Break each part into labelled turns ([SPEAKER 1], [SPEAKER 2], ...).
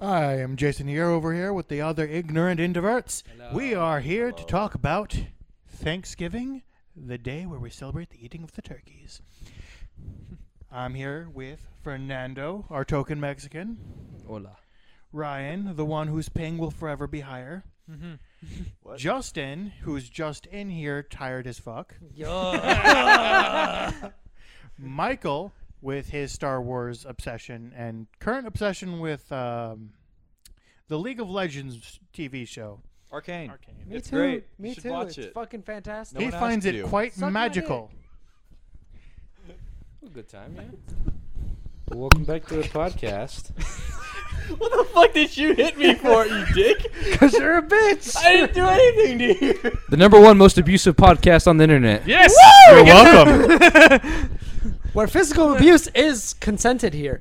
[SPEAKER 1] I am Jason here over here with the other ignorant introverts. We are here to talk about Thanksgiving, the day where we celebrate the eating of the turkeys. I'm here with Fernando, our token Mexican,
[SPEAKER 2] Hola.
[SPEAKER 1] Ryan, the one whose ping will forever be higher,
[SPEAKER 3] What?
[SPEAKER 1] Justin, who's just in here tired as fuck, Michael with his Star Wars obsession and current obsession with um, the League of Legends TV show.
[SPEAKER 3] Arcane.
[SPEAKER 4] Me
[SPEAKER 3] It's
[SPEAKER 4] too.
[SPEAKER 3] great.
[SPEAKER 4] Me
[SPEAKER 3] You should
[SPEAKER 4] too.
[SPEAKER 3] watch
[SPEAKER 4] it's
[SPEAKER 3] it.
[SPEAKER 4] fucking fantastic.
[SPEAKER 3] No
[SPEAKER 1] he
[SPEAKER 3] one
[SPEAKER 1] finds
[SPEAKER 3] asked
[SPEAKER 1] it
[SPEAKER 3] you.
[SPEAKER 1] quite
[SPEAKER 4] Suck my
[SPEAKER 1] magical.
[SPEAKER 2] Good time, yeah. Welcome back to the podcast.
[SPEAKER 5] What the fuck did you hit me for, you dick?
[SPEAKER 4] Cause you're a bitch.
[SPEAKER 5] I didn't do anything to you.
[SPEAKER 2] The number one most abusive podcast on the internet.
[SPEAKER 5] Yes.
[SPEAKER 1] You're welcome.
[SPEAKER 4] Where physical abuse is consented here.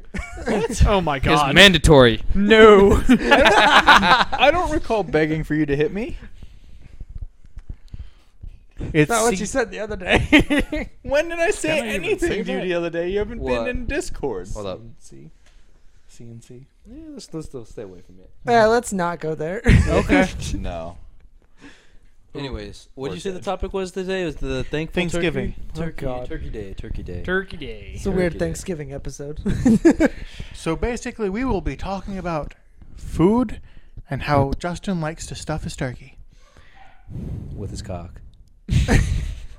[SPEAKER 3] Oh my
[SPEAKER 2] It's mandatory.
[SPEAKER 5] No.
[SPEAKER 3] I don't recall begging for you to hit me.
[SPEAKER 1] It's
[SPEAKER 4] Not what
[SPEAKER 1] se-
[SPEAKER 4] you said the other day.
[SPEAKER 3] When did I say
[SPEAKER 2] Can I even say
[SPEAKER 3] anything to you
[SPEAKER 2] that?
[SPEAKER 3] the other day? You haven't
[SPEAKER 2] What?
[SPEAKER 3] been in Discord.
[SPEAKER 2] Hold up.
[SPEAKER 3] C. CNC.
[SPEAKER 2] Yeah, let's, let's, let's stay away from it.
[SPEAKER 4] yeah, let's not go there.
[SPEAKER 1] okay.
[SPEAKER 3] No.
[SPEAKER 2] Anyways, what did you
[SPEAKER 3] Poor
[SPEAKER 2] say the
[SPEAKER 3] kid.
[SPEAKER 2] topic was today? It was the thankful
[SPEAKER 1] Thanksgiving.
[SPEAKER 2] Turkey, turkey,
[SPEAKER 4] Oh, God.
[SPEAKER 2] turkey Day, Turkey Day.
[SPEAKER 5] Turkey Day.
[SPEAKER 4] It's a weird
[SPEAKER 2] Turkey Day.
[SPEAKER 4] Thanksgiving episode.
[SPEAKER 1] So basically, we will be talking about food and how Justin likes to stuff his turkey.
[SPEAKER 2] With his cock.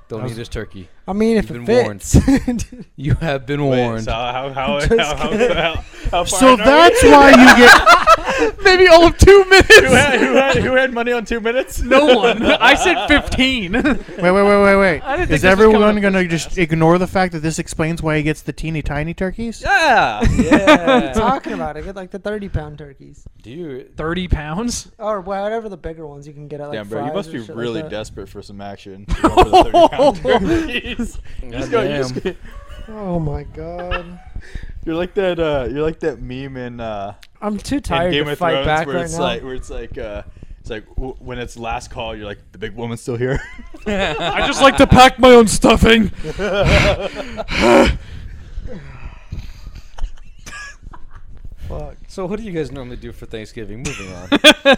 [SPEAKER 2] Don't
[SPEAKER 1] How's-
[SPEAKER 2] eat his turkey.
[SPEAKER 4] I mean, if
[SPEAKER 2] You've
[SPEAKER 4] it
[SPEAKER 2] been warned.
[SPEAKER 4] fits.
[SPEAKER 2] You have been
[SPEAKER 3] Wait,
[SPEAKER 2] warned.
[SPEAKER 3] so how, how,
[SPEAKER 4] Just
[SPEAKER 3] how, how, how, how far
[SPEAKER 1] So
[SPEAKER 3] in are we?
[SPEAKER 1] that's why you get
[SPEAKER 4] Maybe all of two
[SPEAKER 3] who,
[SPEAKER 4] minutes.
[SPEAKER 3] had, who, had, who had money on two minutes?
[SPEAKER 5] No one. I said 15.
[SPEAKER 1] wait, wait, wait, wait, wait.
[SPEAKER 5] I didn't think
[SPEAKER 1] Is
[SPEAKER 5] this was coming
[SPEAKER 1] everyone
[SPEAKER 5] up
[SPEAKER 1] gonna
[SPEAKER 5] this
[SPEAKER 1] just ignore the fact that this explains why he gets the teeny tiny turkeys?
[SPEAKER 3] Yeah.
[SPEAKER 2] yeah.
[SPEAKER 4] Talking about it, get like the thirty-pound turkeys
[SPEAKER 2] Do you?
[SPEAKER 5] 30 pounds?
[SPEAKER 4] or whatever the bigger ones you can get at like.
[SPEAKER 3] Damn, bro, you
[SPEAKER 4] Fry's
[SPEAKER 3] must
[SPEAKER 4] or
[SPEAKER 3] be
[SPEAKER 4] shit
[SPEAKER 3] really
[SPEAKER 4] like that.
[SPEAKER 3] desperate for some action. You went for the 30-pound turkeys. Just go-
[SPEAKER 2] Goddamn.
[SPEAKER 3] just go-
[SPEAKER 4] Oh my god,
[SPEAKER 3] You're like that. Uh, you're like that meme in, uh,
[SPEAKER 4] I'm too
[SPEAKER 3] in
[SPEAKER 4] tired
[SPEAKER 3] Game
[SPEAKER 4] to
[SPEAKER 3] of
[SPEAKER 4] fight
[SPEAKER 3] Thrones
[SPEAKER 4] back
[SPEAKER 3] where
[SPEAKER 4] right
[SPEAKER 3] it's
[SPEAKER 4] now.
[SPEAKER 3] like where it's like uh, it's like w- when it's last call. You're like the big woman's still here.
[SPEAKER 5] I just like to pack my own stuffing.
[SPEAKER 4] Fuck.
[SPEAKER 2] So what do you guys normally do for Thanksgiving? Moving on.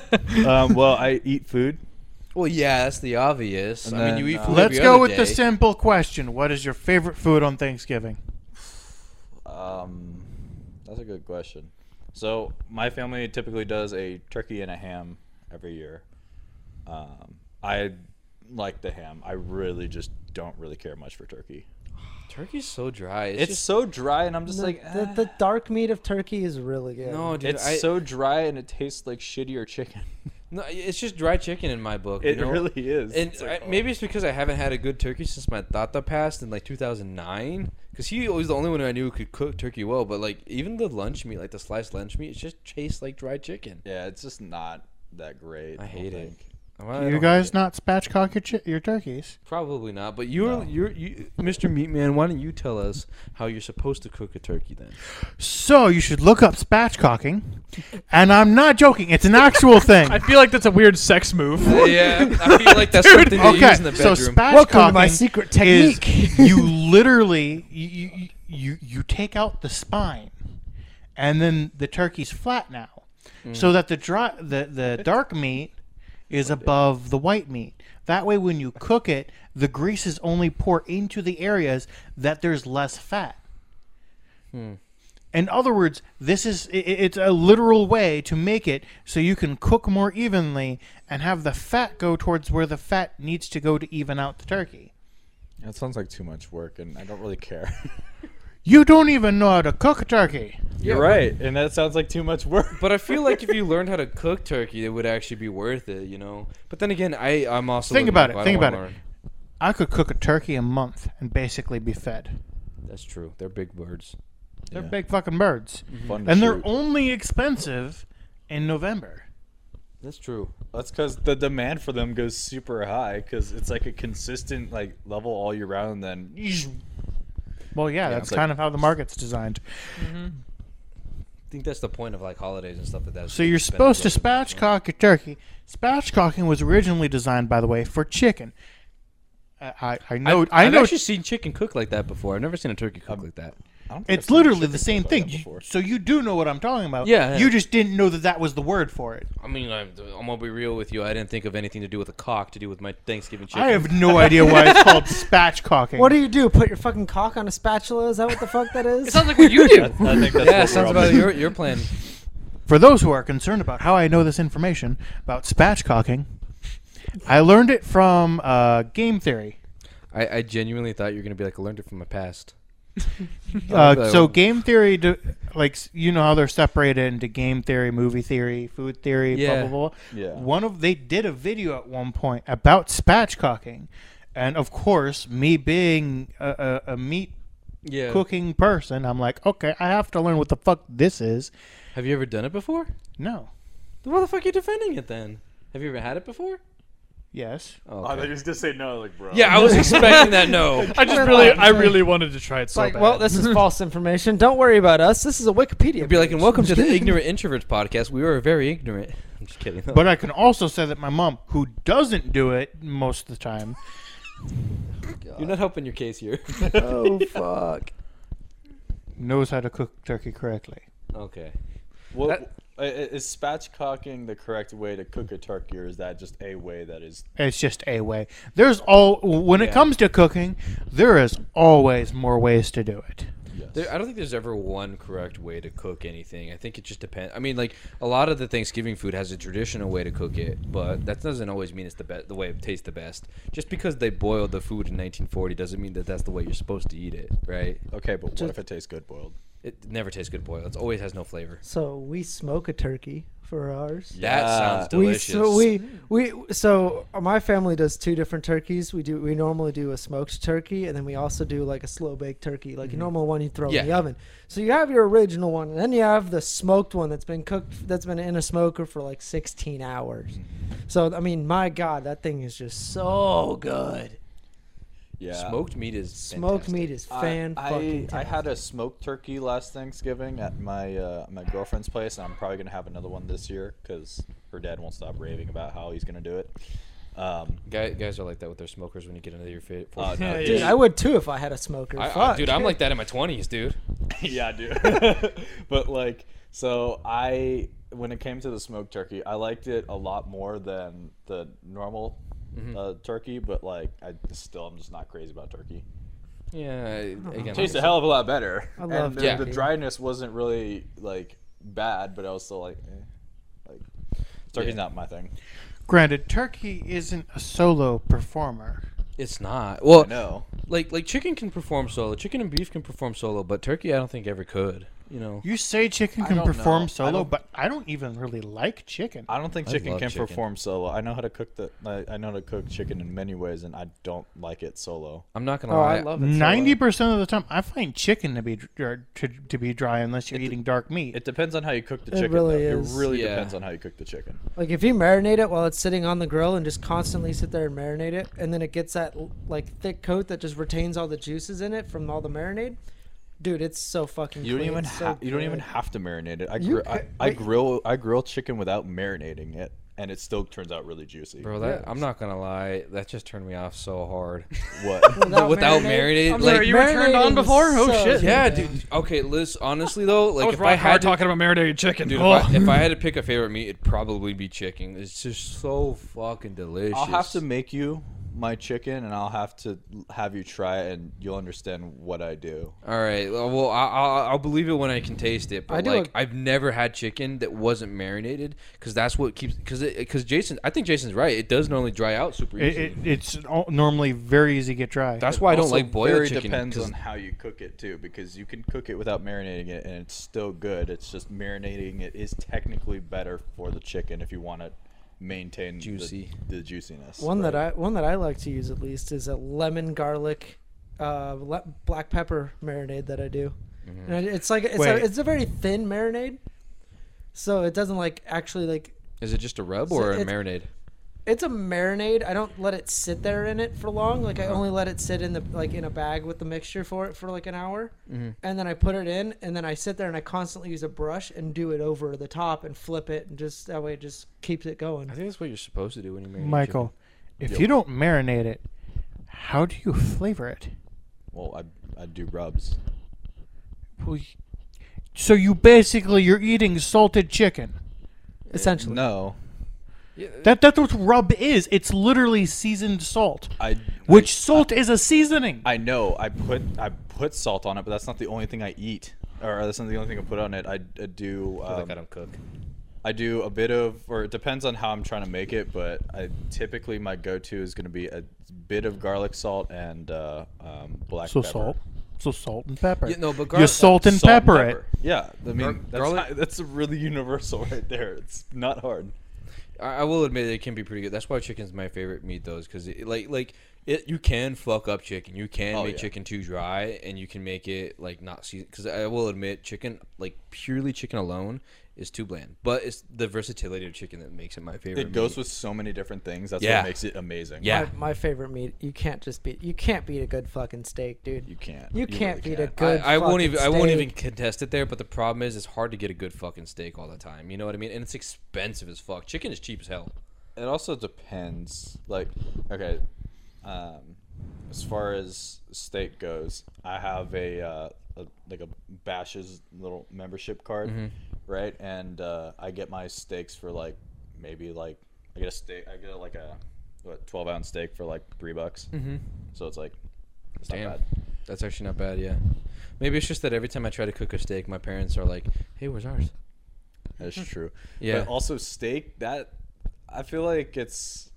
[SPEAKER 3] um, well, I eat food.
[SPEAKER 2] well, yeah, that's the obvious.
[SPEAKER 3] And
[SPEAKER 2] I mean,
[SPEAKER 3] then,
[SPEAKER 2] you eat
[SPEAKER 3] uh,
[SPEAKER 2] food
[SPEAKER 1] Let's
[SPEAKER 2] every
[SPEAKER 1] go
[SPEAKER 2] other
[SPEAKER 1] with the
[SPEAKER 2] day.
[SPEAKER 1] simple question: What is your favorite food on Thanksgiving?
[SPEAKER 3] Um, that's a good question. So my family typically does a turkey and a ham every year. Um, I like the ham. I really just don't really care much for turkey.
[SPEAKER 2] Turkey's so dry. It's,
[SPEAKER 3] It's,
[SPEAKER 2] just,
[SPEAKER 3] so dry, and I'm just
[SPEAKER 4] The,
[SPEAKER 3] like
[SPEAKER 4] the,
[SPEAKER 3] "Ah."
[SPEAKER 4] the dark meat of turkey is really good.
[SPEAKER 2] no, dude.
[SPEAKER 3] it's
[SPEAKER 2] I,
[SPEAKER 3] so dry, and it tastes like shittier chicken.
[SPEAKER 2] no, it's just dry chicken in my book.
[SPEAKER 3] It
[SPEAKER 2] you know?
[SPEAKER 3] really is.
[SPEAKER 2] And
[SPEAKER 3] It's like,
[SPEAKER 2] I,
[SPEAKER 3] oh.
[SPEAKER 2] maybe it's because I haven't had a good turkey since my tata passed in like 2009. Because he was the only one I knew who could cook turkey well. But like even the lunch meat, like the sliced lunch meat, it just tastes like dried chicken.
[SPEAKER 3] Yeah, it's just not that great.
[SPEAKER 2] I
[SPEAKER 3] don't
[SPEAKER 2] hate it.
[SPEAKER 3] think.
[SPEAKER 2] Well, I
[SPEAKER 1] Do you
[SPEAKER 2] don't
[SPEAKER 1] guys
[SPEAKER 2] hate it.
[SPEAKER 1] not spatchcock your chi- your turkeys?
[SPEAKER 2] Probably not. But you're
[SPEAKER 3] No.
[SPEAKER 2] you're you, Mr. Meatman. Why don't you tell us how you're supposed to cook a turkey then?
[SPEAKER 1] So you should look up spatchcocking, and I'm not joking; it's an actual thing.
[SPEAKER 5] I feel like that's a weird sex move.
[SPEAKER 2] yeah, I feel like that's something they use in the
[SPEAKER 1] so
[SPEAKER 2] bedroom.
[SPEAKER 4] Welcome to my
[SPEAKER 1] spatchcocking
[SPEAKER 4] secret
[SPEAKER 1] is
[SPEAKER 4] technique.
[SPEAKER 1] you literally you, you you you take out the spine, and then the turkey's flat now,
[SPEAKER 2] Mm.
[SPEAKER 1] so that the dry the the dark meat is above the white meat. That way, when you cook it, the greases only pour into the areas that there's less fat. In other words, this is i- i- it's a literal way to make it so you can cook more evenly and have the fat go towards where the fat needs to go to even out the turkey.
[SPEAKER 3] That sounds like too much work, and I don't really care.
[SPEAKER 1] You don't even know how to cook a turkey.
[SPEAKER 3] You're right, and that sounds like too much work.
[SPEAKER 2] But I feel like if you learned how to cook turkey, it would actually be worth it, you know. But then again, I I'm also
[SPEAKER 1] Think
[SPEAKER 2] looking
[SPEAKER 1] about
[SPEAKER 2] up,
[SPEAKER 1] it,
[SPEAKER 2] I
[SPEAKER 1] think
[SPEAKER 2] don't
[SPEAKER 1] about
[SPEAKER 2] wanna
[SPEAKER 1] it. I could cook a turkey a month and basically be fed.
[SPEAKER 2] learn. That's true. They're big birds.
[SPEAKER 1] They're
[SPEAKER 3] Yeah.
[SPEAKER 1] big fucking birds,
[SPEAKER 3] Fun to
[SPEAKER 1] and they're
[SPEAKER 3] shoot.
[SPEAKER 1] only expensive in November.
[SPEAKER 2] That's true.
[SPEAKER 3] That's because the demand for them goes super high because it's like a consistent like level all year round. And then
[SPEAKER 1] Well, yeah, that's
[SPEAKER 3] it's like-
[SPEAKER 1] kind of how the market's designed.
[SPEAKER 2] I think that's the point of like holidays and stuff like that.
[SPEAKER 1] So you're supposed to spatchcock a turkey. Spatchcocking was originally designed, by the way, for chicken. I, I, I know.
[SPEAKER 2] I've,
[SPEAKER 1] I know.
[SPEAKER 2] Um, actually seen chicken cook like that before. I've never seen a turkey cook like that.
[SPEAKER 3] I don't think I've
[SPEAKER 1] It's
[SPEAKER 3] seen
[SPEAKER 1] literally the
[SPEAKER 3] chicken
[SPEAKER 1] same
[SPEAKER 3] cooked like
[SPEAKER 1] thing.
[SPEAKER 3] that
[SPEAKER 1] You-
[SPEAKER 3] before.
[SPEAKER 1] so you do know what I'm talking about.
[SPEAKER 2] Yeah, yeah.
[SPEAKER 1] You just didn't know that that was the word for it.
[SPEAKER 2] I mean, I'm, I'm gonna be real with you. I didn't think of anything to do with a cock to do with my Thanksgiving chicken.
[SPEAKER 1] I have no idea why it's called spatchcocking.
[SPEAKER 4] What do you do? Put your fucking cock on a spatula? Is that what the fuck that is?
[SPEAKER 5] It sounds like what you do.
[SPEAKER 3] I think that's
[SPEAKER 2] yeah,
[SPEAKER 3] what
[SPEAKER 2] sounds
[SPEAKER 3] we're
[SPEAKER 2] about
[SPEAKER 3] all
[SPEAKER 2] your your plan.
[SPEAKER 1] For those who are concerned about how I know this information about spatchcocking, I learned it from uh, game theory.
[SPEAKER 2] I, I genuinely thought you were gonna be like I learned it from my past.
[SPEAKER 1] Uh, so game theory, d like s- you know how they're separated into game theory, movie theory, food theory,
[SPEAKER 2] Yeah.
[SPEAKER 1] blah blah blah.
[SPEAKER 3] Yeah.
[SPEAKER 1] One of they did a video at one point about spatchcocking, and of course, me being a, a, a meat
[SPEAKER 2] yeah.
[SPEAKER 1] cooking person, I'm like, okay, I have to learn what the fuck this is.
[SPEAKER 2] Have you ever done it before?
[SPEAKER 1] No.
[SPEAKER 2] Then why the fuck are you defending it then? Have you ever had it before?
[SPEAKER 1] Yes.
[SPEAKER 2] Oh,
[SPEAKER 3] I thought you were just gonna say no, like bro.
[SPEAKER 2] yeah, I was expecting that. No,
[SPEAKER 5] I just really, I really wanted to try it so
[SPEAKER 4] like,
[SPEAKER 5] bad.
[SPEAKER 4] well, this is false information. Don't worry about us. This is a Wikipedia.
[SPEAKER 2] I'd be like,
[SPEAKER 4] page.
[SPEAKER 2] and welcome to the Ignorant Introverts podcast. We were very ignorant. I'm just kidding.
[SPEAKER 1] But I can also say that my mom, who doesn't do it most of the time,
[SPEAKER 2] you're not helping your case here.
[SPEAKER 3] Oh,
[SPEAKER 2] fuck.
[SPEAKER 1] knows how to cook turkey correctly.
[SPEAKER 2] Okay.
[SPEAKER 3] What,
[SPEAKER 2] That-
[SPEAKER 3] i- i- is spatchcocking the correct way to cook a turkey, or is that just a way that is?
[SPEAKER 1] It's just a way. There's all when it
[SPEAKER 2] Yeah.
[SPEAKER 1] comes to cooking, there is always more ways to do it.
[SPEAKER 3] Yes.
[SPEAKER 2] There, I don't think there's ever one correct way to cook anything. I think it just depends. I mean, like a lot of the Thanksgiving food has a traditional way to cook it, but that doesn't always mean it's the best. The way it tastes the best. Just because they boiled the food in 1940 doesn't mean that that's the way you're supposed to eat it, right?
[SPEAKER 3] okay, but what if it tastes good boiled?
[SPEAKER 2] It never tastes good boiled. It always has no flavor.
[SPEAKER 4] So we smoke a turkey for ours.
[SPEAKER 2] That
[SPEAKER 3] Yeah.
[SPEAKER 2] sounds
[SPEAKER 4] We
[SPEAKER 2] delicious.
[SPEAKER 4] so we we so my family does two different turkeys. We do we normally do a smoked turkey and then we also do like a slow baked turkey, like a normal one you throw in the
[SPEAKER 2] Yeah.
[SPEAKER 4] oven. So you have your original one and then you have the smoked one that's been cooked that's been in a smoker for like 16 hours. So I mean, my god, that thing is just so good.
[SPEAKER 3] Yeah.
[SPEAKER 2] Smoked meat is
[SPEAKER 4] Smoked
[SPEAKER 2] fantastic.
[SPEAKER 4] meat is fan
[SPEAKER 3] I,
[SPEAKER 4] fucking
[SPEAKER 3] I, I had a smoked turkey last Thanksgiving at my uh, my girlfriend's place, and I'm probably gonna have another one this year because her dad won't stop raving about how he's gonna do it. Um,
[SPEAKER 2] Guy, guys are like that with their smokers when you get into your fit.
[SPEAKER 3] Oh, no,
[SPEAKER 5] Yeah,
[SPEAKER 4] Dude, I would too if I had a smoker.
[SPEAKER 2] I- I-
[SPEAKER 4] Fuck.
[SPEAKER 2] dude, I'm like that in my 20s, dude.
[SPEAKER 3] yeah, dude. but like, so I when it came to the smoked turkey, I liked it a lot more than the normal
[SPEAKER 4] Mm-hmm.
[SPEAKER 3] uh, turkey. But like, I still I'm just not crazy about turkey.
[SPEAKER 2] Yeah, I- again,
[SPEAKER 3] Tastes a
[SPEAKER 2] like-
[SPEAKER 3] hell of a lot better. I
[SPEAKER 4] love
[SPEAKER 3] and the, the
[SPEAKER 2] turkey.
[SPEAKER 3] dryness wasn't really like bad, but I was still like, eh. like turkey's
[SPEAKER 2] Yeah.
[SPEAKER 3] not my thing.
[SPEAKER 1] Granted, turkey isn't a solo performer.
[SPEAKER 2] It's not. Well,
[SPEAKER 3] I know.
[SPEAKER 2] like like chicken can perform solo. Chicken and beef can perform solo, but turkey I don't think ever could. You know.
[SPEAKER 1] You say chicken
[SPEAKER 3] I
[SPEAKER 1] can
[SPEAKER 3] don't know.
[SPEAKER 1] perform
[SPEAKER 3] I
[SPEAKER 1] solo,
[SPEAKER 3] don't-
[SPEAKER 1] but I don't even really like chicken.
[SPEAKER 3] I don't think
[SPEAKER 2] I
[SPEAKER 3] chicken
[SPEAKER 2] love
[SPEAKER 3] can
[SPEAKER 2] chicken.
[SPEAKER 3] perform solo. I know how to cook the. I, I know how to cook chicken in many ways, and I don't like it solo.
[SPEAKER 2] I'm not gonna
[SPEAKER 4] Oh,
[SPEAKER 2] lie.
[SPEAKER 4] I love it. so
[SPEAKER 1] Ninety percent of the time, I find chicken to be dr- or to, to be dry unless you're eating dark meat.
[SPEAKER 3] It depends on how you cook the
[SPEAKER 4] It
[SPEAKER 3] chicken.
[SPEAKER 4] really
[SPEAKER 3] though.
[SPEAKER 4] is.
[SPEAKER 3] It really
[SPEAKER 2] Yeah.
[SPEAKER 3] depends on how you cook the chicken.
[SPEAKER 4] Like if you marinate it while it's sitting on the grill and just constantly sit there and marinate it, and then it gets that l- like thick coat that just retains all the juices in it from all the marinade. Dude, it's so fucking.
[SPEAKER 3] You don't
[SPEAKER 4] clean,
[SPEAKER 3] even
[SPEAKER 4] so
[SPEAKER 3] ha- you don't even
[SPEAKER 4] good.
[SPEAKER 3] have to marinate it. I,
[SPEAKER 4] You
[SPEAKER 3] gri- I,
[SPEAKER 4] could-
[SPEAKER 3] I
[SPEAKER 4] wait.
[SPEAKER 3] grill I grill chicken without marinating it, and it still turns out really juicy.
[SPEAKER 2] Bro, that I'm not gonna lie. That just turned me off so hard.
[SPEAKER 3] What?
[SPEAKER 2] Without, marinade,
[SPEAKER 4] I'm
[SPEAKER 2] like
[SPEAKER 5] sorry, you were turned
[SPEAKER 4] marinating
[SPEAKER 5] on before?
[SPEAKER 4] is
[SPEAKER 5] Oh,
[SPEAKER 4] so
[SPEAKER 5] shit.
[SPEAKER 2] yeah,
[SPEAKER 4] good.
[SPEAKER 2] dude. Okay, Liz. Honestly though,
[SPEAKER 5] I
[SPEAKER 2] like
[SPEAKER 5] was
[SPEAKER 2] if I had to,
[SPEAKER 5] talking about marinated chicken.
[SPEAKER 2] dude, if,
[SPEAKER 5] Oh.
[SPEAKER 2] I, if I had to pick a favorite meat, it'd probably be chicken. It's just so fucking delicious.
[SPEAKER 3] I'll have to make you my chicken, and I'll have to have you try it, and you'll understand what I do.
[SPEAKER 2] All right. Well, I, I'll, I'll believe it when I can taste it. But
[SPEAKER 4] I do
[SPEAKER 2] like,
[SPEAKER 4] ag-
[SPEAKER 2] i I've never had chicken that wasn't marinated because that's what keeps because because Jason. I think Jason's right. It does normally dry out super
[SPEAKER 1] It,
[SPEAKER 2] easily.
[SPEAKER 1] it, it's al- normally very easy to get dry.
[SPEAKER 2] that's why I don't
[SPEAKER 3] Also,
[SPEAKER 2] like boiled
[SPEAKER 3] very
[SPEAKER 2] chicken.
[SPEAKER 3] depends
[SPEAKER 2] 'cause-
[SPEAKER 3] on how you cook it too, because you can cook it without marinating it, and it's still good. It's just marinating it is technically better for the chicken if you want to maintain the-
[SPEAKER 2] Juicy.
[SPEAKER 3] the, juiciness.
[SPEAKER 4] One that I one that I like to use at least is a lemon garlic, uh, le- black pepper marinade that I do,
[SPEAKER 3] Mm-hmm.
[SPEAKER 4] and it's like it's a,
[SPEAKER 1] Wait.
[SPEAKER 4] it's a very thin marinade, so it doesn't like actually like
[SPEAKER 2] Is it just a rub
[SPEAKER 4] So
[SPEAKER 2] or a
[SPEAKER 4] it's-
[SPEAKER 2] marinade?
[SPEAKER 4] it's a marinade. I don't let it sit there in it for long. Like I
[SPEAKER 2] Uh-huh.
[SPEAKER 4] only let it sit in the like in a bag with the mixture for it for like an hour,
[SPEAKER 2] Mm-hmm.
[SPEAKER 4] and then I put it in, and then I sit there and I constantly use a brush and do it over the top and flip it, and just that way it just keeps it going.
[SPEAKER 2] I think that's what you're supposed to do when you marinate.
[SPEAKER 1] Michael, if you don't marinate it, how do you flavor it?
[SPEAKER 3] well, I I do rubs.
[SPEAKER 1] Well, y- So you basically you're eating salted chicken.
[SPEAKER 4] essentially.
[SPEAKER 3] No,
[SPEAKER 1] That that's what rub is. It's literally seasoned salt,
[SPEAKER 3] I
[SPEAKER 1] which salt is a seasoning.
[SPEAKER 3] I know I put I put salt on it, but that's not the only thing I eat, or that's not the only thing I put on it. I, I do um,
[SPEAKER 2] like I don't cook.
[SPEAKER 3] I do a bit of, or it depends on how I'm trying to make it, but I typically my go-to is going to be a bit of garlic salt and uh, um, black
[SPEAKER 1] so
[SPEAKER 3] pepper.
[SPEAKER 1] salt, so salt and pepper.
[SPEAKER 2] Yeah, no, but
[SPEAKER 1] you
[SPEAKER 2] garlic-
[SPEAKER 1] salt and
[SPEAKER 3] Salt and
[SPEAKER 1] pepper, it.
[SPEAKER 3] Yeah, I mean that's
[SPEAKER 2] garlic-
[SPEAKER 3] not- that's really universal right there. It's not hard.
[SPEAKER 2] I, I will admit it can be pretty good. That's why chicken's my favorite meat though, because like like it you can fuck up chicken. You can
[SPEAKER 3] Oh,
[SPEAKER 2] make
[SPEAKER 3] yeah.
[SPEAKER 2] chicken too dry, and you can make it like not seasoned. Because I will admit, chicken like purely chicken alone is too bland. But it's the versatility of chicken that makes it my favorite.
[SPEAKER 3] It goes
[SPEAKER 2] meat.
[SPEAKER 3] with so many different things. That's
[SPEAKER 2] Yeah.
[SPEAKER 3] what makes it amazing.
[SPEAKER 2] yeah.
[SPEAKER 4] My, my favorite meat. You can't just beat. You can't beat a good fucking steak, dude.
[SPEAKER 3] you can't.
[SPEAKER 4] You can't
[SPEAKER 3] really
[SPEAKER 4] beat a
[SPEAKER 3] can't.
[SPEAKER 4] good.
[SPEAKER 2] I, I won't
[SPEAKER 4] fucking
[SPEAKER 2] even I won't even
[SPEAKER 4] steak.
[SPEAKER 2] contest it there, but the problem is it's hard to get a good fucking steak all the time. You know what I mean? And it's expensive as fuck. Chicken is cheap as hell.
[SPEAKER 3] It also depends. Like, okay, um, as far as steak goes, I have a, uh, a like a Bash's little membership card, right? And uh, I get my steaks for like maybe like I get a steak. I get like a what twelve ounce steak for like three bucks. Mm-hmm. So it's like it's
[SPEAKER 2] Damn.
[SPEAKER 3] not bad.
[SPEAKER 2] That's actually not bad, yeah. Maybe it's just that every time I try to cook a steak, my parents are like, "Hey, where's ours?"
[SPEAKER 3] That's true.
[SPEAKER 2] Yeah.
[SPEAKER 3] But also steak that I feel like it's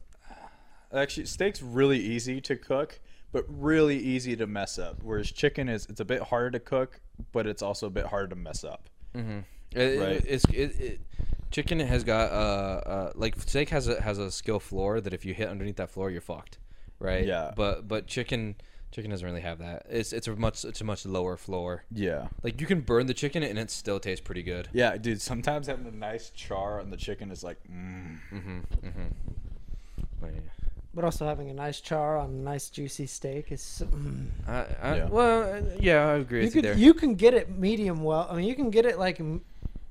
[SPEAKER 3] actually steak's really easy to cook, but really easy to mess up. Whereas chicken is it's a bit harder to cook, but it's also a bit harder to mess up.
[SPEAKER 2] It-
[SPEAKER 3] Right.
[SPEAKER 2] It, it's it, it, chicken has got uh, uh like steak has a has a skill floor that if you hit underneath that floor, you're fucked, right?
[SPEAKER 3] Yeah.
[SPEAKER 2] But but chicken chicken doesn't really have that. It's it's a much it's a much lower floor.
[SPEAKER 3] Yeah.
[SPEAKER 2] Like you can burn the chicken and it still tastes pretty good.
[SPEAKER 3] Yeah, dude. Sometimes having a nice char on the chicken is like, mm. Oh,
[SPEAKER 2] But, yeah.
[SPEAKER 4] But also having a nice char on a nice juicy steak is. so- mm.
[SPEAKER 2] I, I,
[SPEAKER 3] Yeah.
[SPEAKER 2] Well, uh, yeah, I agree
[SPEAKER 4] You
[SPEAKER 2] with you
[SPEAKER 4] could
[SPEAKER 2] there.
[SPEAKER 4] you can get it medium well. I mean, you can get it like m-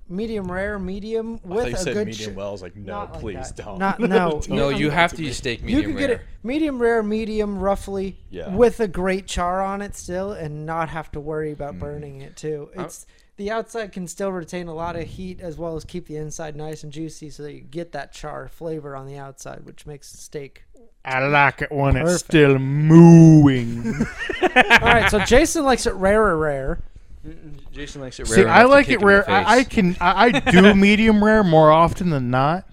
[SPEAKER 4] medium rare, medium
[SPEAKER 3] I thought
[SPEAKER 4] with
[SPEAKER 3] you
[SPEAKER 4] a
[SPEAKER 3] said
[SPEAKER 4] good.
[SPEAKER 3] medium
[SPEAKER 4] ch-
[SPEAKER 3] well. I was like, no,
[SPEAKER 4] not like
[SPEAKER 3] please
[SPEAKER 4] that.
[SPEAKER 3] don't.
[SPEAKER 4] Not- no.
[SPEAKER 3] Don't.
[SPEAKER 2] no,
[SPEAKER 4] I'm
[SPEAKER 2] you
[SPEAKER 4] not
[SPEAKER 2] have to use steak medium
[SPEAKER 4] you can
[SPEAKER 2] rare.
[SPEAKER 4] get it medium rare, medium roughly,
[SPEAKER 3] Yeah.
[SPEAKER 4] with a great char on it still, and not have to worry
[SPEAKER 3] Mm.
[SPEAKER 4] about burning it too. It's the outside can still retain a lot of heat as well as keep the inside nice and juicy, so that you get that char flavor on the outside, which makes the steak.
[SPEAKER 1] I like it when it's still mooing.
[SPEAKER 4] All right, so Jason likes it rarer, rare.
[SPEAKER 2] Jason likes it rare.
[SPEAKER 1] See,
[SPEAKER 2] enough
[SPEAKER 1] I
[SPEAKER 2] to
[SPEAKER 1] like
[SPEAKER 2] kick
[SPEAKER 1] it
[SPEAKER 2] in the
[SPEAKER 1] rare. I, I
[SPEAKER 2] face.
[SPEAKER 1] can I, I do medium rare more often than not,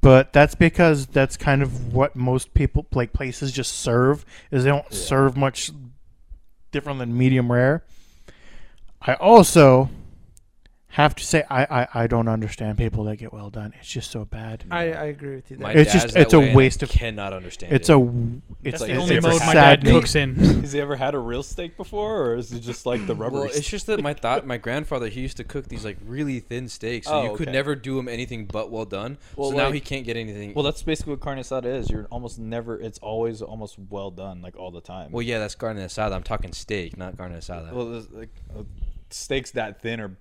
[SPEAKER 1] but that's because that's kind of what most people like places just serve is they don't serve much different than medium rare. I also have to say I, I, I don't understand people that get well done. It's just so bad.
[SPEAKER 4] I, I agree with you there.
[SPEAKER 2] My
[SPEAKER 1] It's
[SPEAKER 2] dad's
[SPEAKER 1] just-
[SPEAKER 2] that
[SPEAKER 1] it's a
[SPEAKER 2] way and I
[SPEAKER 1] waste of-
[SPEAKER 2] Cannot understand.
[SPEAKER 1] It's
[SPEAKER 2] it.
[SPEAKER 1] a it's,
[SPEAKER 6] That's the
[SPEAKER 1] it's-
[SPEAKER 6] only
[SPEAKER 1] it's
[SPEAKER 6] mode
[SPEAKER 1] a
[SPEAKER 6] my
[SPEAKER 1] sad
[SPEAKER 6] dad cooks in.
[SPEAKER 3] Has he ever had a real steak before, or is it just like the rubber?
[SPEAKER 2] Well, it's just that my thought, my grandfather, he used to cook these like really thin steaks, so
[SPEAKER 3] Oh,
[SPEAKER 2] you could
[SPEAKER 3] okay.
[SPEAKER 2] never do him anything but well done.
[SPEAKER 3] Well,
[SPEAKER 2] so now
[SPEAKER 3] like-
[SPEAKER 2] he can't get anything.
[SPEAKER 3] Well,
[SPEAKER 2] Well,
[SPEAKER 3] that's basically what carne asada is. You're almost never. It's always almost well done, like all the time.
[SPEAKER 2] yeah, that's carne asada. I'm talking steak, not carne asada.
[SPEAKER 3] well, there's, like uh, steaks that thin are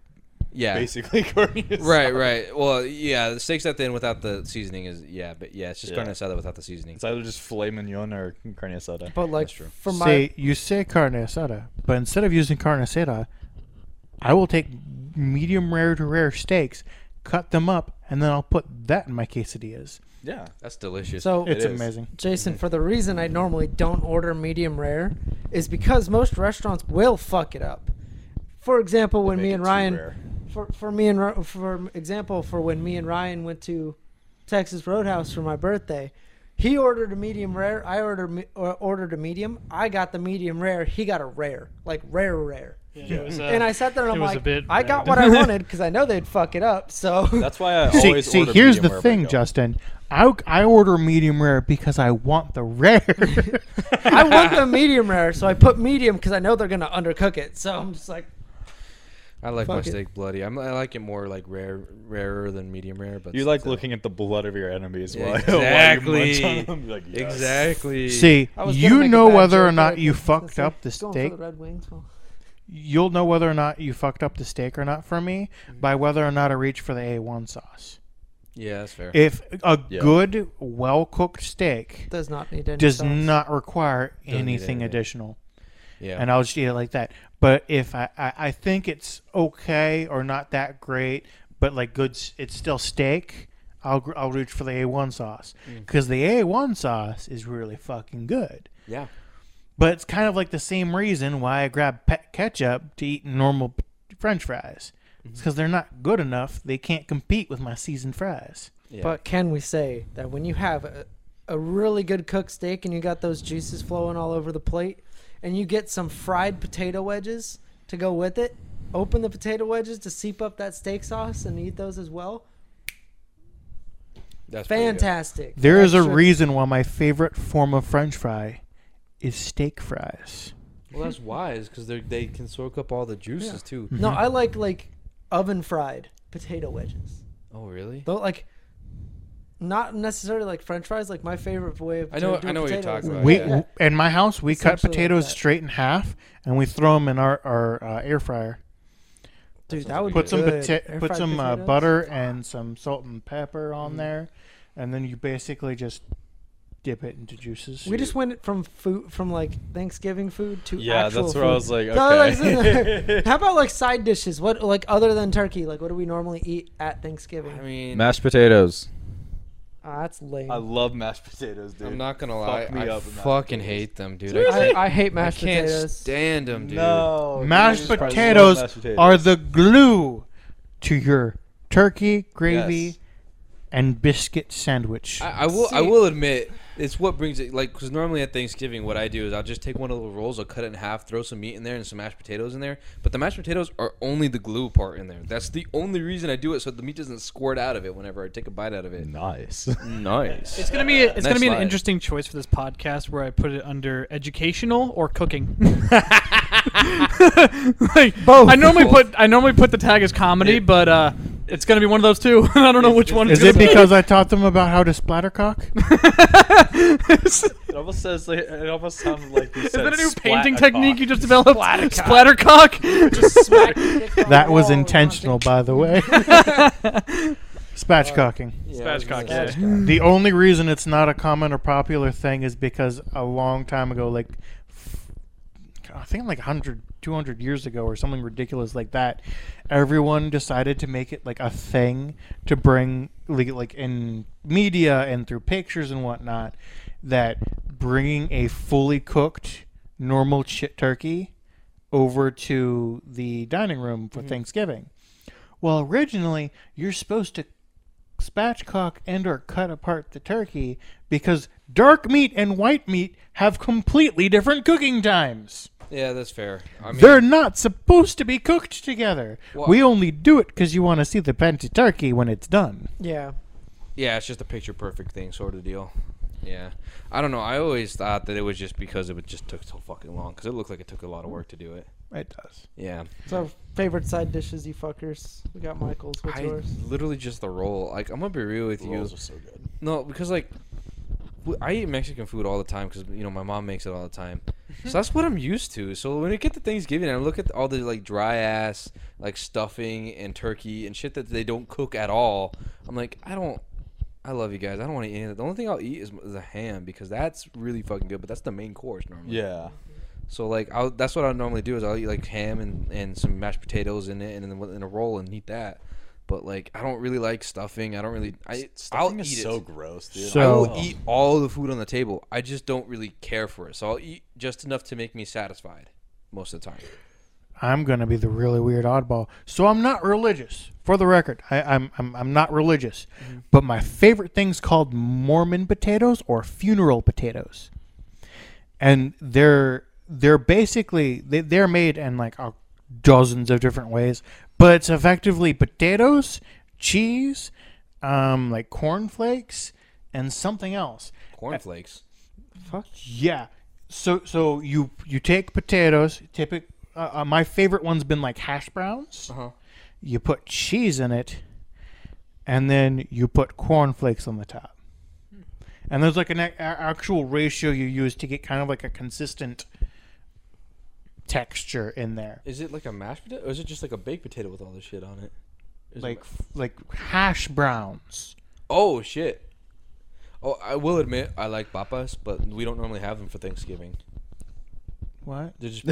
[SPEAKER 2] yeah,
[SPEAKER 3] basically carne asada.
[SPEAKER 2] right, right. Well, yeah, the steaks that thin without the seasoning is yeah, but yeah, it's just
[SPEAKER 3] Yeah.
[SPEAKER 2] carne asada without the seasoning.
[SPEAKER 3] It's either just filet mignon or carne asada.
[SPEAKER 4] but like
[SPEAKER 2] true.
[SPEAKER 4] for my
[SPEAKER 1] Say you say carne asada, but instead of using carne asada, I will take medium rare to rare steaks, cut them up, and then I'll put that in my quesadillas.
[SPEAKER 3] yeah,
[SPEAKER 2] That's delicious.
[SPEAKER 4] so
[SPEAKER 1] It's
[SPEAKER 3] It is.
[SPEAKER 1] amazing.
[SPEAKER 3] Mm-hmm.
[SPEAKER 4] Jason, for the reason I normally don't order medium rare is because most restaurants will fuck it up. For example, when
[SPEAKER 3] make
[SPEAKER 4] me
[SPEAKER 3] it
[SPEAKER 4] and
[SPEAKER 3] too
[SPEAKER 4] Ryan,
[SPEAKER 3] rare.
[SPEAKER 4] for, for me and Ri- for example, for when me and Ryan went to Texas Roadhouse for my birthday, he ordered a medium rare. I ordered me- or ordered a medium. I got the medium rare. He got a rare, like rare rare.
[SPEAKER 6] It was, uh,
[SPEAKER 4] and I sat there and
[SPEAKER 6] it
[SPEAKER 4] I'm
[SPEAKER 6] was a
[SPEAKER 4] like,
[SPEAKER 6] bit
[SPEAKER 4] I got
[SPEAKER 6] random.
[SPEAKER 4] what I wanted because I know they'd fuck it up. So
[SPEAKER 3] that's why I
[SPEAKER 1] See,
[SPEAKER 3] always
[SPEAKER 1] see
[SPEAKER 3] order
[SPEAKER 1] here's
[SPEAKER 3] medium
[SPEAKER 1] the
[SPEAKER 3] wherever I
[SPEAKER 1] thing,
[SPEAKER 3] go.
[SPEAKER 1] Justin. I, I order medium rare because I want the rare.
[SPEAKER 4] I want the medium rare, so I put medium because I know they're gonna undercook it. So I'm just like,
[SPEAKER 2] I like my
[SPEAKER 4] fuck it.
[SPEAKER 2] steak bloody. I'm, I like it more like rare, rarer than medium rare. But
[SPEAKER 3] You like
[SPEAKER 2] still.
[SPEAKER 3] looking at the blood of your enemies
[SPEAKER 2] Yeah,
[SPEAKER 3] while, while you munch
[SPEAKER 2] exactly.
[SPEAKER 3] on them. You're like, yes.
[SPEAKER 2] Exactly.
[SPEAKER 1] see,
[SPEAKER 4] I was gonna
[SPEAKER 1] you
[SPEAKER 4] make a
[SPEAKER 1] know
[SPEAKER 4] bad
[SPEAKER 1] whether
[SPEAKER 4] joke,
[SPEAKER 1] or
[SPEAKER 4] but I
[SPEAKER 1] not you
[SPEAKER 4] couldn't.
[SPEAKER 1] fucked
[SPEAKER 4] Let's
[SPEAKER 1] up
[SPEAKER 4] see.
[SPEAKER 1] the
[SPEAKER 4] Going
[SPEAKER 1] steak.
[SPEAKER 4] For the Red Wings. Well,
[SPEAKER 1] You'll know whether or not you fucked up the steak or not for me
[SPEAKER 4] Mm.
[SPEAKER 1] by whether or not I reach for the A1 sauce.
[SPEAKER 2] Yeah, that's fair.
[SPEAKER 1] If a
[SPEAKER 3] Yeah.
[SPEAKER 1] good, well cooked steak
[SPEAKER 4] does not need any.
[SPEAKER 1] does
[SPEAKER 4] sauce.
[SPEAKER 1] not require
[SPEAKER 2] need
[SPEAKER 1] anything
[SPEAKER 2] anything.
[SPEAKER 1] additional.
[SPEAKER 2] Yeah.
[SPEAKER 1] and I'll just eat it like that. But if I, I, I think it's okay or not that great, but like good, s- it's still steak. I'll gr- I'll root for the A1 sauce
[SPEAKER 2] Mm.
[SPEAKER 1] because the A1 sauce is really fucking good.
[SPEAKER 2] Yeah.
[SPEAKER 1] But it's kind of like the same reason why I grab pet ketchup to eat normal p- French fries. It's
[SPEAKER 2] Mm-hmm.
[SPEAKER 1] because they're not good enough. They can't compete with my seasoned fries.
[SPEAKER 2] Yeah.
[SPEAKER 4] But can we say that when you have a, a really good cooked steak and you got those juices flowing all over the plate, and you get some fried potato wedges to go with it, open the potato wedges to seep up that steak sauce and eat those as well?
[SPEAKER 2] That's pretty good.
[SPEAKER 4] Fantastic.
[SPEAKER 1] There is a
[SPEAKER 4] Extra-
[SPEAKER 1] reason why my favorite form of French fry is steak fries.
[SPEAKER 2] Well, that's wise because they they can soak up all the juices too.
[SPEAKER 3] Mm.
[SPEAKER 4] No, I like like oven fried potato wedges.
[SPEAKER 2] Oh, really?
[SPEAKER 4] Though like not necessarily like french fries, like my favorite way of
[SPEAKER 2] I know-
[SPEAKER 4] doing
[SPEAKER 2] I know what you're
[SPEAKER 4] potato
[SPEAKER 2] talking
[SPEAKER 4] is-
[SPEAKER 2] about,
[SPEAKER 1] We
[SPEAKER 2] yeah.
[SPEAKER 1] w- in my house we cut
[SPEAKER 4] Essentially like
[SPEAKER 1] potatoes
[SPEAKER 4] that.
[SPEAKER 1] straight in half and we throw them in our our uh, air fryer.
[SPEAKER 4] Dude, that would
[SPEAKER 1] Put
[SPEAKER 4] be
[SPEAKER 1] some
[SPEAKER 4] good.
[SPEAKER 1] pota-
[SPEAKER 4] Air
[SPEAKER 1] put
[SPEAKER 4] fried
[SPEAKER 1] some uh,
[SPEAKER 4] potatoes. Mm.
[SPEAKER 1] butter and some salt and pepper on there, and then you basically just dip it into juices.
[SPEAKER 4] We just went from food from like Thanksgiving food to
[SPEAKER 3] Yeah,
[SPEAKER 4] actual
[SPEAKER 3] that's
[SPEAKER 4] food.
[SPEAKER 3] where I was like,
[SPEAKER 4] No, like,
[SPEAKER 3] okay.
[SPEAKER 4] How about like side dishes? What like other than turkey? Like what do we normally eat at Thanksgiving?
[SPEAKER 2] I mean,
[SPEAKER 3] Mashed potatoes.
[SPEAKER 4] Ah, that's lame.
[SPEAKER 3] I
[SPEAKER 4] I,
[SPEAKER 3] love mashed potatoes, dude.
[SPEAKER 2] I'm not gonna lie.
[SPEAKER 3] me
[SPEAKER 2] I
[SPEAKER 3] up with mashed
[SPEAKER 2] fucking hate them, dude.
[SPEAKER 4] I,
[SPEAKER 2] I,
[SPEAKER 4] hate
[SPEAKER 2] I
[SPEAKER 4] mashed
[SPEAKER 2] can't
[SPEAKER 4] potatoes.
[SPEAKER 2] stand them, dude.
[SPEAKER 3] No.
[SPEAKER 1] mashed
[SPEAKER 3] Jesus Christ, I love
[SPEAKER 1] potatoes,
[SPEAKER 3] mashed potatoes.
[SPEAKER 1] are the glue to your turkey gravy
[SPEAKER 3] Yes.
[SPEAKER 1] and biscuit sandwich.
[SPEAKER 2] I, I will. I
[SPEAKER 4] See-
[SPEAKER 2] will admit, it's what brings it. Like, because normally at Thanksgiving, what I do is I'll just take one of the rolls, I'll cut it in half, throw some meat in there, and some mashed potatoes in there. But the mashed potatoes are only the glue part in there. That's the only reason I do it, so the meat doesn't squirt out of it whenever I take a bite out of it.
[SPEAKER 3] Nice.
[SPEAKER 2] Nice.
[SPEAKER 5] It's gonna be it's
[SPEAKER 2] Next
[SPEAKER 5] gonna be an
[SPEAKER 2] slide.
[SPEAKER 5] interesting choice for this podcast where I put it under educational or cooking. like
[SPEAKER 4] Both.
[SPEAKER 5] I normally put I normally put the tag as comedy, but uh, it's gonna be one of those two. I don't know which one.
[SPEAKER 1] Is
[SPEAKER 5] it's
[SPEAKER 1] it because I taught them about how to splattercock?
[SPEAKER 5] because?
[SPEAKER 3] It almost says like it almost sounds like you
[SPEAKER 5] Is
[SPEAKER 3] said
[SPEAKER 5] that a new
[SPEAKER 3] splat
[SPEAKER 5] painting
[SPEAKER 3] a
[SPEAKER 5] technique
[SPEAKER 3] cock.
[SPEAKER 5] you just developed? Splattercock.
[SPEAKER 1] that was intentional, by the way. Spatchcocking.
[SPEAKER 5] Spatchcock,
[SPEAKER 2] Yeah.
[SPEAKER 5] yeah.
[SPEAKER 4] Mm.
[SPEAKER 1] The only reason it's not a common or popular thing is because a long time ago, like f- I think like 100, 200 years ago or something ridiculous like that, everyone decided to make it like a thing to bring like, like in media and through pictures and whatnot that bringing a fully cooked normal shit turkey over to the dining room for Thanksgiving. Well, originally you're supposed to spatchcock and or cut apart the turkey because dark meat and white meat have completely different cooking times.
[SPEAKER 2] Yeah, that's fair. I mean,
[SPEAKER 1] They're not supposed to be cooked together.
[SPEAKER 2] Wha-
[SPEAKER 1] We only do it because you want to see the panty turkey when it's done.
[SPEAKER 4] Yeah.
[SPEAKER 2] Yeah, it's just a picture perfect thing sort of deal. Yeah, I don't know. I always thought that it was just because it would- just took so fucking long because it looked like it took a lot of work to do it.
[SPEAKER 1] It does.
[SPEAKER 2] Yeah,
[SPEAKER 4] So favorite side dishes, you fuckers. We got Michael's. What's
[SPEAKER 2] I
[SPEAKER 4] yours?
[SPEAKER 2] literally just the roll. Like I'm gonna be real with you.
[SPEAKER 3] Rolls are so good.
[SPEAKER 2] No, because like w- I eat Mexican food all the time because you know my mom makes it all the time, so that's what I'm used to. So when I get to Thanksgiving, I look at all the like dry ass like stuffing and turkey and shit that they don't cook at all. I'm like, I don't. I love you guys. I don't want to eat any of that. The only thing I'll eat is, is a ham because that's really fucking good. But that's the main course normally.
[SPEAKER 3] Yeah.
[SPEAKER 2] So like, I'll, that's what I normally do is I'll eat like ham and, and some mashed potatoes in it and then in a roll and eat that. But like, I don't really like stuffing. I don't really. I
[SPEAKER 3] Stuffing
[SPEAKER 2] I'll
[SPEAKER 3] is
[SPEAKER 2] eat
[SPEAKER 3] so
[SPEAKER 2] it.
[SPEAKER 3] gross, dude.
[SPEAKER 1] So-
[SPEAKER 2] I
[SPEAKER 1] Oh.
[SPEAKER 2] will eat all the food on the table. I just don't really care for it. So I'll eat just enough to make me satisfied most of the time.
[SPEAKER 1] I'm gonna be the really weird oddball. So I'm not religious, for the record. I, I'm, I'm I'm not religious, but my favorite thing's called Mormon potatoes or funeral potatoes, and they're they're basically they, they're made in like uh, dozens of different ways, but it's effectively potatoes, cheese, um, like cornflakes, and something else.
[SPEAKER 2] Eh. Cornflakes.
[SPEAKER 1] Yeah. So so you you take potatoes. Typic. Uh, uh, my favorite one's been like hash browns.
[SPEAKER 2] Uh-huh.
[SPEAKER 1] You put cheese in it, and then you put cornflakes on the top. And there's like an a- a- actual ratio you use to get kind of like a consistent texture in there,
[SPEAKER 2] Is it like a mashed potato or is it just like a baked potato with all this shit on it? Is it
[SPEAKER 1] like f- like hash browns.
[SPEAKER 2] Oh shit. Oh, I will admit I like papas, but we don't normally have them for Thanksgiving.
[SPEAKER 1] What?
[SPEAKER 2] They're just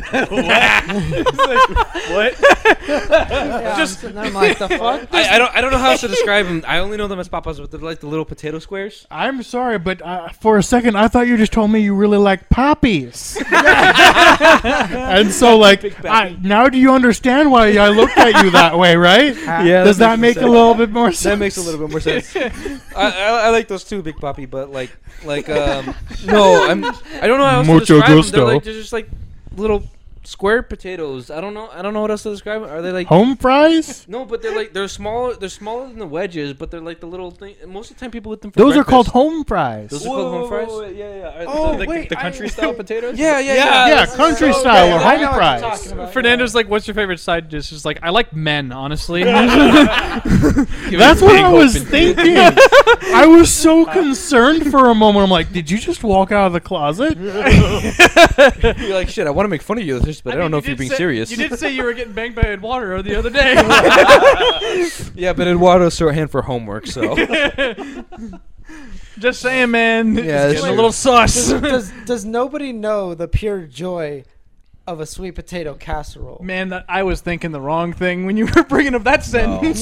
[SPEAKER 4] Yeah, just and I'm like the fuck.
[SPEAKER 2] I, I don't I don't know how else to describe them. I only know them as Papas with the, like the little potato squares.
[SPEAKER 1] I'm sorry, but uh, for a second I thought you just told me you really like poppies. and so, like, I, now do you understand why I looked at you that way, right?
[SPEAKER 2] Yeah,
[SPEAKER 1] Does that make a little bit more sense?
[SPEAKER 2] That makes a little bit more sense. I, I, I like those too, Big Papi, but like like um no, I'm I don't know how else
[SPEAKER 1] Mucho
[SPEAKER 2] to describe 'em.
[SPEAKER 1] gusto.
[SPEAKER 2] They're like they're just like little square potatoes. I don't know I don't know what else to describe 'em. Are they like
[SPEAKER 1] Home fries?
[SPEAKER 2] no, but they're like they're smaller. They're smaller than the wedges, but they're like the little thing. Most of the time, people eat them. For
[SPEAKER 1] Those are called
[SPEAKER 2] breakfast.
[SPEAKER 1] home fries.
[SPEAKER 2] Those are called home fries.
[SPEAKER 3] Yeah, yeah.
[SPEAKER 1] Oh,
[SPEAKER 3] the, the,
[SPEAKER 1] wait,
[SPEAKER 3] the
[SPEAKER 1] I-
[SPEAKER 3] country style potatoes.
[SPEAKER 2] Yeah, yeah, yeah.
[SPEAKER 5] Yeah.
[SPEAKER 1] yeah, country style or
[SPEAKER 4] I know
[SPEAKER 1] home
[SPEAKER 4] what you're
[SPEAKER 1] fries.
[SPEAKER 4] talking about,
[SPEAKER 5] Fernando's like, what's your favorite side dish? He's like, I like men, honestly.
[SPEAKER 1] That's what I was thinking. I was so concerned for a moment. I'm like, did you just walk out of the closet?
[SPEAKER 2] You're like, shit. I want to make fun of you, but I, don't know if you're being serious.
[SPEAKER 5] You did say you were getting banged by Eduardo the other day.
[SPEAKER 2] yeah, but Eduardo's shorthand for homework, so
[SPEAKER 5] Just saying, man.
[SPEAKER 2] Yeah,
[SPEAKER 5] it's
[SPEAKER 2] that's
[SPEAKER 5] getting a
[SPEAKER 2] true.
[SPEAKER 5] little sus.
[SPEAKER 4] Does, does does nobody know the pure joy of a sweet potato casserole?
[SPEAKER 5] man, that I was thinking the wrong thing when you were bringing up that sentence.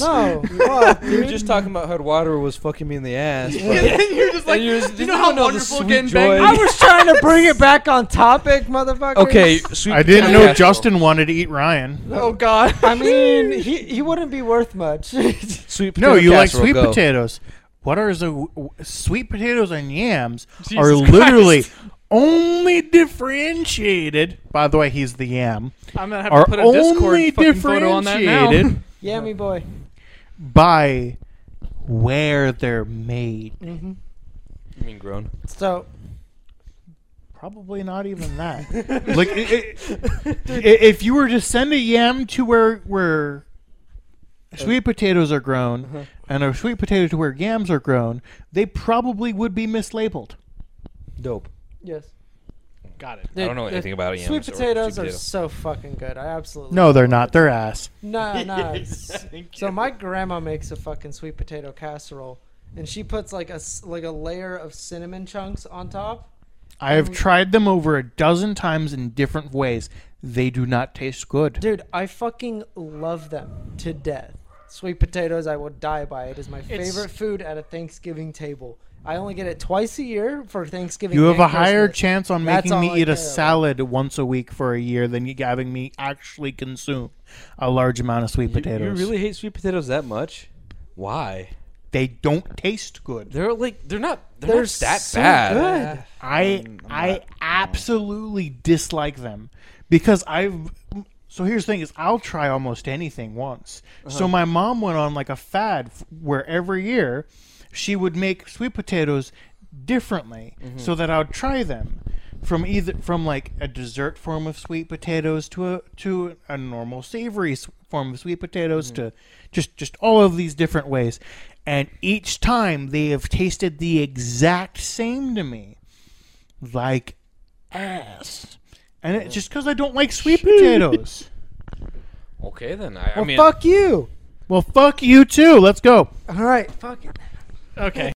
[SPEAKER 4] No, what,
[SPEAKER 2] we were
[SPEAKER 4] dude?
[SPEAKER 2] just talking about how Eduardo was fucking me in the ass. but-
[SPEAKER 5] And you're just like,
[SPEAKER 2] And you're just-
[SPEAKER 5] you
[SPEAKER 2] you
[SPEAKER 5] know
[SPEAKER 2] don't
[SPEAKER 5] how
[SPEAKER 2] know the
[SPEAKER 5] wonderful
[SPEAKER 2] sweet
[SPEAKER 5] getting
[SPEAKER 2] joy.
[SPEAKER 5] banged.
[SPEAKER 4] I was trying to bring it back on topic, motherfucker.
[SPEAKER 2] okay, sweet
[SPEAKER 1] I didn't
[SPEAKER 2] potato
[SPEAKER 1] know
[SPEAKER 2] casserole.
[SPEAKER 1] Justin wanted to eat Ryan.
[SPEAKER 5] Oh God.
[SPEAKER 4] I mean, he he wouldn't be worth much.
[SPEAKER 2] Sweet
[SPEAKER 1] No,
[SPEAKER 2] potato
[SPEAKER 1] you like
[SPEAKER 2] casserole,
[SPEAKER 1] sweet
[SPEAKER 2] go.
[SPEAKER 1] potatoes. What are the w- w- sweet potatoes and yams are
[SPEAKER 5] Jesus
[SPEAKER 1] literally only differentiated. By the way, he's the yam.
[SPEAKER 5] I'm gonna have
[SPEAKER 1] Are
[SPEAKER 5] to put a
[SPEAKER 1] only
[SPEAKER 5] Discord fucking photo on that now.
[SPEAKER 1] differentiated
[SPEAKER 4] yeah, me boy.
[SPEAKER 1] by where they're made.
[SPEAKER 4] hmm
[SPEAKER 2] You mean grown?
[SPEAKER 4] So
[SPEAKER 1] Probably not even that. like, i i- i- if you were to send a yam to where where sweet potatoes are grown,
[SPEAKER 5] Uh-huh.
[SPEAKER 1] and a sweet potato to where yams are grown, they probably would be mislabeled.
[SPEAKER 2] Dope.
[SPEAKER 4] yes,
[SPEAKER 5] Got it.
[SPEAKER 2] I don't know
[SPEAKER 4] Dude,
[SPEAKER 2] anything about yams. or
[SPEAKER 4] Sweet potatoes
[SPEAKER 2] sweet
[SPEAKER 4] are
[SPEAKER 2] potato.
[SPEAKER 4] so fucking good. I absolutely
[SPEAKER 1] No, they're not. They're ass.
[SPEAKER 4] No, no.
[SPEAKER 3] Yes, thank
[SPEAKER 4] so
[SPEAKER 3] you.
[SPEAKER 4] my grandma makes a fucking sweet potato casserole, and she puts like a s- like a layer of cinnamon chunks on top.
[SPEAKER 1] I
[SPEAKER 4] Mm.
[SPEAKER 1] have tried them over a dozen times in different ways. They do not taste good.
[SPEAKER 4] Dude, I fucking love them to death. Sweet potatoes, I will die by. It is my favorite food at a Thanksgiving table. I only get it twice a year for Thanksgiving.
[SPEAKER 1] You have
[SPEAKER 4] and
[SPEAKER 1] a higher
[SPEAKER 4] Christmas.
[SPEAKER 1] chance on
[SPEAKER 4] That's
[SPEAKER 1] making
[SPEAKER 4] all
[SPEAKER 1] me
[SPEAKER 4] I
[SPEAKER 1] eat
[SPEAKER 4] care
[SPEAKER 1] a
[SPEAKER 4] about.
[SPEAKER 1] salad once a week for a year than you having me actually consume a large amount of sweet
[SPEAKER 2] You, you
[SPEAKER 1] potatoes.
[SPEAKER 2] really hate sweet potatoes that much? Why?
[SPEAKER 1] they don't taste good.
[SPEAKER 2] They're like they're not they're,
[SPEAKER 4] They're
[SPEAKER 2] not that
[SPEAKER 4] so
[SPEAKER 2] bad.
[SPEAKER 4] good.
[SPEAKER 1] I I absolutely dislike them because I've so here's the thing is I'll try almost anything once. So my mom went on like a fad f- where every year she would make sweet potatoes differently so that I would try them from either from like a dessert form of sweet potatoes to a to a normal savory s- form of sweet potatoes to just just all of these different ways and each time they have tasted the exact same to me like ass. And
[SPEAKER 4] Oh,
[SPEAKER 1] it, just because I don't like sweet potatoes.
[SPEAKER 2] Okay then. I, I
[SPEAKER 4] Well,
[SPEAKER 2] mean
[SPEAKER 4] fuck you.
[SPEAKER 1] Well, fuck you too. Let's go.
[SPEAKER 4] All right, fuck it.
[SPEAKER 5] Okay.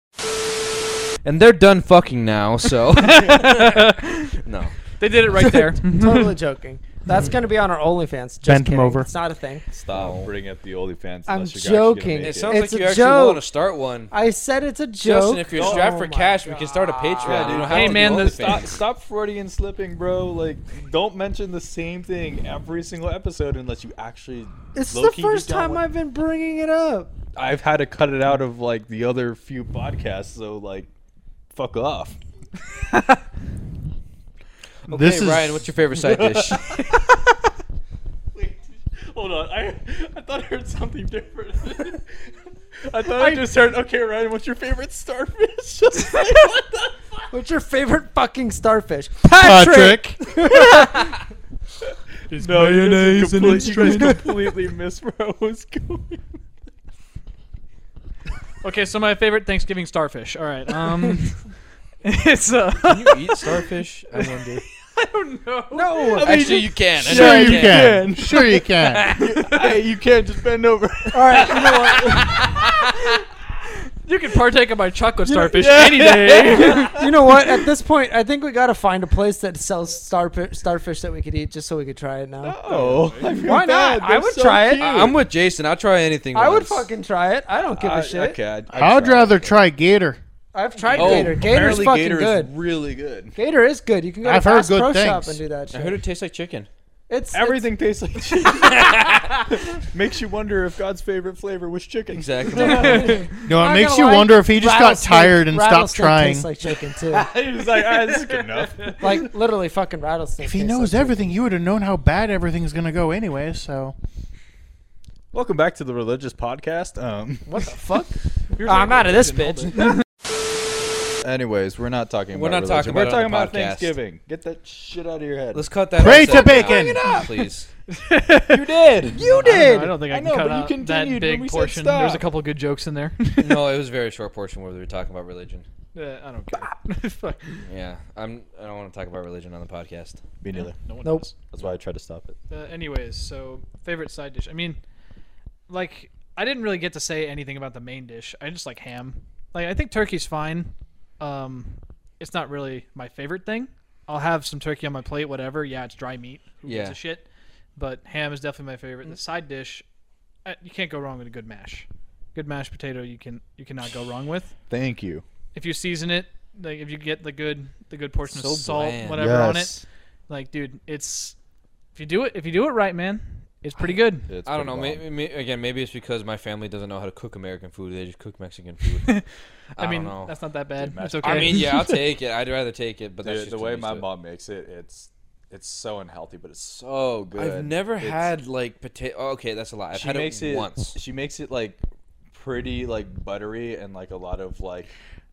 [SPEAKER 2] and they're done fucking now, so No.
[SPEAKER 5] They did it right there.
[SPEAKER 4] totally joking. That's gonna be on our OnlyFans. Just
[SPEAKER 1] Bent 'em
[SPEAKER 4] kidding.
[SPEAKER 1] over.
[SPEAKER 4] It's not a thing.
[SPEAKER 3] Stop. Bring up the OnlyFans.
[SPEAKER 4] I'm
[SPEAKER 3] unless you're actually gonna
[SPEAKER 4] joking.
[SPEAKER 3] make
[SPEAKER 2] It
[SPEAKER 4] It's
[SPEAKER 2] sounds like
[SPEAKER 4] a
[SPEAKER 2] you actually
[SPEAKER 4] joke.
[SPEAKER 2] want to start one.
[SPEAKER 4] I said it's a joke.
[SPEAKER 2] Justin, if you're strapped
[SPEAKER 4] Oh
[SPEAKER 2] for
[SPEAKER 4] my
[SPEAKER 2] cash, we can start a Patreon.
[SPEAKER 3] Yeah,
[SPEAKER 2] you
[SPEAKER 3] dude.
[SPEAKER 2] don't
[SPEAKER 5] Hey,
[SPEAKER 2] have to
[SPEAKER 5] man,
[SPEAKER 2] do OnlyFans.
[SPEAKER 5] the-
[SPEAKER 3] Stop, stop Freudian slipping, bro. Like, don't mention the same thing every single episode unless you actually.
[SPEAKER 4] It's the
[SPEAKER 3] low-key just
[SPEAKER 4] first
[SPEAKER 3] don't
[SPEAKER 4] time
[SPEAKER 3] want-
[SPEAKER 4] I've been bringing it up.
[SPEAKER 3] I've had to cut it out of like the other few podcasts. So like, fuck off.
[SPEAKER 2] Okay,
[SPEAKER 1] This is-
[SPEAKER 2] Ryan, what's your favorite side dish?
[SPEAKER 3] Wait, hold on. I I thought I heard something different. I thought I, just heard. Okay, Ryan, what's your favorite starfish? Just like, what the fuck?
[SPEAKER 4] What's your favorite fucking starfish?
[SPEAKER 3] No, you guys
[SPEAKER 5] mayonnaise an
[SPEAKER 3] complete- you guys
[SPEAKER 5] instrument?
[SPEAKER 3] completely missed where I was going.
[SPEAKER 5] okay, so my favorite Thanksgiving starfish. All right. Um, it's uh,
[SPEAKER 2] Can you eat starfish? I wonder.
[SPEAKER 5] I don't know.
[SPEAKER 4] No.
[SPEAKER 2] Actually, you can. I know
[SPEAKER 1] Sure you can. Sure you can.
[SPEAKER 3] hey, you can't just bend over.
[SPEAKER 4] All right, you know what?
[SPEAKER 5] You can partake of my chocolate starfish
[SPEAKER 4] yeah.
[SPEAKER 5] any day.
[SPEAKER 4] you know what? At this point, I think we gotta find a place that sells starfish, starfish that we could eat, just so we could try it now.
[SPEAKER 3] Oh, I feel
[SPEAKER 4] Why
[SPEAKER 3] bad.
[SPEAKER 4] not? I
[SPEAKER 3] They're
[SPEAKER 4] would
[SPEAKER 3] so
[SPEAKER 4] try it.
[SPEAKER 3] cute.
[SPEAKER 2] I- I'm with Jason. I'll try anything.
[SPEAKER 4] I would
[SPEAKER 2] once.
[SPEAKER 4] fucking try it. I don't give a
[SPEAKER 3] I-
[SPEAKER 4] shit.
[SPEAKER 3] Uh, Okay, I'd, I'd
[SPEAKER 1] I'd
[SPEAKER 3] try
[SPEAKER 1] rather
[SPEAKER 3] it.
[SPEAKER 1] try gator.
[SPEAKER 4] I've tried
[SPEAKER 2] Oh,
[SPEAKER 4] gator. Gator's
[SPEAKER 3] Apparently
[SPEAKER 4] fucking
[SPEAKER 3] Gator is
[SPEAKER 4] good.
[SPEAKER 3] really good.
[SPEAKER 4] Gator is good. You can go to
[SPEAKER 1] I've heard
[SPEAKER 4] Bass
[SPEAKER 1] good
[SPEAKER 4] Pro Shop
[SPEAKER 1] things.
[SPEAKER 4] and do that
[SPEAKER 2] I heard
[SPEAKER 4] shit.
[SPEAKER 2] it tastes like chicken.
[SPEAKER 4] It's everything.
[SPEAKER 3] Everything tastes like chicken. Makes you wonder if God's favorite flavor was chicken.
[SPEAKER 2] Exactly.
[SPEAKER 1] No, it
[SPEAKER 4] Not
[SPEAKER 1] makes
[SPEAKER 4] gonna
[SPEAKER 1] you
[SPEAKER 4] lie,
[SPEAKER 1] wonder if he just got
[SPEAKER 4] rattlesnake-
[SPEAKER 1] tired and stopped
[SPEAKER 4] rattlesnake
[SPEAKER 1] trying.
[SPEAKER 4] Tastes like chicken too.
[SPEAKER 3] He was like, ah, this is good enough.
[SPEAKER 4] like literally fucking rattlesnake.
[SPEAKER 1] if he
[SPEAKER 4] tastes
[SPEAKER 1] knows
[SPEAKER 4] like
[SPEAKER 1] everything, you would have known how bad everything's gonna go anyway. So
[SPEAKER 3] Welcome back to the religious podcast. Um,
[SPEAKER 4] chicken. What the fuck? Oh, I'm out of this bitch.
[SPEAKER 3] anyways, we're not talking.
[SPEAKER 2] We're
[SPEAKER 3] about
[SPEAKER 2] not
[SPEAKER 3] religion.
[SPEAKER 2] talking
[SPEAKER 3] We're
[SPEAKER 2] about it on
[SPEAKER 3] talking
[SPEAKER 2] the
[SPEAKER 3] about
[SPEAKER 2] podcast.
[SPEAKER 3] Thanksgiving. Get that shit out of your head.
[SPEAKER 2] Let's cut that.
[SPEAKER 1] Pray
[SPEAKER 2] out
[SPEAKER 1] to
[SPEAKER 2] right now,
[SPEAKER 1] bacon.
[SPEAKER 2] please.
[SPEAKER 3] you did. You
[SPEAKER 5] I, don't think I,
[SPEAKER 3] I
[SPEAKER 5] can
[SPEAKER 3] know,
[SPEAKER 5] cut
[SPEAKER 3] but you
[SPEAKER 5] out that
[SPEAKER 3] continued when
[SPEAKER 5] big
[SPEAKER 3] we said
[SPEAKER 5] portion. There's a
[SPEAKER 3] stop.
[SPEAKER 5] couple good jokes in there.
[SPEAKER 2] No, it was a very short portion where we were talking about religion.
[SPEAKER 5] Yeah, I don't care. Fuck.
[SPEAKER 2] Yeah, I'm. I don't want to talk about religion on the podcast.
[SPEAKER 3] Me neither.
[SPEAKER 5] No one
[SPEAKER 4] Nope.
[SPEAKER 5] does.
[SPEAKER 3] That's why I tried to stop it.
[SPEAKER 5] Uh, anyways, so favorite side dish. I mean, like I didn't really get to say anything about the main dish. I just like ham. Like I think turkey's fine. Um, it's not really my favorite thing. I'll have some turkey on my plate, whatever. Yeah, it's dry meat. Who gives
[SPEAKER 2] Yeah.
[SPEAKER 5] a shit? But ham is definitely my favorite.
[SPEAKER 3] Mm.
[SPEAKER 5] The side dish, uh, you can't go wrong with a good mash. Good mashed potato, you can you cannot go wrong with.
[SPEAKER 3] Thank you.
[SPEAKER 5] If you season it, like if you get the good the good portion
[SPEAKER 2] So
[SPEAKER 5] of salt,
[SPEAKER 2] bland.
[SPEAKER 5] whatever on it, like, dude, it's if you do it if you do it right, man, it's pretty good.
[SPEAKER 3] It's
[SPEAKER 2] I don't know.
[SPEAKER 3] pretty bomb.
[SPEAKER 2] Maybe, may again, maybe it's because my family doesn't know how to cook American food. They just cook Mexican food.
[SPEAKER 5] I,
[SPEAKER 2] I
[SPEAKER 5] mean,
[SPEAKER 2] don't know.
[SPEAKER 5] that's not that bad.
[SPEAKER 3] mashed
[SPEAKER 5] It's okay.
[SPEAKER 2] I mean, yeah, I'll take it. I'd rather take it, but that's
[SPEAKER 3] Dude,
[SPEAKER 2] just
[SPEAKER 3] the
[SPEAKER 2] too
[SPEAKER 3] way
[SPEAKER 2] used
[SPEAKER 3] my
[SPEAKER 2] to it.
[SPEAKER 3] mom makes it, it's it's so unhealthy, but it's
[SPEAKER 2] Oh,
[SPEAKER 3] so good.
[SPEAKER 2] I've never
[SPEAKER 3] It's-
[SPEAKER 2] had like potato. Oh, okay, that's a lot. I've
[SPEAKER 3] She
[SPEAKER 2] had
[SPEAKER 3] makes
[SPEAKER 2] it,
[SPEAKER 3] it
[SPEAKER 2] once.
[SPEAKER 3] She makes it like pretty, like buttery, and like a lot of like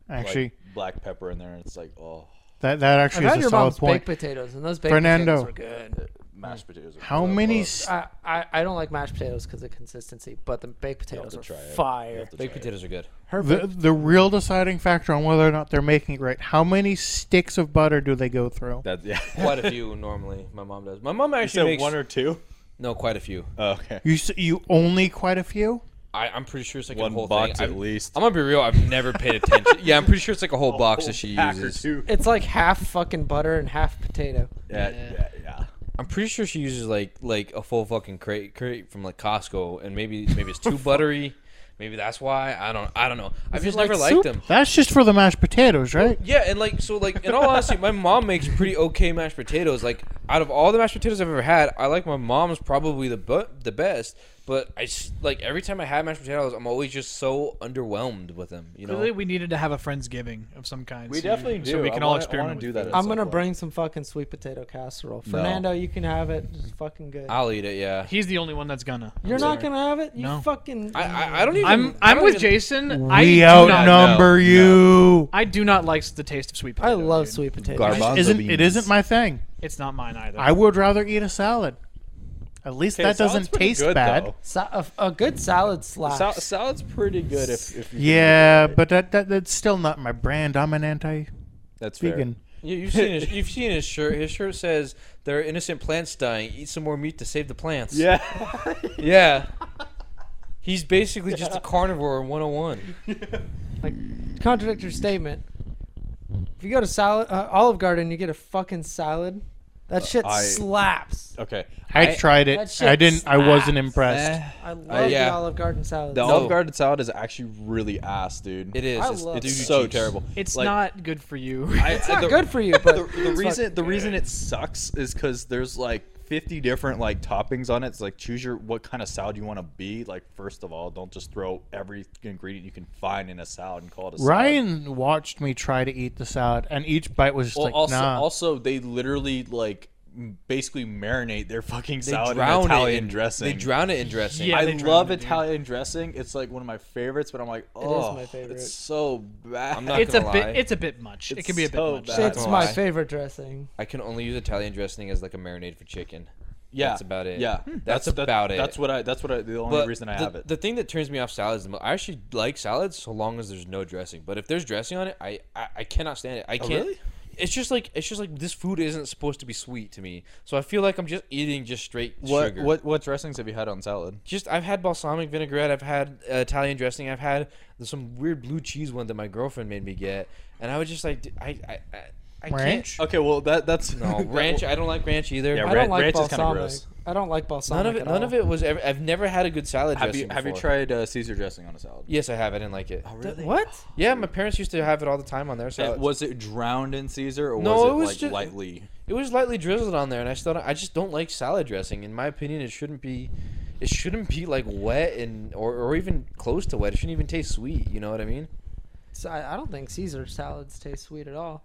[SPEAKER 3] like,
[SPEAKER 1] actually,
[SPEAKER 3] black pepper in there, and it's like oh,
[SPEAKER 1] that that
[SPEAKER 4] I've
[SPEAKER 1] actually
[SPEAKER 4] had
[SPEAKER 1] is a
[SPEAKER 4] your
[SPEAKER 1] solid
[SPEAKER 4] mom's
[SPEAKER 1] point.
[SPEAKER 4] baked potatoes, and those baked
[SPEAKER 1] Fernando.
[SPEAKER 4] potatoes were good.
[SPEAKER 3] mashed potatoes. Are
[SPEAKER 1] How
[SPEAKER 3] so
[SPEAKER 1] many?
[SPEAKER 3] good.
[SPEAKER 1] s-
[SPEAKER 4] I, I, I don't like mashed potatoes because of consistency, but the baked
[SPEAKER 3] You'll have
[SPEAKER 4] potatoes
[SPEAKER 3] to
[SPEAKER 4] are
[SPEAKER 3] try it. You'll
[SPEAKER 4] fire.
[SPEAKER 3] have to
[SPEAKER 2] Baked
[SPEAKER 3] try it.
[SPEAKER 2] potatoes are good.
[SPEAKER 4] Her
[SPEAKER 1] The,
[SPEAKER 4] baked-
[SPEAKER 1] the real deciding factor on whether or not they're making it right. How many sticks of butter do they go through?
[SPEAKER 3] That yeah.
[SPEAKER 2] Quite a few normally. My mom does. My mom
[SPEAKER 3] You
[SPEAKER 2] actually
[SPEAKER 3] said
[SPEAKER 2] makes
[SPEAKER 3] one or two?
[SPEAKER 2] no, quite a few.
[SPEAKER 3] Oh, okay.
[SPEAKER 1] You s- you only quite a few.
[SPEAKER 2] I, I'm pretty sure it's like
[SPEAKER 3] One
[SPEAKER 2] a whole
[SPEAKER 3] box
[SPEAKER 2] thing.
[SPEAKER 3] at
[SPEAKER 2] I'm,
[SPEAKER 3] least.
[SPEAKER 2] I'm gonna be real. I've never paid attention. yeah, I'm pretty sure it's like a whole box that she
[SPEAKER 3] Pack or
[SPEAKER 2] uses.
[SPEAKER 3] two.
[SPEAKER 4] it's like half fucking butter and half potato.
[SPEAKER 3] Yeah,
[SPEAKER 5] Yeah.
[SPEAKER 3] yeah, yeah.
[SPEAKER 2] I'm pretty sure she uses like like a full fucking crate crate from like Costco, and maybe maybe it's too buttery. Maybe that's why. I don't. I don't know. I've
[SPEAKER 4] it
[SPEAKER 2] just
[SPEAKER 4] like
[SPEAKER 2] never
[SPEAKER 4] soup?
[SPEAKER 2] liked them.
[SPEAKER 1] That's just for the mashed potatoes, right?
[SPEAKER 2] Yeah, and like so, like in all honesty, my mom makes pretty okay mashed potatoes. Like out of all the mashed potatoes I've ever had, I like my mom's probably the bu- the best. But I s- like every time I have mashed potatoes, I'm always just so underwhelmed with them. You know,
[SPEAKER 5] Clearly, we need to have a friendsgiving of some kind.
[SPEAKER 3] We
[SPEAKER 5] so-
[SPEAKER 3] definitely do.
[SPEAKER 5] So we can
[SPEAKER 3] I
[SPEAKER 5] all
[SPEAKER 3] wanna- I
[SPEAKER 5] experiment.
[SPEAKER 3] wanna do
[SPEAKER 5] with
[SPEAKER 3] that
[SPEAKER 5] food.
[SPEAKER 3] at
[SPEAKER 4] I'm
[SPEAKER 3] some
[SPEAKER 4] gonna
[SPEAKER 3] point.
[SPEAKER 4] bring some fucking sweet potato casserole. Fernando, you can have it. It's fucking good.
[SPEAKER 2] I'll eat it. Yeah,
[SPEAKER 5] He's the only one that's gonna.
[SPEAKER 4] You're not gonna have it. You
[SPEAKER 5] No.
[SPEAKER 4] fucking.
[SPEAKER 2] I I, I don't even.
[SPEAKER 5] I'm
[SPEAKER 2] I
[SPEAKER 5] I'm
[SPEAKER 2] don't
[SPEAKER 5] with
[SPEAKER 2] even-
[SPEAKER 5] Jason. I
[SPEAKER 1] we
[SPEAKER 5] do not.
[SPEAKER 1] outnumber you.
[SPEAKER 5] I do not like the taste of sweet
[SPEAKER 4] I
[SPEAKER 5] potato.
[SPEAKER 4] love
[SPEAKER 5] dude.
[SPEAKER 4] sweet potatoes.
[SPEAKER 3] Garbanzo.
[SPEAKER 1] It isn't it
[SPEAKER 3] beans.
[SPEAKER 1] isn't my thing.
[SPEAKER 5] It's not mine either.
[SPEAKER 1] I would rather eat a salad. At least
[SPEAKER 3] Okay,
[SPEAKER 1] that
[SPEAKER 3] salad's
[SPEAKER 1] doesn't
[SPEAKER 3] pretty
[SPEAKER 1] taste
[SPEAKER 3] good,
[SPEAKER 1] bad.
[SPEAKER 3] though.
[SPEAKER 4] Sa- a, a good salad slash.
[SPEAKER 3] Sal- salad's pretty good if, if you
[SPEAKER 1] Yeah, but that, that that's still not my brand. I'm an anti-vegan.
[SPEAKER 3] that's vegan.
[SPEAKER 2] You, you've seen his, you've seen his shirt. His shirt says, "There are innocent plants dying. Eat some more meat to save the plants."
[SPEAKER 3] Yeah,
[SPEAKER 2] yeah. He's basically just a carnivore in 101.
[SPEAKER 4] like contradictory statement. If you go to salad uh, Olive Garden, you get a fucking salad. That shit
[SPEAKER 3] I-
[SPEAKER 4] slaps.
[SPEAKER 3] okay.
[SPEAKER 1] I, tried it.
[SPEAKER 4] that shit
[SPEAKER 1] I didn't. I wasn't impressed.
[SPEAKER 4] I love
[SPEAKER 2] yeah.
[SPEAKER 4] the Olive Garden salad.
[SPEAKER 3] The
[SPEAKER 2] No.
[SPEAKER 3] Olive Garden salad is actually really ass, dude.
[SPEAKER 2] It is.
[SPEAKER 4] I
[SPEAKER 2] It's-
[SPEAKER 4] love
[SPEAKER 2] it's
[SPEAKER 3] It's
[SPEAKER 4] Dude,
[SPEAKER 3] so
[SPEAKER 2] cheese.
[SPEAKER 3] terrible.
[SPEAKER 5] It's
[SPEAKER 3] Like,
[SPEAKER 5] not good for you.
[SPEAKER 3] I-
[SPEAKER 4] it's
[SPEAKER 3] I-
[SPEAKER 4] not
[SPEAKER 3] the-
[SPEAKER 4] good for you, but
[SPEAKER 3] The, the
[SPEAKER 4] it's
[SPEAKER 3] reason
[SPEAKER 4] fucking
[SPEAKER 3] the reason it sucks is because there's like 50 different like toppings on it. It's like choose your what kind of salad you want to be. Like first of all, don't just throw every ingredient you can find in a salad and call it a salad.
[SPEAKER 1] Ryan watched me try to eat the salad, and each bite was just
[SPEAKER 3] Well,
[SPEAKER 1] like,
[SPEAKER 3] also,
[SPEAKER 1] nah.
[SPEAKER 3] also they literally like m- basically marinate their fucking
[SPEAKER 2] They
[SPEAKER 3] salad in
[SPEAKER 2] drown
[SPEAKER 3] Italian
[SPEAKER 2] it in
[SPEAKER 3] dressing.
[SPEAKER 2] They drown it in dressing.
[SPEAKER 5] Yeah,
[SPEAKER 3] I
[SPEAKER 5] they drown
[SPEAKER 3] love
[SPEAKER 5] it, dude.
[SPEAKER 3] Italian dressing. It's like one of my favorites, but I'm like, oh,
[SPEAKER 4] my favorite.
[SPEAKER 3] it's so bad.
[SPEAKER 2] I'm not
[SPEAKER 5] it's a
[SPEAKER 2] gonna lie.
[SPEAKER 5] bit. It's a bit much. it
[SPEAKER 3] It's
[SPEAKER 5] can be a bit
[SPEAKER 3] so
[SPEAKER 5] much.
[SPEAKER 3] bad.
[SPEAKER 4] It's
[SPEAKER 2] That's
[SPEAKER 4] my
[SPEAKER 2] why.
[SPEAKER 4] favorite dressing.
[SPEAKER 2] I can only use Italian dressing as like a marinade for chicken.
[SPEAKER 3] Yeah,
[SPEAKER 2] That's about it. Hmm.
[SPEAKER 3] Yeah,
[SPEAKER 2] That's about it.
[SPEAKER 3] That's what I. That's what I. The only
[SPEAKER 2] But
[SPEAKER 3] reason I
[SPEAKER 2] the,
[SPEAKER 3] have it.
[SPEAKER 2] The thing that turns me off salads, the mo- I actually like salads so long as there's no dressing. But if there's dressing on it, I I, I cannot stand it. I can't.
[SPEAKER 3] Oh, really?
[SPEAKER 2] it's just like it's just like this food isn't supposed to be sweet to me. So I feel like I'm just eating just straight
[SPEAKER 3] What
[SPEAKER 2] sugar.
[SPEAKER 3] what what dressings have you had on salad?
[SPEAKER 2] Just I've had balsamic vinaigrette. I've had uh, Italian dressing. I've had some weird blue cheese one that my girlfriend made me get, and I was just like, d- I I I, I
[SPEAKER 1] Ranch?
[SPEAKER 2] Can't,
[SPEAKER 3] Okay, well that that's
[SPEAKER 2] no ranch. I don't like ranch either.
[SPEAKER 3] Yeah,
[SPEAKER 4] I
[SPEAKER 2] I don't-
[SPEAKER 4] don't
[SPEAKER 3] ran-
[SPEAKER 4] like
[SPEAKER 3] ranch is kinda
[SPEAKER 4] balsamic.
[SPEAKER 3] gross.
[SPEAKER 4] I don't like balsamic.
[SPEAKER 2] none of it.
[SPEAKER 4] at
[SPEAKER 2] None
[SPEAKER 4] all.
[SPEAKER 2] of it was. Ever, I've never had a good salad
[SPEAKER 3] Have you
[SPEAKER 2] dressing.
[SPEAKER 3] have you
[SPEAKER 2] before.
[SPEAKER 3] tried uh, Caesar dressing on a salad?
[SPEAKER 2] Yes, I have. I didn't like it.
[SPEAKER 3] really?
[SPEAKER 4] What?
[SPEAKER 2] Yeah, my parents used to have it all the time on their salads.
[SPEAKER 3] was it drowned in Caesar or
[SPEAKER 2] No,
[SPEAKER 3] was it,
[SPEAKER 2] it was
[SPEAKER 3] like
[SPEAKER 2] ju-
[SPEAKER 3] lightly?
[SPEAKER 2] It was lightly drizzled on there, and I still don't, I just don't like salad dressing. In my opinion, it shouldn't be, it shouldn't be like wet and or, or even close to wet. It shouldn't even taste sweet. You know what I mean?
[SPEAKER 4] So I, I don't think Caesar salads taste sweet at all.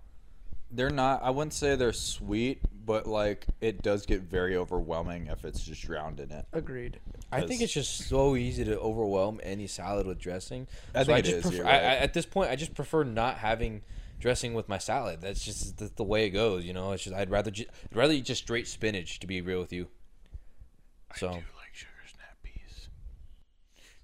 [SPEAKER 3] They're not. I wouldn't say they're sweet, but like it does get very overwhelming if it's just drowned in it.
[SPEAKER 4] Agreed.
[SPEAKER 2] I think
[SPEAKER 3] That's-
[SPEAKER 2] it's just so easy to overwhelm any salad with dressing.
[SPEAKER 3] I
[SPEAKER 2] So
[SPEAKER 3] think it
[SPEAKER 2] just
[SPEAKER 3] is,
[SPEAKER 2] prefer-
[SPEAKER 3] you're
[SPEAKER 2] I, I,
[SPEAKER 3] right.
[SPEAKER 2] at this point, I just prefer not having dressing with my salad. That's just the, the way it goes. You know, it's just I'd rather ju- I'd rather eat just straight spinach. To be real with you. So.
[SPEAKER 1] like sugar snap peas.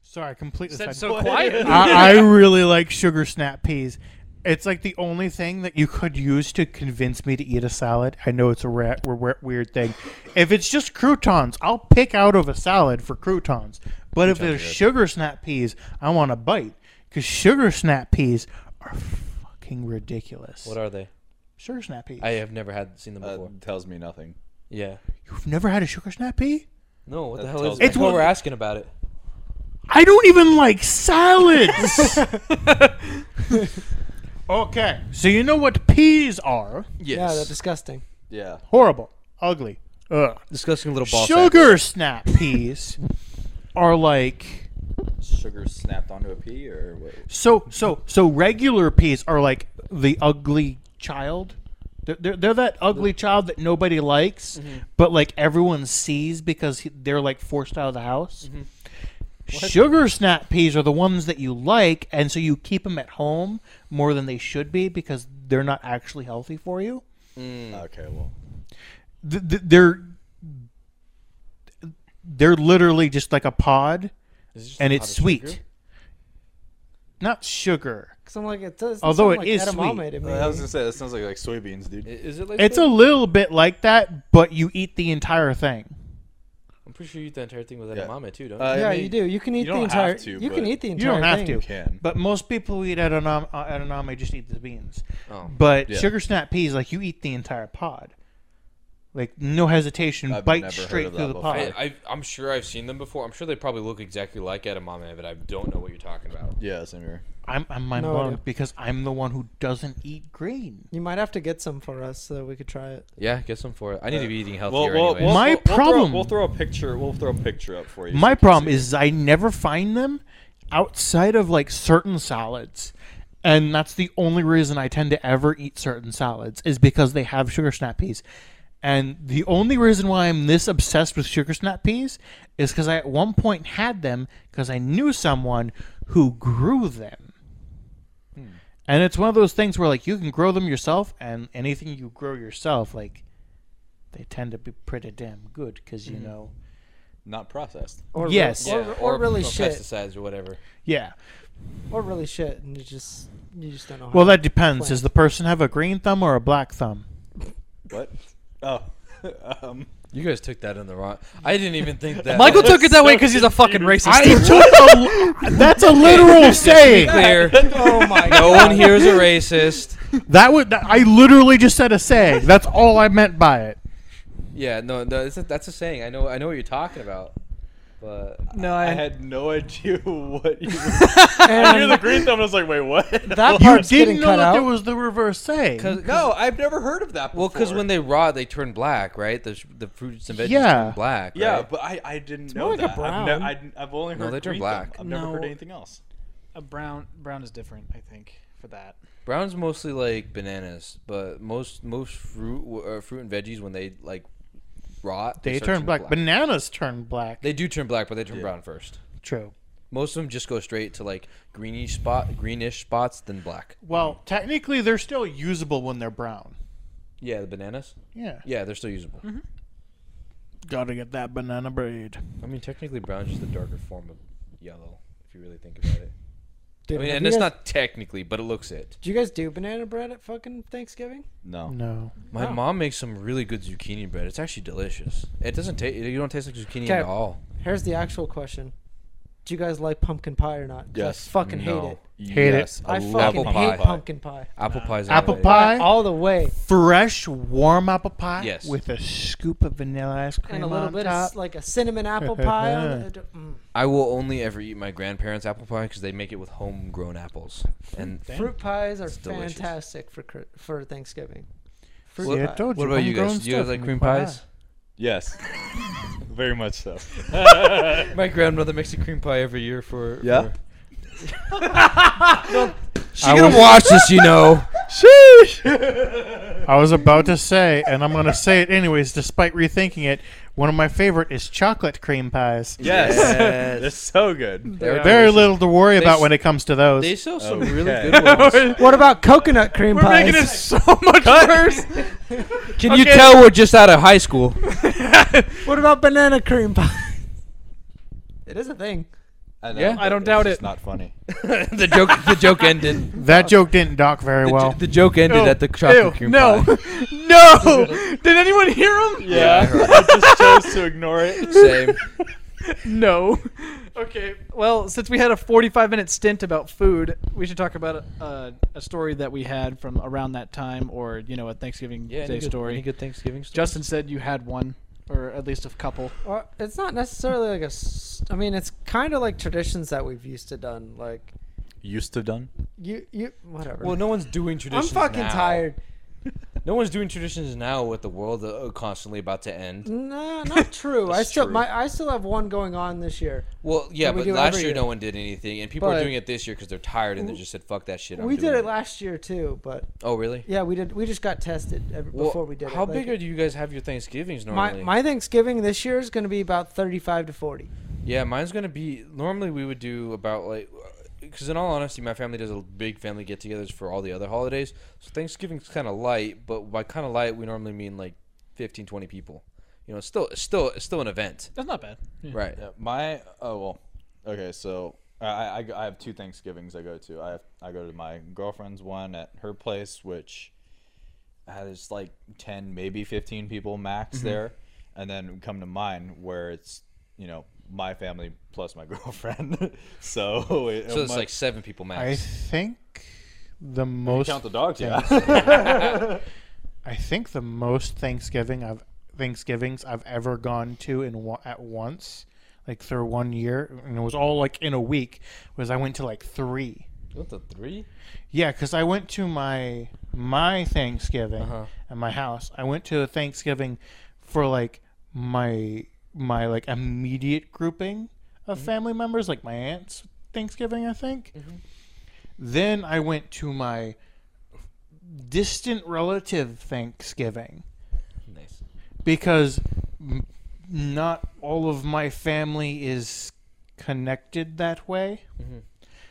[SPEAKER 1] Sorry, I completely.
[SPEAKER 5] Said
[SPEAKER 1] sidetracked.
[SPEAKER 5] so quiet.
[SPEAKER 1] I, I really like sugar snap peas. It's like the only thing that you could use to convince me to eat a salad. I know it's a ra- we- we- weird thing. If it's just croutons, I'll pick out of a salad for croutons. But if there's sugar snap peas, I want to bite because sugar snap peas are fucking ridiculous.
[SPEAKER 2] What are they?
[SPEAKER 1] sugar snap peas?
[SPEAKER 2] I have never had seen them
[SPEAKER 3] Uh,
[SPEAKER 2] before.
[SPEAKER 3] tells me nothing.
[SPEAKER 2] yeah.
[SPEAKER 1] You've never had a sugar snap pea?
[SPEAKER 2] No, what the
[SPEAKER 3] that
[SPEAKER 2] hell
[SPEAKER 3] tells
[SPEAKER 2] is
[SPEAKER 3] me
[SPEAKER 2] it? It's what
[SPEAKER 1] nothing.
[SPEAKER 2] we're asking about it.
[SPEAKER 1] I don't even like salads. okay, so you know what peas are?
[SPEAKER 2] Yes.
[SPEAKER 4] Yeah, that's disgusting.
[SPEAKER 3] Yeah.
[SPEAKER 1] Horrible, ugly. Ugh.
[SPEAKER 2] disgusting little ball.
[SPEAKER 1] Sugar snap peas are like
[SPEAKER 3] Sugar snapped onto a pea or what?
[SPEAKER 1] so so so regular peas are like the ugly child. They're, they're, they're that ugly child that nobody likes, but like everyone sees because he- they're like forced out of the house. Sugar snap peas are the ones that you like, and so you keep them at home more than they should be because they're not actually healthy for you.
[SPEAKER 3] Mm. Okay, well.
[SPEAKER 1] th- th- they're they're literally just like a pod, and it's sweet, not sugar.
[SPEAKER 4] Because I'm like, it does. doesn't
[SPEAKER 1] Although
[SPEAKER 4] sound
[SPEAKER 1] it
[SPEAKER 4] like
[SPEAKER 1] is
[SPEAKER 4] edamame
[SPEAKER 1] sweet.
[SPEAKER 4] to me.
[SPEAKER 3] Uh, I was gonna say that sounds like like soybeans, dude.
[SPEAKER 2] Is it like
[SPEAKER 1] It's a little bit like that, but you eat the entire thing.
[SPEAKER 2] I'm pretty sure you eat the entire thing with
[SPEAKER 3] Yeah.
[SPEAKER 2] edamame too, don't
[SPEAKER 3] Uh,
[SPEAKER 2] you?
[SPEAKER 4] yeah,
[SPEAKER 3] I mean,
[SPEAKER 4] you do. You can eat
[SPEAKER 3] you
[SPEAKER 4] the
[SPEAKER 3] don't have
[SPEAKER 4] entire.
[SPEAKER 3] to,
[SPEAKER 4] you can
[SPEAKER 3] but-
[SPEAKER 4] eat the
[SPEAKER 1] You
[SPEAKER 4] entire.
[SPEAKER 1] don't have
[SPEAKER 4] thing.
[SPEAKER 1] to.
[SPEAKER 3] Can.
[SPEAKER 1] But most people who eat edamame, uh, edamame just eat the beans.
[SPEAKER 2] Oh.
[SPEAKER 1] But
[SPEAKER 3] Yeah.
[SPEAKER 1] sugar snap peas, like you eat the entire pod, like no hesitation,
[SPEAKER 3] I've
[SPEAKER 1] bite
[SPEAKER 3] never heard
[SPEAKER 1] straight
[SPEAKER 3] of
[SPEAKER 1] through
[SPEAKER 3] that
[SPEAKER 1] the
[SPEAKER 3] before.
[SPEAKER 1] pod.
[SPEAKER 2] I, I, am sure I've seen them before. I'm sure they probably look exactly like edamame, but I don't know what you're talking about.
[SPEAKER 3] Yeah, same here.
[SPEAKER 1] I'm, I'm mind
[SPEAKER 4] No
[SPEAKER 1] blown
[SPEAKER 4] idea.
[SPEAKER 1] because I'm the one who doesn't eat green.
[SPEAKER 4] You might have to get some for us so that we could try it.
[SPEAKER 2] Yeah, get some for it. I need to be eating healthier anyways.
[SPEAKER 1] well- My
[SPEAKER 3] throw-
[SPEAKER 1] problem-
[SPEAKER 3] We'll throw, a picture. We'll throw a picture up for you. so
[SPEAKER 1] My
[SPEAKER 3] you can
[SPEAKER 1] problem
[SPEAKER 3] see.
[SPEAKER 1] is I never find them outside of like certain salads. And that's the only reason I tend to ever eat certain salads is because they have sugar snap peas. And the only reason why I'm this obsessed with sugar snap peas is because I at one point had them because I knew someone who grew them. And it's one of those things where like you can grow them yourself, and anything you grow yourself, like they tend to be pretty damn good because you know
[SPEAKER 3] not processed.
[SPEAKER 4] Or real-
[SPEAKER 1] Yes.
[SPEAKER 4] or,
[SPEAKER 2] Yeah,
[SPEAKER 4] or, really
[SPEAKER 2] or
[SPEAKER 4] shit.
[SPEAKER 2] pesticides or whatever.
[SPEAKER 1] Yeah.
[SPEAKER 4] Or really shit, and you just you just don't know.
[SPEAKER 1] Well,
[SPEAKER 4] how.
[SPEAKER 1] that depends.
[SPEAKER 4] Plant.
[SPEAKER 1] Does the person have a green thumb or a black thumb?
[SPEAKER 3] What? Oh, um,
[SPEAKER 2] You guys took that in the wrong. I didn't even think that.
[SPEAKER 5] Michael took it that way because he's a fucking racist.
[SPEAKER 1] that's a literal saying.
[SPEAKER 2] clear.
[SPEAKER 4] oh my
[SPEAKER 2] no
[SPEAKER 4] god.
[SPEAKER 2] one here is a racist.
[SPEAKER 1] That would that- I literally just said a saying. That's all I meant by it.
[SPEAKER 2] Yeah, no, no it's a, that's a saying. I know, I know what you're talking about. But
[SPEAKER 4] No,
[SPEAKER 3] I
[SPEAKER 4] I,
[SPEAKER 3] had no idea what you. I hear
[SPEAKER 4] and
[SPEAKER 3] the green thumb. I was like, wait, what?
[SPEAKER 1] You
[SPEAKER 4] that part's
[SPEAKER 1] didn't
[SPEAKER 4] getting
[SPEAKER 1] know
[SPEAKER 4] cut
[SPEAKER 1] that there
[SPEAKER 4] out.
[SPEAKER 1] was the reverse saying.
[SPEAKER 3] no, I've never heard of that. Before.
[SPEAKER 2] Well, because when they raw, they turn black, right? The, the fruits and veggies
[SPEAKER 1] Yeah.
[SPEAKER 2] turn black.
[SPEAKER 3] Yeah,
[SPEAKER 2] right?
[SPEAKER 3] but I, I didn't know
[SPEAKER 4] more like a
[SPEAKER 3] that. I've,
[SPEAKER 4] brown.
[SPEAKER 3] ne- I'd- I've only heard
[SPEAKER 2] No, they turn
[SPEAKER 3] green
[SPEAKER 2] black.
[SPEAKER 3] Thumb. I've never heard
[SPEAKER 5] No.
[SPEAKER 3] anything else.
[SPEAKER 5] a uh, brown brown is different, I think, for that.
[SPEAKER 2] brown's mostly like bananas, but most most fruit uh, fruit and veggies when they like rot,
[SPEAKER 1] they
[SPEAKER 2] start
[SPEAKER 1] turn
[SPEAKER 2] turning
[SPEAKER 1] black. Bananas turn black.
[SPEAKER 2] they do turn black, but they turn brown first.
[SPEAKER 1] True.
[SPEAKER 2] Most of them just go straight to like greenish spot, greenish spots, then black.
[SPEAKER 1] Well, technically, they're still usable when they're brown.
[SPEAKER 2] Yeah, the bananas.
[SPEAKER 1] Yeah.
[SPEAKER 2] Yeah, they're still usable.
[SPEAKER 4] Mm-hmm.
[SPEAKER 1] Gotta get that banana bread.
[SPEAKER 2] I mean, technically, brown's just the darker form of yellow, if you really think about it.
[SPEAKER 3] Oh,
[SPEAKER 4] Dude,
[SPEAKER 2] I mean,
[SPEAKER 4] have
[SPEAKER 2] and
[SPEAKER 4] you
[SPEAKER 2] it's
[SPEAKER 4] guys-
[SPEAKER 2] not technically, but it looks it.
[SPEAKER 4] Do you guys do banana bread at fucking Thanksgiving?
[SPEAKER 3] No.
[SPEAKER 1] No.
[SPEAKER 2] My
[SPEAKER 4] Wow.
[SPEAKER 2] mom makes some really good zucchini bread. It's actually delicious. It doesn't taste. You don't taste like zucchini
[SPEAKER 4] Okay.
[SPEAKER 2] at all.
[SPEAKER 4] Here's the actual question: Do you guys like pumpkin pie or not? 'Cause
[SPEAKER 3] Yes.
[SPEAKER 4] I fucking
[SPEAKER 2] No.
[SPEAKER 4] hate it.
[SPEAKER 1] Hate it.
[SPEAKER 3] yes,
[SPEAKER 4] I
[SPEAKER 3] love
[SPEAKER 4] fucking
[SPEAKER 2] pumpkin
[SPEAKER 4] hate
[SPEAKER 2] pie.
[SPEAKER 4] pumpkin pie.
[SPEAKER 2] Apple pies. all
[SPEAKER 1] Apple
[SPEAKER 2] day.
[SPEAKER 1] pie,
[SPEAKER 4] all the way.
[SPEAKER 1] fresh warm apple pie
[SPEAKER 2] Yes.
[SPEAKER 1] with a scoop of vanilla ice cream
[SPEAKER 4] and a little
[SPEAKER 1] on
[SPEAKER 4] bit
[SPEAKER 1] top.
[SPEAKER 4] of s- like a cinnamon apple pie. on it. Mm.
[SPEAKER 2] I will only ever eat my grandparents' apple pie because they make it with homegrown apples. And
[SPEAKER 4] Fruit pies are
[SPEAKER 2] delicious.
[SPEAKER 4] fantastic for cri- for Thanksgiving. Fruit
[SPEAKER 1] See, I
[SPEAKER 4] pie.
[SPEAKER 1] told
[SPEAKER 2] what about you
[SPEAKER 1] homegrown
[SPEAKER 2] guys? Do you guys
[SPEAKER 1] stuff
[SPEAKER 2] like
[SPEAKER 1] and
[SPEAKER 2] cream
[SPEAKER 1] why not?
[SPEAKER 2] pies?
[SPEAKER 3] Yes. Very much so.
[SPEAKER 2] My grandmother makes a cream pie every year for.
[SPEAKER 3] Yeah?
[SPEAKER 2] for- She gonna watch this, you know.
[SPEAKER 1] I was about to say, and I'm going to say it anyways, despite rethinking it. One of my favorite is chocolate cream pies.
[SPEAKER 3] Yes.
[SPEAKER 2] Yes.
[SPEAKER 3] They're so good.
[SPEAKER 2] They're
[SPEAKER 1] Very little to worry
[SPEAKER 2] They
[SPEAKER 1] about
[SPEAKER 2] s-
[SPEAKER 1] when it comes to those.
[SPEAKER 2] They sell some
[SPEAKER 3] Okay.
[SPEAKER 2] really good ones.
[SPEAKER 4] What about coconut cream pies?
[SPEAKER 1] so much worse.
[SPEAKER 2] Can you tell we're just out of high school?
[SPEAKER 4] What about banana cream pie? it is a thing.
[SPEAKER 3] I, know,
[SPEAKER 2] Yeah.
[SPEAKER 3] but
[SPEAKER 5] I don't doubt
[SPEAKER 3] it's just
[SPEAKER 5] it.
[SPEAKER 3] not funny.
[SPEAKER 2] the joke. The joke ended.
[SPEAKER 1] That joke didn't dock very
[SPEAKER 2] The,
[SPEAKER 1] well.
[SPEAKER 2] jo- the joke ended
[SPEAKER 1] Ew,
[SPEAKER 2] at the chocolate
[SPEAKER 1] ew,
[SPEAKER 2] cream
[SPEAKER 1] no.
[SPEAKER 2] pie.
[SPEAKER 1] no! Did anyone hear him?
[SPEAKER 2] Yeah, I heard
[SPEAKER 3] I just chose to ignore it.
[SPEAKER 2] Same.
[SPEAKER 5] No. Okay. Well, since we had a 45 minute stint about food, we should talk about a, a story that we had from around that time or, you know, a Thanksgiving Day story.
[SPEAKER 2] Thanksgiving story?
[SPEAKER 5] Justin said you had one, or at least a couple.
[SPEAKER 4] Or it's not necessarily like a. s- I mean, it's kind of like traditions that we've used to done. Like
[SPEAKER 3] Used to done.
[SPEAKER 4] you, you, whatever.
[SPEAKER 2] Well, no one's doing
[SPEAKER 4] I'm
[SPEAKER 2] traditions.
[SPEAKER 4] fucking
[SPEAKER 2] now.
[SPEAKER 4] tired.
[SPEAKER 2] No one's doing traditions now with the world uh, constantly about to end.
[SPEAKER 4] Nah, not true. I
[SPEAKER 2] That's
[SPEAKER 4] still,
[SPEAKER 2] true.
[SPEAKER 4] my, I still have one going on this year.
[SPEAKER 2] Well, yeah,
[SPEAKER 4] we
[SPEAKER 2] but
[SPEAKER 4] do
[SPEAKER 2] last
[SPEAKER 4] every
[SPEAKER 2] year,
[SPEAKER 4] year.
[SPEAKER 2] no one did anything, and people are
[SPEAKER 4] But-
[SPEAKER 2] doing it this year because they're tired and they just said, "Fuck that shit." I'm
[SPEAKER 4] we did
[SPEAKER 2] doing
[SPEAKER 4] it last year too, but
[SPEAKER 2] Oh, really?
[SPEAKER 4] yeah, we did. We just got tested ev-
[SPEAKER 2] Well,
[SPEAKER 4] before we did it.
[SPEAKER 2] How
[SPEAKER 4] Like,
[SPEAKER 2] big are do you guys have your Thanksgivings
[SPEAKER 4] my
[SPEAKER 2] normally?
[SPEAKER 4] my Thanksgiving this year is going to be about thirty-five to forty.
[SPEAKER 2] yeah, mine's gonna be normally we would do about like. Because in all honesty, my family does a big family get-togethers for all the other holidays. So Thanksgiving's kind of light, but by kind of light, we normally mean like 15, 20 people. You know, it's still, it's still, it's still an event,
[SPEAKER 5] That's not bad. Yeah.
[SPEAKER 2] right?
[SPEAKER 3] Yeah, my oh well, okay. So I, I- I, go- I have two Thanksgivings I go to. I have, I go to my girlfriend's one at her place, which has like ten, maybe fifteen people max
[SPEAKER 2] Mm-hmm.
[SPEAKER 3] there, and then come to mine where it's you know my family plus my girlfriend. so it,
[SPEAKER 2] So it's
[SPEAKER 3] my-
[SPEAKER 2] like seven people max.
[SPEAKER 1] I think the most.
[SPEAKER 3] count the dogs. Yeah.
[SPEAKER 1] I think the most Thanksgiving I've Thanksgivings I've ever gone to in one, at once, like through one year, and it was all like in a week. Was I went to like three?
[SPEAKER 2] What the three?
[SPEAKER 1] Yeah, because I went to my my Thanksgiving
[SPEAKER 2] Uh-huh.
[SPEAKER 1] at my house. I went to a Thanksgiving for like my my like immediate grouping of
[SPEAKER 2] Mm-hmm.
[SPEAKER 1] family members, like my aunt's Thanksgiving, I think. Then I went to my distant relative Thanksgiving
[SPEAKER 2] Nice.
[SPEAKER 1] because m- not all of my family is connected that way.
[SPEAKER 3] Mm-hmm.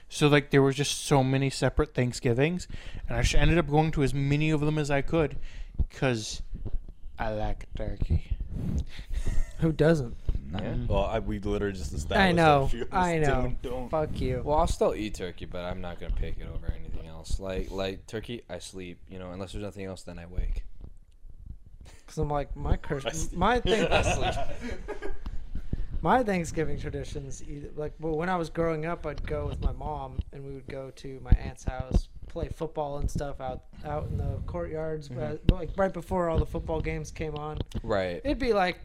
[SPEAKER 1] So like there were just so many separate Thanksgivings, and I sh- ended up going to as many of them as I could, cause I like turkey.
[SPEAKER 4] Who doesn't?
[SPEAKER 3] well, I, we literally just established.
[SPEAKER 4] I
[SPEAKER 3] that
[SPEAKER 4] know.
[SPEAKER 3] she was
[SPEAKER 4] I know.
[SPEAKER 3] Don't, don't.
[SPEAKER 4] Fuck you.
[SPEAKER 2] Well, I'll still eat turkey, but I'm not gonna pick it over anything else. Like like turkey, I sleep. You know, unless there's nothing else, then I wake.
[SPEAKER 4] Because I'm like my curse, my thing, my Thanksgiving traditions. Either, like, well, when I was growing up, I'd go with my mom, and we would go to my aunt's house, play football and stuff out out in the courtyards, uh, but, like right before all the football games came on.
[SPEAKER 2] Right.
[SPEAKER 4] It'd be like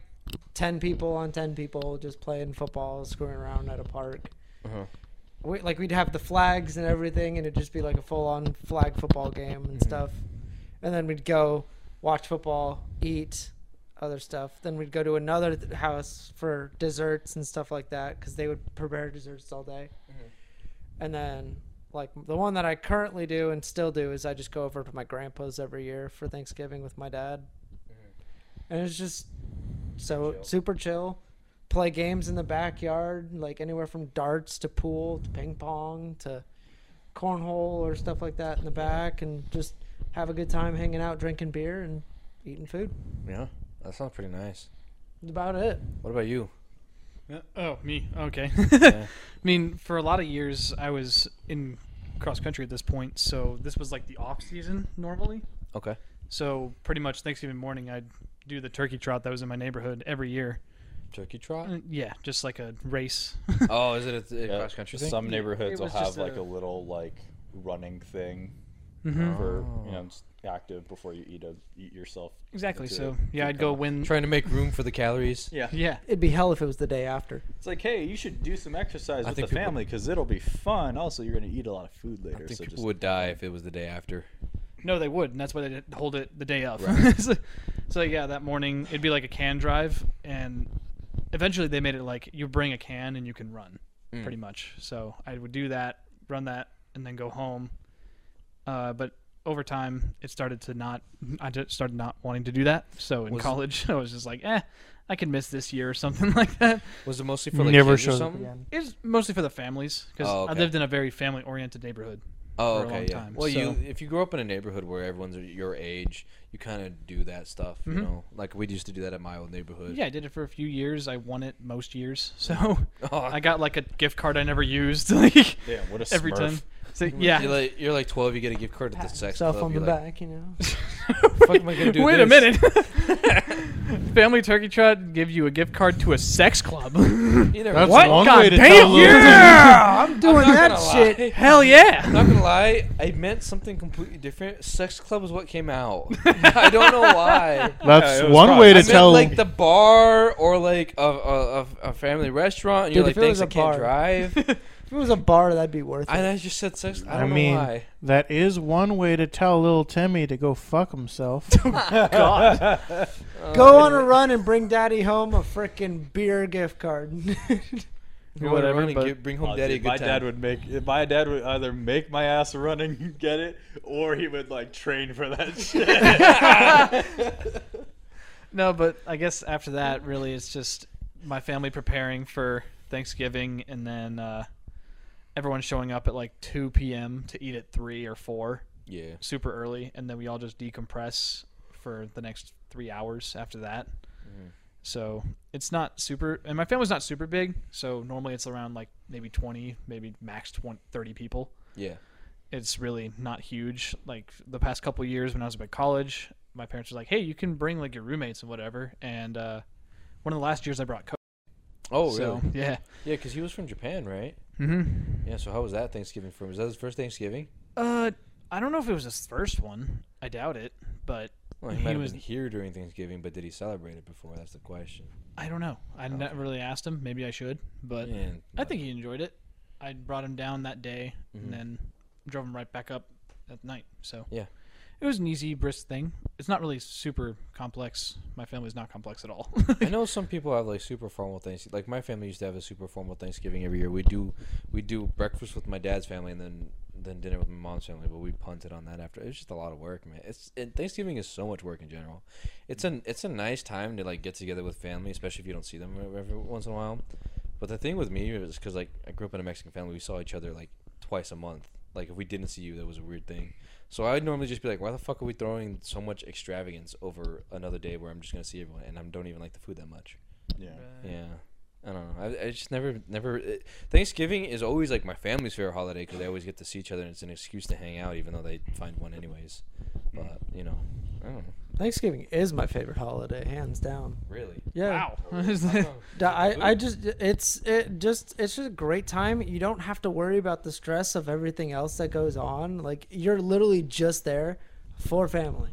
[SPEAKER 4] ten people on ten people, just playing football, screwing around at a park.
[SPEAKER 2] Uh-huh.
[SPEAKER 4] We, like we'd have the flags and everything, and it'd just be like a full-on flag football game
[SPEAKER 2] Mm-hmm.
[SPEAKER 4] and stuff. And then we'd go watch football, eat other stuff. Then we'd go to another th- house for desserts and stuff like that because they would prepare desserts all day.
[SPEAKER 2] Mm-hmm.
[SPEAKER 4] And then, like the one that I currently do and still do is I just go over to my grandpa's every year for Thanksgiving with my dad,
[SPEAKER 2] Mm-hmm.
[SPEAKER 4] and it's just so super chill. Play games in the backyard, like anywhere from darts to pool to ping pong to cornhole or stuff like that in the back, and just have a good time hanging out, drinking beer, and eating food.
[SPEAKER 2] Yeah. That sounds pretty nice.
[SPEAKER 4] That's about it.
[SPEAKER 2] What about you?
[SPEAKER 5] Uh, Oh, me. Okay. I mean, for a lot of years, I was in cross country at this point, so this was like the off season normally.
[SPEAKER 2] Okay.
[SPEAKER 5] So pretty much Thanksgiving morning, I'd do the turkey trot that was in my neighborhood every year.
[SPEAKER 2] Turkey trot.
[SPEAKER 5] Uh, Yeah, just like a race.
[SPEAKER 2] Oh, is it a, a
[SPEAKER 3] Yeah,
[SPEAKER 2] cross country thing?
[SPEAKER 3] Some neighborhoods will
[SPEAKER 5] was
[SPEAKER 3] have
[SPEAKER 5] just
[SPEAKER 3] like a
[SPEAKER 5] a-
[SPEAKER 3] little like running thing
[SPEAKER 5] Mhm.
[SPEAKER 3] for
[SPEAKER 4] Oh.
[SPEAKER 3] you know just active before you eat a eat yourself.
[SPEAKER 5] exactly.
[SPEAKER 3] into
[SPEAKER 5] So
[SPEAKER 3] a
[SPEAKER 5] yeah, I'd go
[SPEAKER 3] cucumber.
[SPEAKER 5] win.
[SPEAKER 2] Trying to make room for the calories.
[SPEAKER 3] Yeah.
[SPEAKER 5] Yeah.
[SPEAKER 4] It'd be hell if it was the day after.
[SPEAKER 3] It's like, hey, you should do some exercise
[SPEAKER 2] I
[SPEAKER 3] with the
[SPEAKER 2] think people-
[SPEAKER 3] family because it'll be fun. Also, you're gonna eat a lot of food
[SPEAKER 2] I
[SPEAKER 3] later.
[SPEAKER 2] think
[SPEAKER 3] so
[SPEAKER 2] people
[SPEAKER 3] just
[SPEAKER 2] would die if it was the day after.
[SPEAKER 5] No, they would, and that's why they didn't hold it the day of.
[SPEAKER 2] Right.
[SPEAKER 5] so, so, yeah, that morning it'd be like a can drive, and eventually they made it like you bring a can and you can run,
[SPEAKER 2] Mm.
[SPEAKER 5] pretty much. So I would do that, run that, and then go home. Uh, but over time, it started to not. I just started not wanting to do that. So in
[SPEAKER 2] Was it-
[SPEAKER 5] college, I was just like, eh, I can miss this year or something like that.
[SPEAKER 2] Was it mostly for like
[SPEAKER 1] Never
[SPEAKER 2] kids
[SPEAKER 1] showed
[SPEAKER 2] or
[SPEAKER 1] up
[SPEAKER 2] something?
[SPEAKER 4] Again.
[SPEAKER 5] It's mostly for the families because
[SPEAKER 2] Oh,
[SPEAKER 5] I
[SPEAKER 2] okay.
[SPEAKER 5] lived in a very family-oriented neighborhood.
[SPEAKER 2] Oh,
[SPEAKER 5] for a
[SPEAKER 2] okay.
[SPEAKER 5] long
[SPEAKER 2] yeah.
[SPEAKER 5] time,
[SPEAKER 2] well, you
[SPEAKER 5] so-
[SPEAKER 2] if you grow up in a neighborhood where everyone's your age, you kind of do that stuff. You know, like we used to do that at my old neighborhood.
[SPEAKER 5] Yeah, I did it for a few years. I won it most years, so
[SPEAKER 2] Oh,
[SPEAKER 5] I got like a gift card I never used. Like
[SPEAKER 3] yeah. What a
[SPEAKER 5] every
[SPEAKER 3] smurf.
[SPEAKER 5] time. So,
[SPEAKER 2] You're
[SPEAKER 5] yeah.
[SPEAKER 2] like, you're like 12. You get a gift card to the sex
[SPEAKER 4] Self
[SPEAKER 2] club.
[SPEAKER 4] on the
[SPEAKER 2] you're like,
[SPEAKER 4] back, you know.
[SPEAKER 2] "Fuck am I gonna do
[SPEAKER 5] Wait a
[SPEAKER 2] this?"
[SPEAKER 5] minute. Family turkey trot give you a gift card to a sex club.
[SPEAKER 2] Either
[SPEAKER 1] That's
[SPEAKER 2] way,
[SPEAKER 1] a long
[SPEAKER 5] God
[SPEAKER 1] way to
[SPEAKER 5] damn,
[SPEAKER 1] tell them.
[SPEAKER 4] yeah, I'm
[SPEAKER 2] not
[SPEAKER 4] doing that
[SPEAKER 2] gonna lie.
[SPEAKER 4] shit.
[SPEAKER 5] Hell
[SPEAKER 2] I'm
[SPEAKER 5] yeah.
[SPEAKER 2] not gonna lie. I meant something completely different. Sex club is what came out. I don't know why.
[SPEAKER 1] That's
[SPEAKER 3] Yeah, it was
[SPEAKER 1] one
[SPEAKER 3] probably-
[SPEAKER 1] way
[SPEAKER 2] I
[SPEAKER 1] to
[SPEAKER 2] meant
[SPEAKER 1] tell.
[SPEAKER 2] like the bar or like a a, a, a family restaurant. And you're
[SPEAKER 4] Dude,
[SPEAKER 2] like,
[SPEAKER 4] if
[SPEAKER 2] thanks,
[SPEAKER 4] it was
[SPEAKER 2] I
[SPEAKER 4] a
[SPEAKER 2] can't
[SPEAKER 4] bar."
[SPEAKER 2] drive.
[SPEAKER 4] If it was a bar, that'd be worth
[SPEAKER 2] and
[SPEAKER 4] it.
[SPEAKER 2] I just said sex. I
[SPEAKER 1] I,
[SPEAKER 2] don't
[SPEAKER 1] mean,
[SPEAKER 2] know why.
[SPEAKER 1] that is one way to tell little Timmy to go fuck himself.
[SPEAKER 4] Go on a run and bring daddy home a freaking beer gift card.
[SPEAKER 2] Go on a
[SPEAKER 5] Whatever,
[SPEAKER 2] run and
[SPEAKER 5] but-
[SPEAKER 2] get- bring home
[SPEAKER 3] Oh,
[SPEAKER 2] daddy a
[SPEAKER 3] dude,
[SPEAKER 2] good
[SPEAKER 3] my
[SPEAKER 2] time.
[SPEAKER 3] dad would make if my dad would either make my ass run and get it, or he would like train for that shit.
[SPEAKER 5] No, but I guess after that, really, it's just my family preparing for Thanksgiving and then uh, everyone showing up at like 2 p.m. to eat at 3 or 4,
[SPEAKER 2] yeah.
[SPEAKER 5] super early. And then we all just decompress for the next three hours after that.
[SPEAKER 2] Mm-hmm.
[SPEAKER 5] So it's not super, and my family's not super big. So normally it's around like maybe 20, maybe max 20, 30 people.
[SPEAKER 2] Yeah.
[SPEAKER 5] It's really not huge. Like the past couple years when I was at college, my parents were like, "Hey, you can bring like your roommates and whatever." And uh, one of the last years I brought Coke.
[SPEAKER 2] Oh, really?
[SPEAKER 5] so yeah.
[SPEAKER 2] Yeah, because he was from Japan, right?
[SPEAKER 5] Mm-hmm.
[SPEAKER 2] Yeah. So how was that Thanksgiving for him? Was that his first Thanksgiving?
[SPEAKER 5] Uh, I don't know if it was his first one. I doubt it, but
[SPEAKER 2] Well, he,
[SPEAKER 5] He
[SPEAKER 2] might have
[SPEAKER 5] was-
[SPEAKER 2] been here during Thanksgiving, but did he celebrate it before? That's the question.
[SPEAKER 5] I don't know. I never really asked him. Maybe I should, but
[SPEAKER 2] And
[SPEAKER 5] I think he enjoyed it. I brought him down that day
[SPEAKER 2] Mhm.
[SPEAKER 5] and then drove him right back up at night. So
[SPEAKER 2] Yeah.
[SPEAKER 5] it was an easy, brisk thing. It's not really super complex. My family's not complex at all.
[SPEAKER 2] I know some people have like super formal things. Like my family used to have a super formal Thanksgiving every year. We do we do breakfast with my dad's family and then then dinner with my mom's family, but we punted on that after. It's just a lot of work, man. It's and Thanksgiving is so much work in general. It's an it's a nice time to like get together with family, especially if you don't see them every- every once in a while. But the thing with me is because like I grew up in a Mexican family, we saw each other like twice a month. Like if we didn't see you, that was a weird thing. So I'd normally just be like, why the fuck are we throwing so much extravagance over another day where I'm just gonna see everyone and I don't even like the food that much.
[SPEAKER 3] yeah.
[SPEAKER 2] Yeah. I don't know. I, I just never, never. It, Thanksgiving is always like my family's favorite holiday because they always get to see each other and it's an excuse to hang out, even though they find one anyways. But you know, I don't know.
[SPEAKER 4] Thanksgiving is my favorite holiday, hands down.
[SPEAKER 2] Really?
[SPEAKER 4] Yeah.
[SPEAKER 5] wow.
[SPEAKER 4] D- I, I just it's it just it's just a great time. You don't have to worry about the stress of everything else that goes on. Like you're literally just there for family.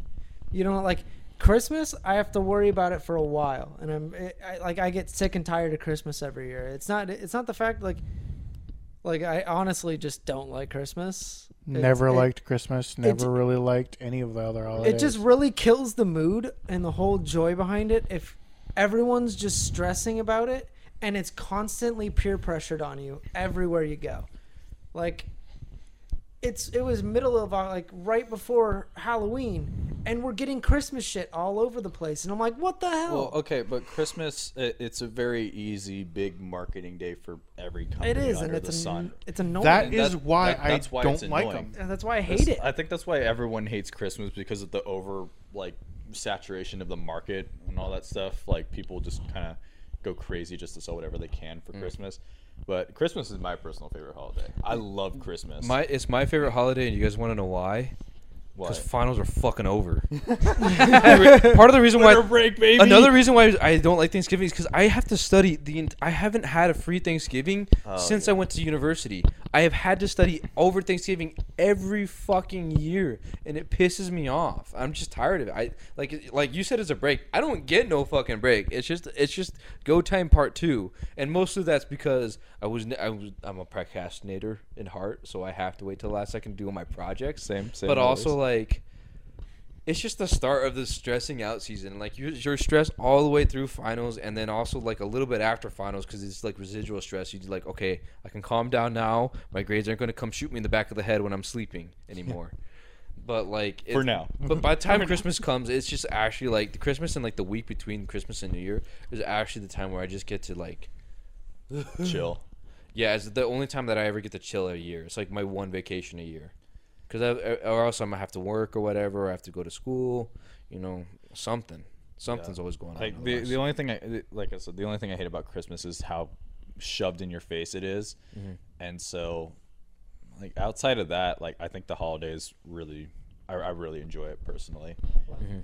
[SPEAKER 4] You know, like Christmas, I have to worry about it for a while, and I'm it, I, like I get sick and tired of Christmas every year. It's not it's not the fact like like I honestly just don't like Christmas. It's-
[SPEAKER 1] never
[SPEAKER 4] it-
[SPEAKER 1] liked Christmas. Never
[SPEAKER 4] it's-
[SPEAKER 1] really liked any of the other holidays.
[SPEAKER 4] it just really kills the mood and the whole joy behind it if everyone's just stressing about it and it's constantly peer pressured on you everywhere you go. Like it's it was middle of uh, like right before Halloween and we're getting Christmas shit all over the place and I'm like what the
[SPEAKER 3] Well,
[SPEAKER 4] hell?
[SPEAKER 3] okay, but Christmas, i- it's a very easy, big marketing day for every company
[SPEAKER 4] it is
[SPEAKER 3] under
[SPEAKER 4] and it's
[SPEAKER 3] the
[SPEAKER 4] an,
[SPEAKER 3] sun.
[SPEAKER 4] it's annoying.
[SPEAKER 1] that
[SPEAKER 3] And
[SPEAKER 1] is
[SPEAKER 3] that-
[SPEAKER 1] why
[SPEAKER 3] that- that's
[SPEAKER 1] I
[SPEAKER 3] why it's
[SPEAKER 1] don't like
[SPEAKER 3] annoying.
[SPEAKER 1] them.
[SPEAKER 4] and that's why I hate
[SPEAKER 3] That's-
[SPEAKER 4] it.
[SPEAKER 3] I think that's why everyone hates Christmas because of the over like saturation of the market and all that stuff. Like people just kind of go crazy just to sell whatever they can
[SPEAKER 2] Mm.
[SPEAKER 3] for Christmas. But Christmas is my personal favorite holiday. I love Christmas.
[SPEAKER 2] My it's my favorite holiday, and you guys want to know why?
[SPEAKER 3] Why?
[SPEAKER 2] Because finals are fucking over. Part of the reason why
[SPEAKER 3] Winter break, baby.
[SPEAKER 2] Another reason why I don't like Thanksgiving is because I have to study the. ent- I haven't had a free Thanksgiving since I went to university. I have had to study over Thanksgiving every fucking year, and it pisses me off. I'm just tired of it. I like like you said, it's a break. I don't get no fucking break. It's just it's just go time part two, and mostly that's because I was, n- I was I'm a procrastinator in heart, so I have to wait till last second to do all my projects.
[SPEAKER 3] Same- same
[SPEAKER 2] But also
[SPEAKER 3] always.
[SPEAKER 2] like it's just the start of the stressing out season. Like you're, you're stressed all the way through finals, and then also like a little bit after finals because it's like residual stress. You're like, okay, I can calm down now. My grades aren't going to come shoot me in the back of the head when I'm sleeping anymore. But like
[SPEAKER 3] For
[SPEAKER 2] it-
[SPEAKER 3] now.
[SPEAKER 2] But by the time Christmas comes, it's just actually like the Christmas and like the week between Christmas and New Year is actually the time where I just get to like
[SPEAKER 3] chill.
[SPEAKER 2] yeah, it's the only time that I ever get to chill a year. It's like my one vacation a year, because I or else I'm gonna have to work or whatever. Or I have to go to school, you know, something. Something's always going on.
[SPEAKER 3] Like the,
[SPEAKER 2] otherwise.
[SPEAKER 3] the only thing I like I said the only thing I hate about Christmas is how shoved in your face it is. and so like outside of that, like I think the holidays really I, I really enjoy it personally.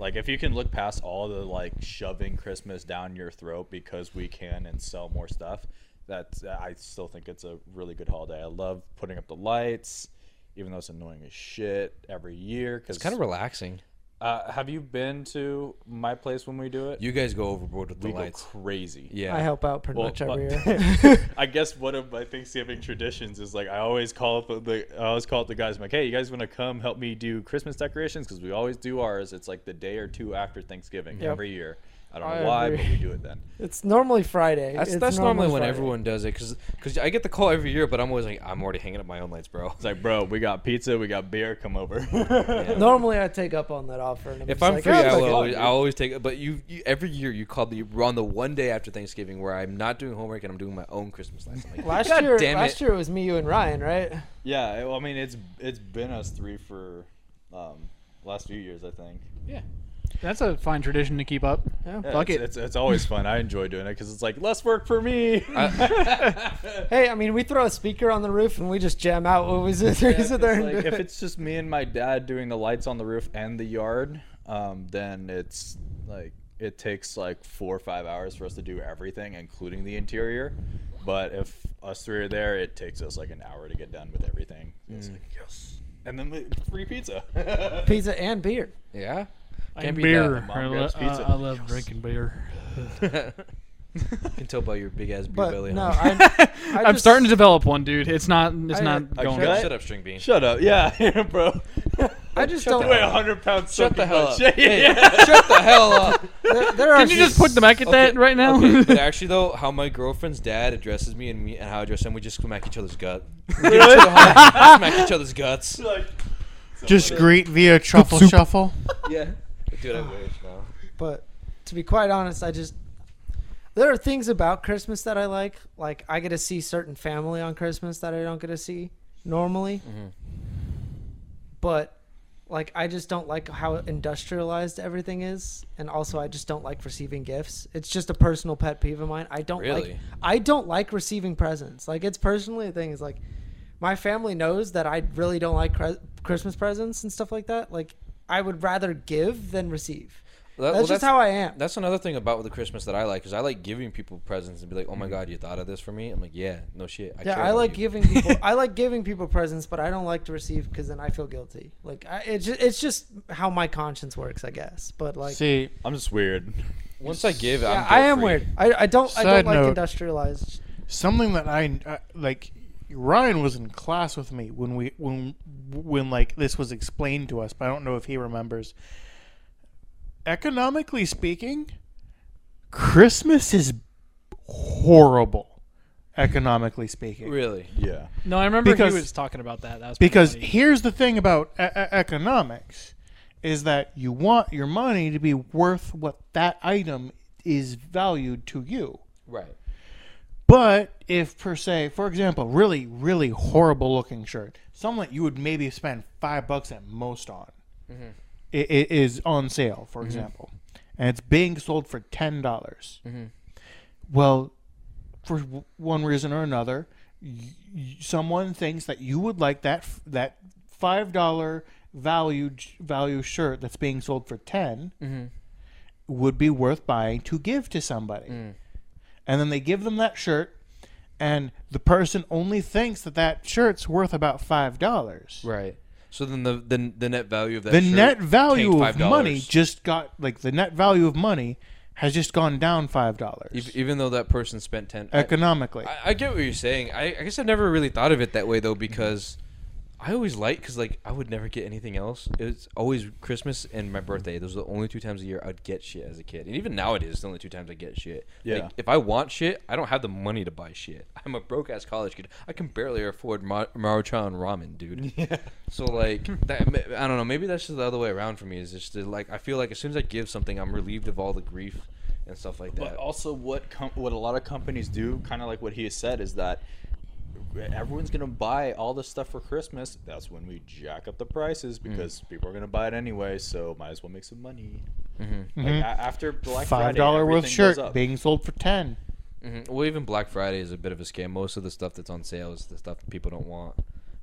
[SPEAKER 3] Like if you can look past all the like shoving Christmas down your throat because we can and sell more stuff, that's I still think it's a really good holiday. I love putting up the lights, even though it's annoying as shit every year. Because
[SPEAKER 2] it's kind of relaxing.
[SPEAKER 3] uh, have you been to my place when we do it?
[SPEAKER 2] You guys go overboard with the
[SPEAKER 3] we
[SPEAKER 2] lights.
[SPEAKER 3] go crazy.
[SPEAKER 2] yeah,
[SPEAKER 4] I help out pretty much every
[SPEAKER 3] but-
[SPEAKER 4] year.
[SPEAKER 3] I guess one of my Thanksgiving traditions is like I always call up the I always call up the guys. I'm like, hey, you guys want to come help me do Christmas decorations? Because we always do ours. It's like the day or two after Thanksgiving
[SPEAKER 4] Yep.
[SPEAKER 3] every year. I don't know
[SPEAKER 4] I
[SPEAKER 3] why,
[SPEAKER 4] agree.
[SPEAKER 3] but we do it then.
[SPEAKER 4] It's normally Friday.
[SPEAKER 2] that's
[SPEAKER 4] It's
[SPEAKER 2] that's normally, when
[SPEAKER 4] Friday.
[SPEAKER 2] everyone does it, cause 'cause I get the call every year, but I'm always like, I'm already hanging up my own lights, bro.
[SPEAKER 3] It's like, bro, we got pizza, we got beer. Come over.
[SPEAKER 4] Normally, I take up on that offer. And I'm
[SPEAKER 2] If
[SPEAKER 4] just
[SPEAKER 2] I'm
[SPEAKER 4] like,
[SPEAKER 2] free,
[SPEAKER 4] "Oh,
[SPEAKER 2] I
[SPEAKER 4] fuck
[SPEAKER 2] will.
[SPEAKER 4] it."
[SPEAKER 2] Always, I always take. it, But you, you, every year, you call the on the one day after Thanksgiving where I'm not doing homework and I'm doing my own Christmas lights. I'm like,
[SPEAKER 4] Last
[SPEAKER 2] "God
[SPEAKER 4] year,
[SPEAKER 2] damn
[SPEAKER 4] last
[SPEAKER 2] it."
[SPEAKER 4] year it was me, you, and Ryan, right?
[SPEAKER 3] yeah, well, I mean, it's it's been us three for um, last few years, I think.
[SPEAKER 5] Yeah. That's a fine tradition to keep up.
[SPEAKER 4] Yeah.
[SPEAKER 5] Fuck
[SPEAKER 3] it's,
[SPEAKER 5] it.
[SPEAKER 3] It's, it's always fun. I enjoy doing it because it's like less work for me.
[SPEAKER 4] Hey, I mean, we throw a speaker on the roof and we just jam out. What was it?
[SPEAKER 3] Yeah,
[SPEAKER 4] We sit there
[SPEAKER 3] it's
[SPEAKER 4] and
[SPEAKER 3] like,
[SPEAKER 4] do
[SPEAKER 3] if
[SPEAKER 4] it.
[SPEAKER 3] it's just me and my dad doing the lights on the roof and the yard, um, then it's like it takes like four or five hours for us to do everything, including the interior. But if us three are there, it takes us like an hour to get done with everything. It's like yes, and then we- free pizza.
[SPEAKER 4] pizza and beer.
[SPEAKER 2] Yeah.
[SPEAKER 5] And
[SPEAKER 2] be
[SPEAKER 5] beer.
[SPEAKER 3] Mom
[SPEAKER 5] I, lo-
[SPEAKER 3] grabs pizza.
[SPEAKER 5] I- I love drinking beer.
[SPEAKER 2] that. can tell by your big ass beer
[SPEAKER 4] But
[SPEAKER 2] belly.
[SPEAKER 4] no,
[SPEAKER 2] huh?
[SPEAKER 4] I, I
[SPEAKER 5] I'm
[SPEAKER 4] just-
[SPEAKER 5] starting to develop one, dude. It's not. It's
[SPEAKER 4] I-
[SPEAKER 5] not
[SPEAKER 3] I
[SPEAKER 5] going.
[SPEAKER 3] should-
[SPEAKER 2] shut up, string bean.
[SPEAKER 3] Shut up, yeah, bro.
[SPEAKER 4] I just
[SPEAKER 3] Shut
[SPEAKER 4] don't.
[SPEAKER 3] Weigh hundred pounds.
[SPEAKER 2] Shut the
[SPEAKER 3] soaking
[SPEAKER 2] hell
[SPEAKER 3] wet.
[SPEAKER 2] up. Hey, shut the hell up.
[SPEAKER 4] There, there are
[SPEAKER 5] Can you just put the mic at
[SPEAKER 2] Okay,
[SPEAKER 5] that right now?
[SPEAKER 2] okay, but actually, though, how my girlfriend's dad addresses me and me and how I address him, we just smack each other's gut. We get to the heart, smack each other's guts.
[SPEAKER 3] Like,
[SPEAKER 1] Just greet via truffle shuffle.
[SPEAKER 2] Yeah. Dude, I wish now.
[SPEAKER 4] But to be quite honest, I just there are things about Christmas that I like. Like I get to see certain family on Christmas that I don't get to see normally. But like I just don't like how industrialized everything is, and also I just don't like receiving gifts. It's just a personal pet peeve of mine. I don't like
[SPEAKER 2] Really?
[SPEAKER 4] I don't like receiving presents. Like it's personally a thing. Is like my family knows that I really don't like cre- Christmas presents and stuff like that. Like I would rather give than receive.
[SPEAKER 2] That-
[SPEAKER 4] That's
[SPEAKER 2] well,
[SPEAKER 4] just how I am.
[SPEAKER 2] That's another thing about the Christmas that I like, because I like giving people presents and be like, "Oh my God, you thought of this for me?" I'm like, "Yeah, no shit." I
[SPEAKER 4] yeah,
[SPEAKER 2] care
[SPEAKER 4] I
[SPEAKER 2] about
[SPEAKER 4] like
[SPEAKER 2] you."
[SPEAKER 4] giving people. I like giving people presents, but I don't like to receive because then I feel guilty. Like I, it's just, it's just how my conscience works, I guess. But like,
[SPEAKER 1] See,
[SPEAKER 3] I'm just weird.
[SPEAKER 2] Once I give,
[SPEAKER 4] yeah,
[SPEAKER 2] I'm
[SPEAKER 4] I am
[SPEAKER 2] guilt-free.
[SPEAKER 4] weird. I, I don't I
[SPEAKER 1] Side
[SPEAKER 4] don't like
[SPEAKER 1] note.
[SPEAKER 4] industrialized.
[SPEAKER 1] something that I uh, like. Ryan was in class with me when we when when like this was explained to us, but I don't know if he remembers. Economically speaking, Christmas is horrible. Economically speaking,
[SPEAKER 2] Really?
[SPEAKER 3] Yeah.
[SPEAKER 5] No, I remember
[SPEAKER 1] Because-
[SPEAKER 5] he was talking about that. That was pretty
[SPEAKER 1] because
[SPEAKER 5] funny.
[SPEAKER 1] here's the thing about e- e- economics is that you want your money to be worth what that item is valued to you.
[SPEAKER 2] Right.
[SPEAKER 1] But if per se, for example, really, really horrible looking shirt, something that you would maybe spend five bucks at most on, i i is on sale, for example, and it's being sold for ten dollars. well, for w- one reason or another, y- y- someone thinks that you would like that f- that five dollar value j- value shirt that's being sold for 10 would be worth buying to give to somebody, and then they give them that shirt, and the person only thinks that that shirt's worth about five dollars.
[SPEAKER 2] Right. So then the the, the net value of that
[SPEAKER 1] The
[SPEAKER 2] shirt
[SPEAKER 1] net value
[SPEAKER 2] tanked
[SPEAKER 1] of money
[SPEAKER 2] $5.
[SPEAKER 1] just got like the net value of money has just gone down five
[SPEAKER 2] Ev-
[SPEAKER 1] dollars
[SPEAKER 2] even though that person spent ten. I-
[SPEAKER 1] economically.
[SPEAKER 2] I, I get what you're saying. I, I guess I've never really thought of it that way though, because I always like because like I would never get anything else. It's always Christmas and my birthday. Those are the only two times a year I'd get shit as a kid, and even nowadays it's the only two times I get shit.
[SPEAKER 3] Yeah.
[SPEAKER 2] Like, if I want shit, I don't have the money to buy shit. I'm a broke ass college kid. I can barely afford ma- Maruchan ramen, dude. Yeah. So like that, I don't know. Maybe that's just the other way around for me. Is just that, like I feel like as soon as I give something, I'm relieved of all the grief and stuff like that.
[SPEAKER 3] But also, what com- what a lot of companies do, kind of like what he has said, is that everyone's gonna buy all this stuff for Christmas. That's when we jack up the prices because people are gonna buy it anyway. So might as well make some money. Like, a- after Black
[SPEAKER 1] Mm-hmm. Five
[SPEAKER 3] Friday,
[SPEAKER 1] dollar worth
[SPEAKER 3] everything goes
[SPEAKER 1] shirt
[SPEAKER 3] up.
[SPEAKER 1] being sold for ten.
[SPEAKER 2] Mhm. Well, even Black Friday is a bit of a scam. Most of the stuff that's on sale is the stuff that people don't want,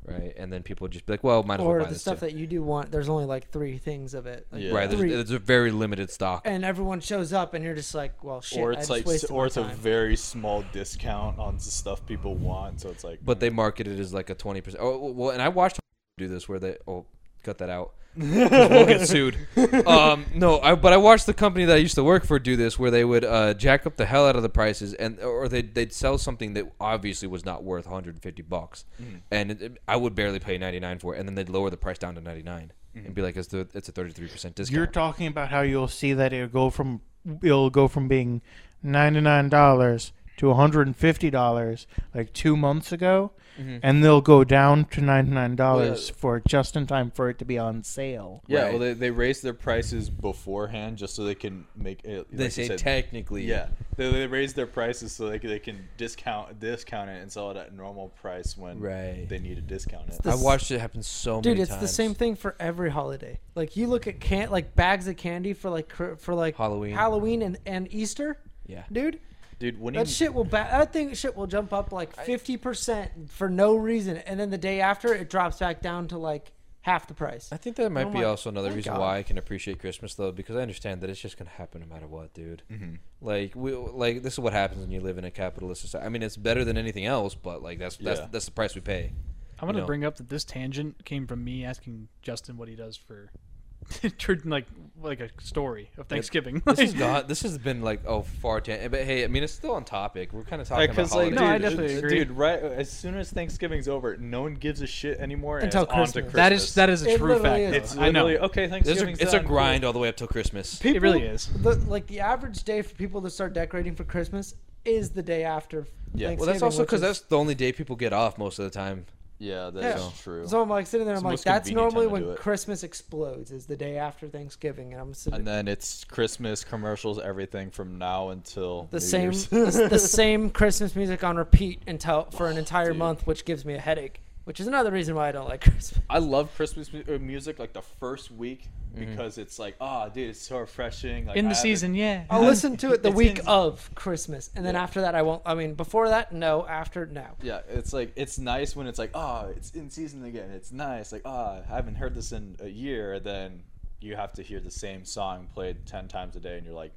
[SPEAKER 2] right? And then people just be like, "Well, might as well
[SPEAKER 4] or
[SPEAKER 2] buy
[SPEAKER 4] the
[SPEAKER 2] this
[SPEAKER 4] stuff
[SPEAKER 2] too."
[SPEAKER 4] that you do want. There's only like three things of it. Like,
[SPEAKER 3] Yeah.
[SPEAKER 2] Right? There's,
[SPEAKER 4] Three-
[SPEAKER 2] there's a very limited stock.
[SPEAKER 4] and everyone shows up, and you're just like, well, shit.
[SPEAKER 3] or
[SPEAKER 4] I
[SPEAKER 3] it's
[SPEAKER 4] just
[SPEAKER 3] like,
[SPEAKER 4] wasted
[SPEAKER 3] or
[SPEAKER 4] my
[SPEAKER 3] it's a
[SPEAKER 4] time.
[SPEAKER 3] very small discount on the stuff people want. So it's like,
[SPEAKER 2] but they market it as like a 20%. Oh, well, and I watched do this where they oh, cut that out. 'Cause we'll get sued. Um, no, I, but I watched the company that I used to work for do this where they would uh, jack up the hell out of the prices and or they'd, they'd sell something that obviously was not worth 150 bucks and it, it- I would barely pay 99 for it and then they'd lower the price down to 99 and be like it's, the, it's a 33% discount.
[SPEAKER 1] You're talking about how you'll see that it'll go from it'll go from being ninety nine dollars to one hundred and fifty dollars like two months ago,
[SPEAKER 2] Mm-hmm.
[SPEAKER 1] and they'll go down to ninety nine dollars for just in time for it to be on sale.
[SPEAKER 3] yeah,
[SPEAKER 2] Right.
[SPEAKER 3] well, they, they raise their prices beforehand just so they can make it.
[SPEAKER 2] they
[SPEAKER 3] like you
[SPEAKER 2] say
[SPEAKER 3] said,
[SPEAKER 2] technically
[SPEAKER 3] Yeah, they, they raise their prices so they, c- they can discount discount it and sell it at normal price when
[SPEAKER 2] Right.
[SPEAKER 3] they need to discount it.
[SPEAKER 4] the
[SPEAKER 2] I
[SPEAKER 4] s-
[SPEAKER 2] watched it happen so
[SPEAKER 4] Dude,
[SPEAKER 2] many
[SPEAKER 4] it's
[SPEAKER 2] times.
[SPEAKER 4] the same thing for every holiday. Like you look at can like bags of candy for like cr- for like
[SPEAKER 2] Halloween.
[SPEAKER 4] Halloween and, and Easter.
[SPEAKER 2] Yeah.
[SPEAKER 4] dude,
[SPEAKER 3] Dude, when
[SPEAKER 4] that
[SPEAKER 3] you,
[SPEAKER 4] shit will ba- that thing shit will jump up like fifty percent for no reason, and then the day after it drops back down to like half the price.
[SPEAKER 2] I think that might
[SPEAKER 4] Oh
[SPEAKER 2] be
[SPEAKER 4] my-
[SPEAKER 2] also another
[SPEAKER 4] thank
[SPEAKER 2] reason
[SPEAKER 4] God.
[SPEAKER 2] why I can appreciate Christmas though, because I understand that it's just gonna happen no matter what, dude.
[SPEAKER 3] Mm-hmm.
[SPEAKER 2] Like we, like this is what happens when you live in a capitalist society. I mean, it's better than anything else, but like that's that's
[SPEAKER 3] Yeah.
[SPEAKER 2] that's the price we pay.
[SPEAKER 5] I'm gonna
[SPEAKER 2] know.
[SPEAKER 5] bring up that this tangent came from me asking Justin what he does for, tr- like like a story of Thanksgiving.
[SPEAKER 2] This is not. This has been like oh far tan. But hey, I mean, it's still on topic. We're kind of talking about
[SPEAKER 3] because like,
[SPEAKER 2] holidays.
[SPEAKER 5] No, I
[SPEAKER 3] dude,
[SPEAKER 5] definitely
[SPEAKER 3] it's-
[SPEAKER 5] agree.
[SPEAKER 3] dude, right as soon as Thanksgiving's over, no one gives a shit anymore and
[SPEAKER 4] Until
[SPEAKER 3] it's on to
[SPEAKER 4] Christmas.
[SPEAKER 5] that is that is a
[SPEAKER 4] It
[SPEAKER 5] true fact.
[SPEAKER 4] literally is.
[SPEAKER 5] though.
[SPEAKER 3] It's
[SPEAKER 5] I know.
[SPEAKER 3] literally okay.
[SPEAKER 2] There's a-
[SPEAKER 3] Thanksgiving's
[SPEAKER 2] it's a
[SPEAKER 3] done, cool.
[SPEAKER 2] grind all the way up till Christmas.
[SPEAKER 5] It really is.
[SPEAKER 4] The, like the average day for people to start decorating for Christmas is the day after.
[SPEAKER 3] Yeah.
[SPEAKER 2] Well, that's
[SPEAKER 4] Thanksgiving,
[SPEAKER 2] also
[SPEAKER 4] which
[SPEAKER 2] because
[SPEAKER 4] is-
[SPEAKER 2] that's the only day people get off most of the time.
[SPEAKER 3] Yeah, that
[SPEAKER 4] Yeah.
[SPEAKER 3] is true.
[SPEAKER 4] So I'm like sitting there, I'm
[SPEAKER 3] It's the
[SPEAKER 4] like,
[SPEAKER 3] most
[SPEAKER 4] that's
[SPEAKER 3] convenient
[SPEAKER 4] normally
[SPEAKER 3] time to
[SPEAKER 4] when
[SPEAKER 3] do it."
[SPEAKER 4] Christmas explodes, is the day after Thanksgiving, and I'm sitting.
[SPEAKER 3] and then it's Christmas commercials, everything from now until
[SPEAKER 4] the
[SPEAKER 3] New
[SPEAKER 4] same
[SPEAKER 3] Year's.
[SPEAKER 4] the, the same Christmas music on repeat until for an entire
[SPEAKER 3] Oh, Dude.
[SPEAKER 4] month, which gives me a headache. Which is another reason why I don't like Christmas.
[SPEAKER 3] I love Christmas mu- uh, music like the first week because it's like, oh, dude, it's so refreshing. Like,
[SPEAKER 5] In
[SPEAKER 3] I
[SPEAKER 5] the
[SPEAKER 3] haven't-
[SPEAKER 5] season, yeah.
[SPEAKER 4] I'll listen to it the
[SPEAKER 3] It's
[SPEAKER 4] week
[SPEAKER 3] in-
[SPEAKER 4] of Christmas, and then
[SPEAKER 3] Yeah.
[SPEAKER 4] after that I won't. I mean, before that, no. After no.
[SPEAKER 3] Yeah, it's like it's nice when it's like, oh, it's in season again. It's nice. Like, oh, I haven't heard this in a year. Then you have to hear the same song played ten times a day, and you're like,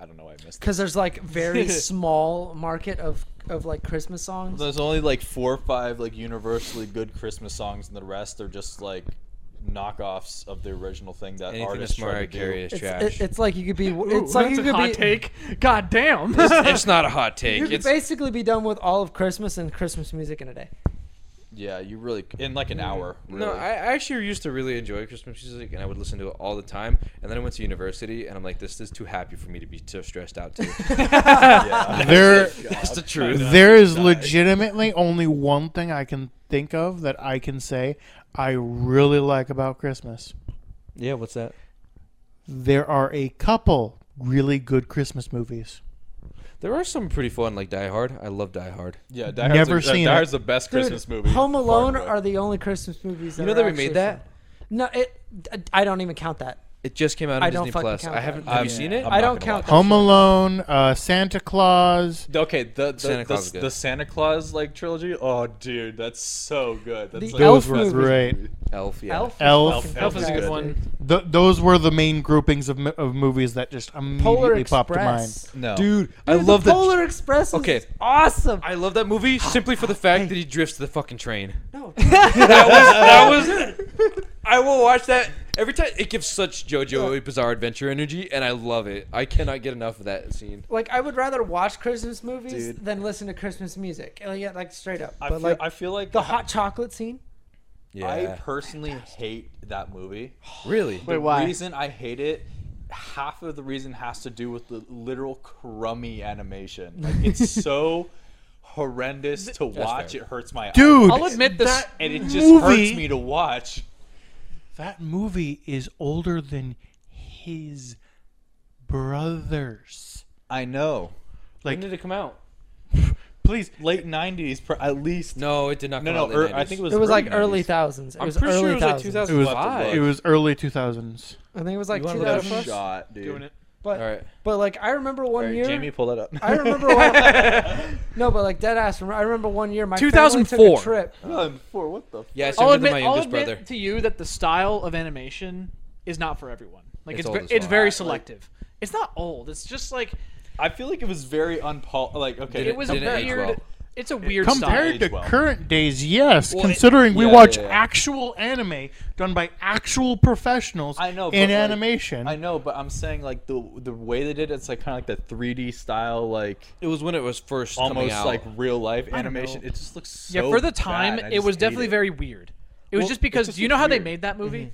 [SPEAKER 3] I don't know, why I missed.
[SPEAKER 4] Because there's like very small market of of like Christmas songs.
[SPEAKER 3] There's only like four or five like universally good Christmas songs, and the rest are just like knockoffs of the original thing that
[SPEAKER 2] Anything
[SPEAKER 3] artists
[SPEAKER 2] that's
[SPEAKER 3] try to
[SPEAKER 2] Mariah
[SPEAKER 3] do.
[SPEAKER 2] Carey is
[SPEAKER 4] it's,
[SPEAKER 2] trash.
[SPEAKER 4] it- it's like you could be.
[SPEAKER 5] Ooh,
[SPEAKER 4] It's like
[SPEAKER 5] that's
[SPEAKER 4] you
[SPEAKER 5] a
[SPEAKER 4] could
[SPEAKER 5] hot
[SPEAKER 4] be.
[SPEAKER 5] take. God damn.
[SPEAKER 2] it's not a hot take.
[SPEAKER 4] You could
[SPEAKER 2] It's
[SPEAKER 4] basically be done with all of Christmas and Christmas music in a day.
[SPEAKER 3] Yeah, you really in like an hour. Really.
[SPEAKER 2] Mm. No, I I actually used to really enjoy Christmas music, and I would listen to it all the time. And then I went to university, and I'm like, this is too happy for me to be so stressed out too.
[SPEAKER 3] yeah.
[SPEAKER 1] There,
[SPEAKER 2] That's the truth.
[SPEAKER 1] there is legitimately only one thing I can think of that I can say I really like about Christmas.
[SPEAKER 2] Yeah, what's that?
[SPEAKER 1] There are a couple really good Christmas movies.
[SPEAKER 2] There are some pretty fun, like Die Hard. I love Die Hard.
[SPEAKER 3] yeah, Die Hard's
[SPEAKER 1] Never
[SPEAKER 3] a-
[SPEAKER 1] seen
[SPEAKER 3] Die
[SPEAKER 1] it.
[SPEAKER 3] Hard's the best
[SPEAKER 4] Dude,
[SPEAKER 3] Christmas movie.
[SPEAKER 4] Home
[SPEAKER 3] far and
[SPEAKER 4] Alone
[SPEAKER 3] away.
[SPEAKER 4] are the only Christmas movies. That
[SPEAKER 2] You know
[SPEAKER 4] are
[SPEAKER 2] that we
[SPEAKER 4] actually
[SPEAKER 2] made that?
[SPEAKER 4] fun. No, it. I don't even count that.
[SPEAKER 2] It just came out on
[SPEAKER 4] I don't
[SPEAKER 2] Disney
[SPEAKER 4] fucking
[SPEAKER 2] Plus.
[SPEAKER 4] count
[SPEAKER 2] I
[SPEAKER 4] that.
[SPEAKER 2] haven't.
[SPEAKER 3] I'm-
[SPEAKER 2] Have you seen it?
[SPEAKER 3] I'm not
[SPEAKER 4] I don't
[SPEAKER 3] gonna
[SPEAKER 4] count
[SPEAKER 3] watch
[SPEAKER 1] Home Alone, uh, Santa Claus.
[SPEAKER 3] Okay, the
[SPEAKER 2] Santa
[SPEAKER 3] the Santa
[SPEAKER 2] Claus is
[SPEAKER 3] Claus,
[SPEAKER 2] good.
[SPEAKER 3] the, Santa Claus like trilogy. Oh, dude, that's so good. That's
[SPEAKER 4] The
[SPEAKER 3] like,
[SPEAKER 4] Elf
[SPEAKER 1] Those were
[SPEAKER 4] movies.
[SPEAKER 1] great.
[SPEAKER 2] Elf. Yeah.
[SPEAKER 4] Elf.
[SPEAKER 1] Elf.
[SPEAKER 4] fucking
[SPEAKER 5] Elf is a good
[SPEAKER 4] fantastic.
[SPEAKER 5] one.
[SPEAKER 1] Th- those were the main groupings of, m- of movies that just
[SPEAKER 4] Polar
[SPEAKER 1] immediately
[SPEAKER 4] Express.
[SPEAKER 1] popped to mind.
[SPEAKER 3] no,
[SPEAKER 2] Dude, I
[SPEAKER 4] Dude,
[SPEAKER 2] love
[SPEAKER 4] the
[SPEAKER 2] the.
[SPEAKER 4] Polar Express. Is
[SPEAKER 2] Okay.
[SPEAKER 4] awesome.
[SPEAKER 2] I love that movie simply for the fact that he drifts to the fucking train.
[SPEAKER 4] no,
[SPEAKER 2] That was that was. I will watch that every time. It gives such JoJo Bizarre Adventure energy, and I love it. I cannot get enough of that scene.
[SPEAKER 4] like I would rather watch Christmas movies
[SPEAKER 3] Dude.
[SPEAKER 4] than listen to Christmas music. Like, yeah, like straight up.
[SPEAKER 3] I
[SPEAKER 4] but
[SPEAKER 3] feel,
[SPEAKER 4] like
[SPEAKER 3] I feel like
[SPEAKER 4] the hot chocolate scene.
[SPEAKER 3] I personally hate that movie.
[SPEAKER 2] really.
[SPEAKER 3] The
[SPEAKER 6] why?
[SPEAKER 3] reason I hate it, half of the reason has to do with the literal crummy animation. Like it's so horrendous to watch.
[SPEAKER 2] fair.
[SPEAKER 3] It hurts my
[SPEAKER 1] Dude,
[SPEAKER 5] I'll admit this.
[SPEAKER 1] that-
[SPEAKER 3] eyes, and it just
[SPEAKER 1] movie-
[SPEAKER 3] hurts me to watch.
[SPEAKER 1] That movie is older than his brothers.
[SPEAKER 3] I know.
[SPEAKER 1] Like,
[SPEAKER 2] it come out?
[SPEAKER 1] please,
[SPEAKER 3] Late '90s, pr- at least.
[SPEAKER 2] No, it did not.
[SPEAKER 3] no,
[SPEAKER 2] come
[SPEAKER 3] no.
[SPEAKER 2] out in
[SPEAKER 3] er-
[SPEAKER 2] the
[SPEAKER 3] I think it
[SPEAKER 2] 90s.
[SPEAKER 3] was.
[SPEAKER 4] It was like early
[SPEAKER 3] 90s.
[SPEAKER 4] thousands. It
[SPEAKER 2] I'm
[SPEAKER 4] was
[SPEAKER 2] pretty
[SPEAKER 4] early
[SPEAKER 2] sure it was like
[SPEAKER 4] thousands.
[SPEAKER 2] 2005.
[SPEAKER 1] It was-
[SPEAKER 3] Fuck.
[SPEAKER 1] it was early 2000s.
[SPEAKER 4] I think it was like
[SPEAKER 2] You wanna look it up?
[SPEAKER 4] 2000 plus.
[SPEAKER 3] shot, dude.
[SPEAKER 5] Doing it.
[SPEAKER 4] But
[SPEAKER 2] All right.
[SPEAKER 4] but like I remember one
[SPEAKER 3] Alright,
[SPEAKER 4] year.
[SPEAKER 3] Jamie, pull that up.
[SPEAKER 4] I remember one. no, but like dead ass. I remember one year my family took
[SPEAKER 5] 2004.
[SPEAKER 4] a trip.
[SPEAKER 3] Run for what the?
[SPEAKER 2] Yeah, it's
[SPEAKER 5] I'll
[SPEAKER 2] younger than
[SPEAKER 5] admit,
[SPEAKER 2] my
[SPEAKER 5] I'll
[SPEAKER 2] youngest
[SPEAKER 5] admit
[SPEAKER 2] brother.
[SPEAKER 5] to you that the style of animation is not for everyone. Like
[SPEAKER 2] It's
[SPEAKER 5] it's
[SPEAKER 2] old
[SPEAKER 5] ve-
[SPEAKER 2] as
[SPEAKER 5] it's,
[SPEAKER 2] fuck.
[SPEAKER 5] very selective. it's not old. It's just like
[SPEAKER 3] I feel like it was very unpol. Like okay,
[SPEAKER 2] Did
[SPEAKER 5] it was a
[SPEAKER 2] didn't age
[SPEAKER 5] weird.
[SPEAKER 2] well.
[SPEAKER 5] It's a weird
[SPEAKER 1] Compared
[SPEAKER 5] style.
[SPEAKER 1] to
[SPEAKER 3] Age well.
[SPEAKER 1] current days, yes.
[SPEAKER 2] Well, it-
[SPEAKER 1] considering we
[SPEAKER 3] yeah,
[SPEAKER 1] watch
[SPEAKER 3] yeah, yeah.
[SPEAKER 1] actual anime done by actual professionals
[SPEAKER 3] I know,
[SPEAKER 1] in
[SPEAKER 3] but, like,
[SPEAKER 1] animation.
[SPEAKER 3] I know, but I'm saying like the the way they did it, it's like kind of like the 3D style, like
[SPEAKER 2] It was when it was first coming
[SPEAKER 3] almost
[SPEAKER 2] out.
[SPEAKER 3] like real life
[SPEAKER 5] don't
[SPEAKER 3] animation.
[SPEAKER 5] know.
[SPEAKER 3] It just looks so.
[SPEAKER 5] Yeah, for the time,
[SPEAKER 3] bad. I
[SPEAKER 5] it
[SPEAKER 3] just
[SPEAKER 5] was
[SPEAKER 3] hate
[SPEAKER 5] definitely
[SPEAKER 3] it.
[SPEAKER 5] very weird. It was
[SPEAKER 3] Well,
[SPEAKER 5] just
[SPEAKER 3] it
[SPEAKER 5] because
[SPEAKER 3] just
[SPEAKER 5] do you know how they
[SPEAKER 3] looks
[SPEAKER 5] made that movie?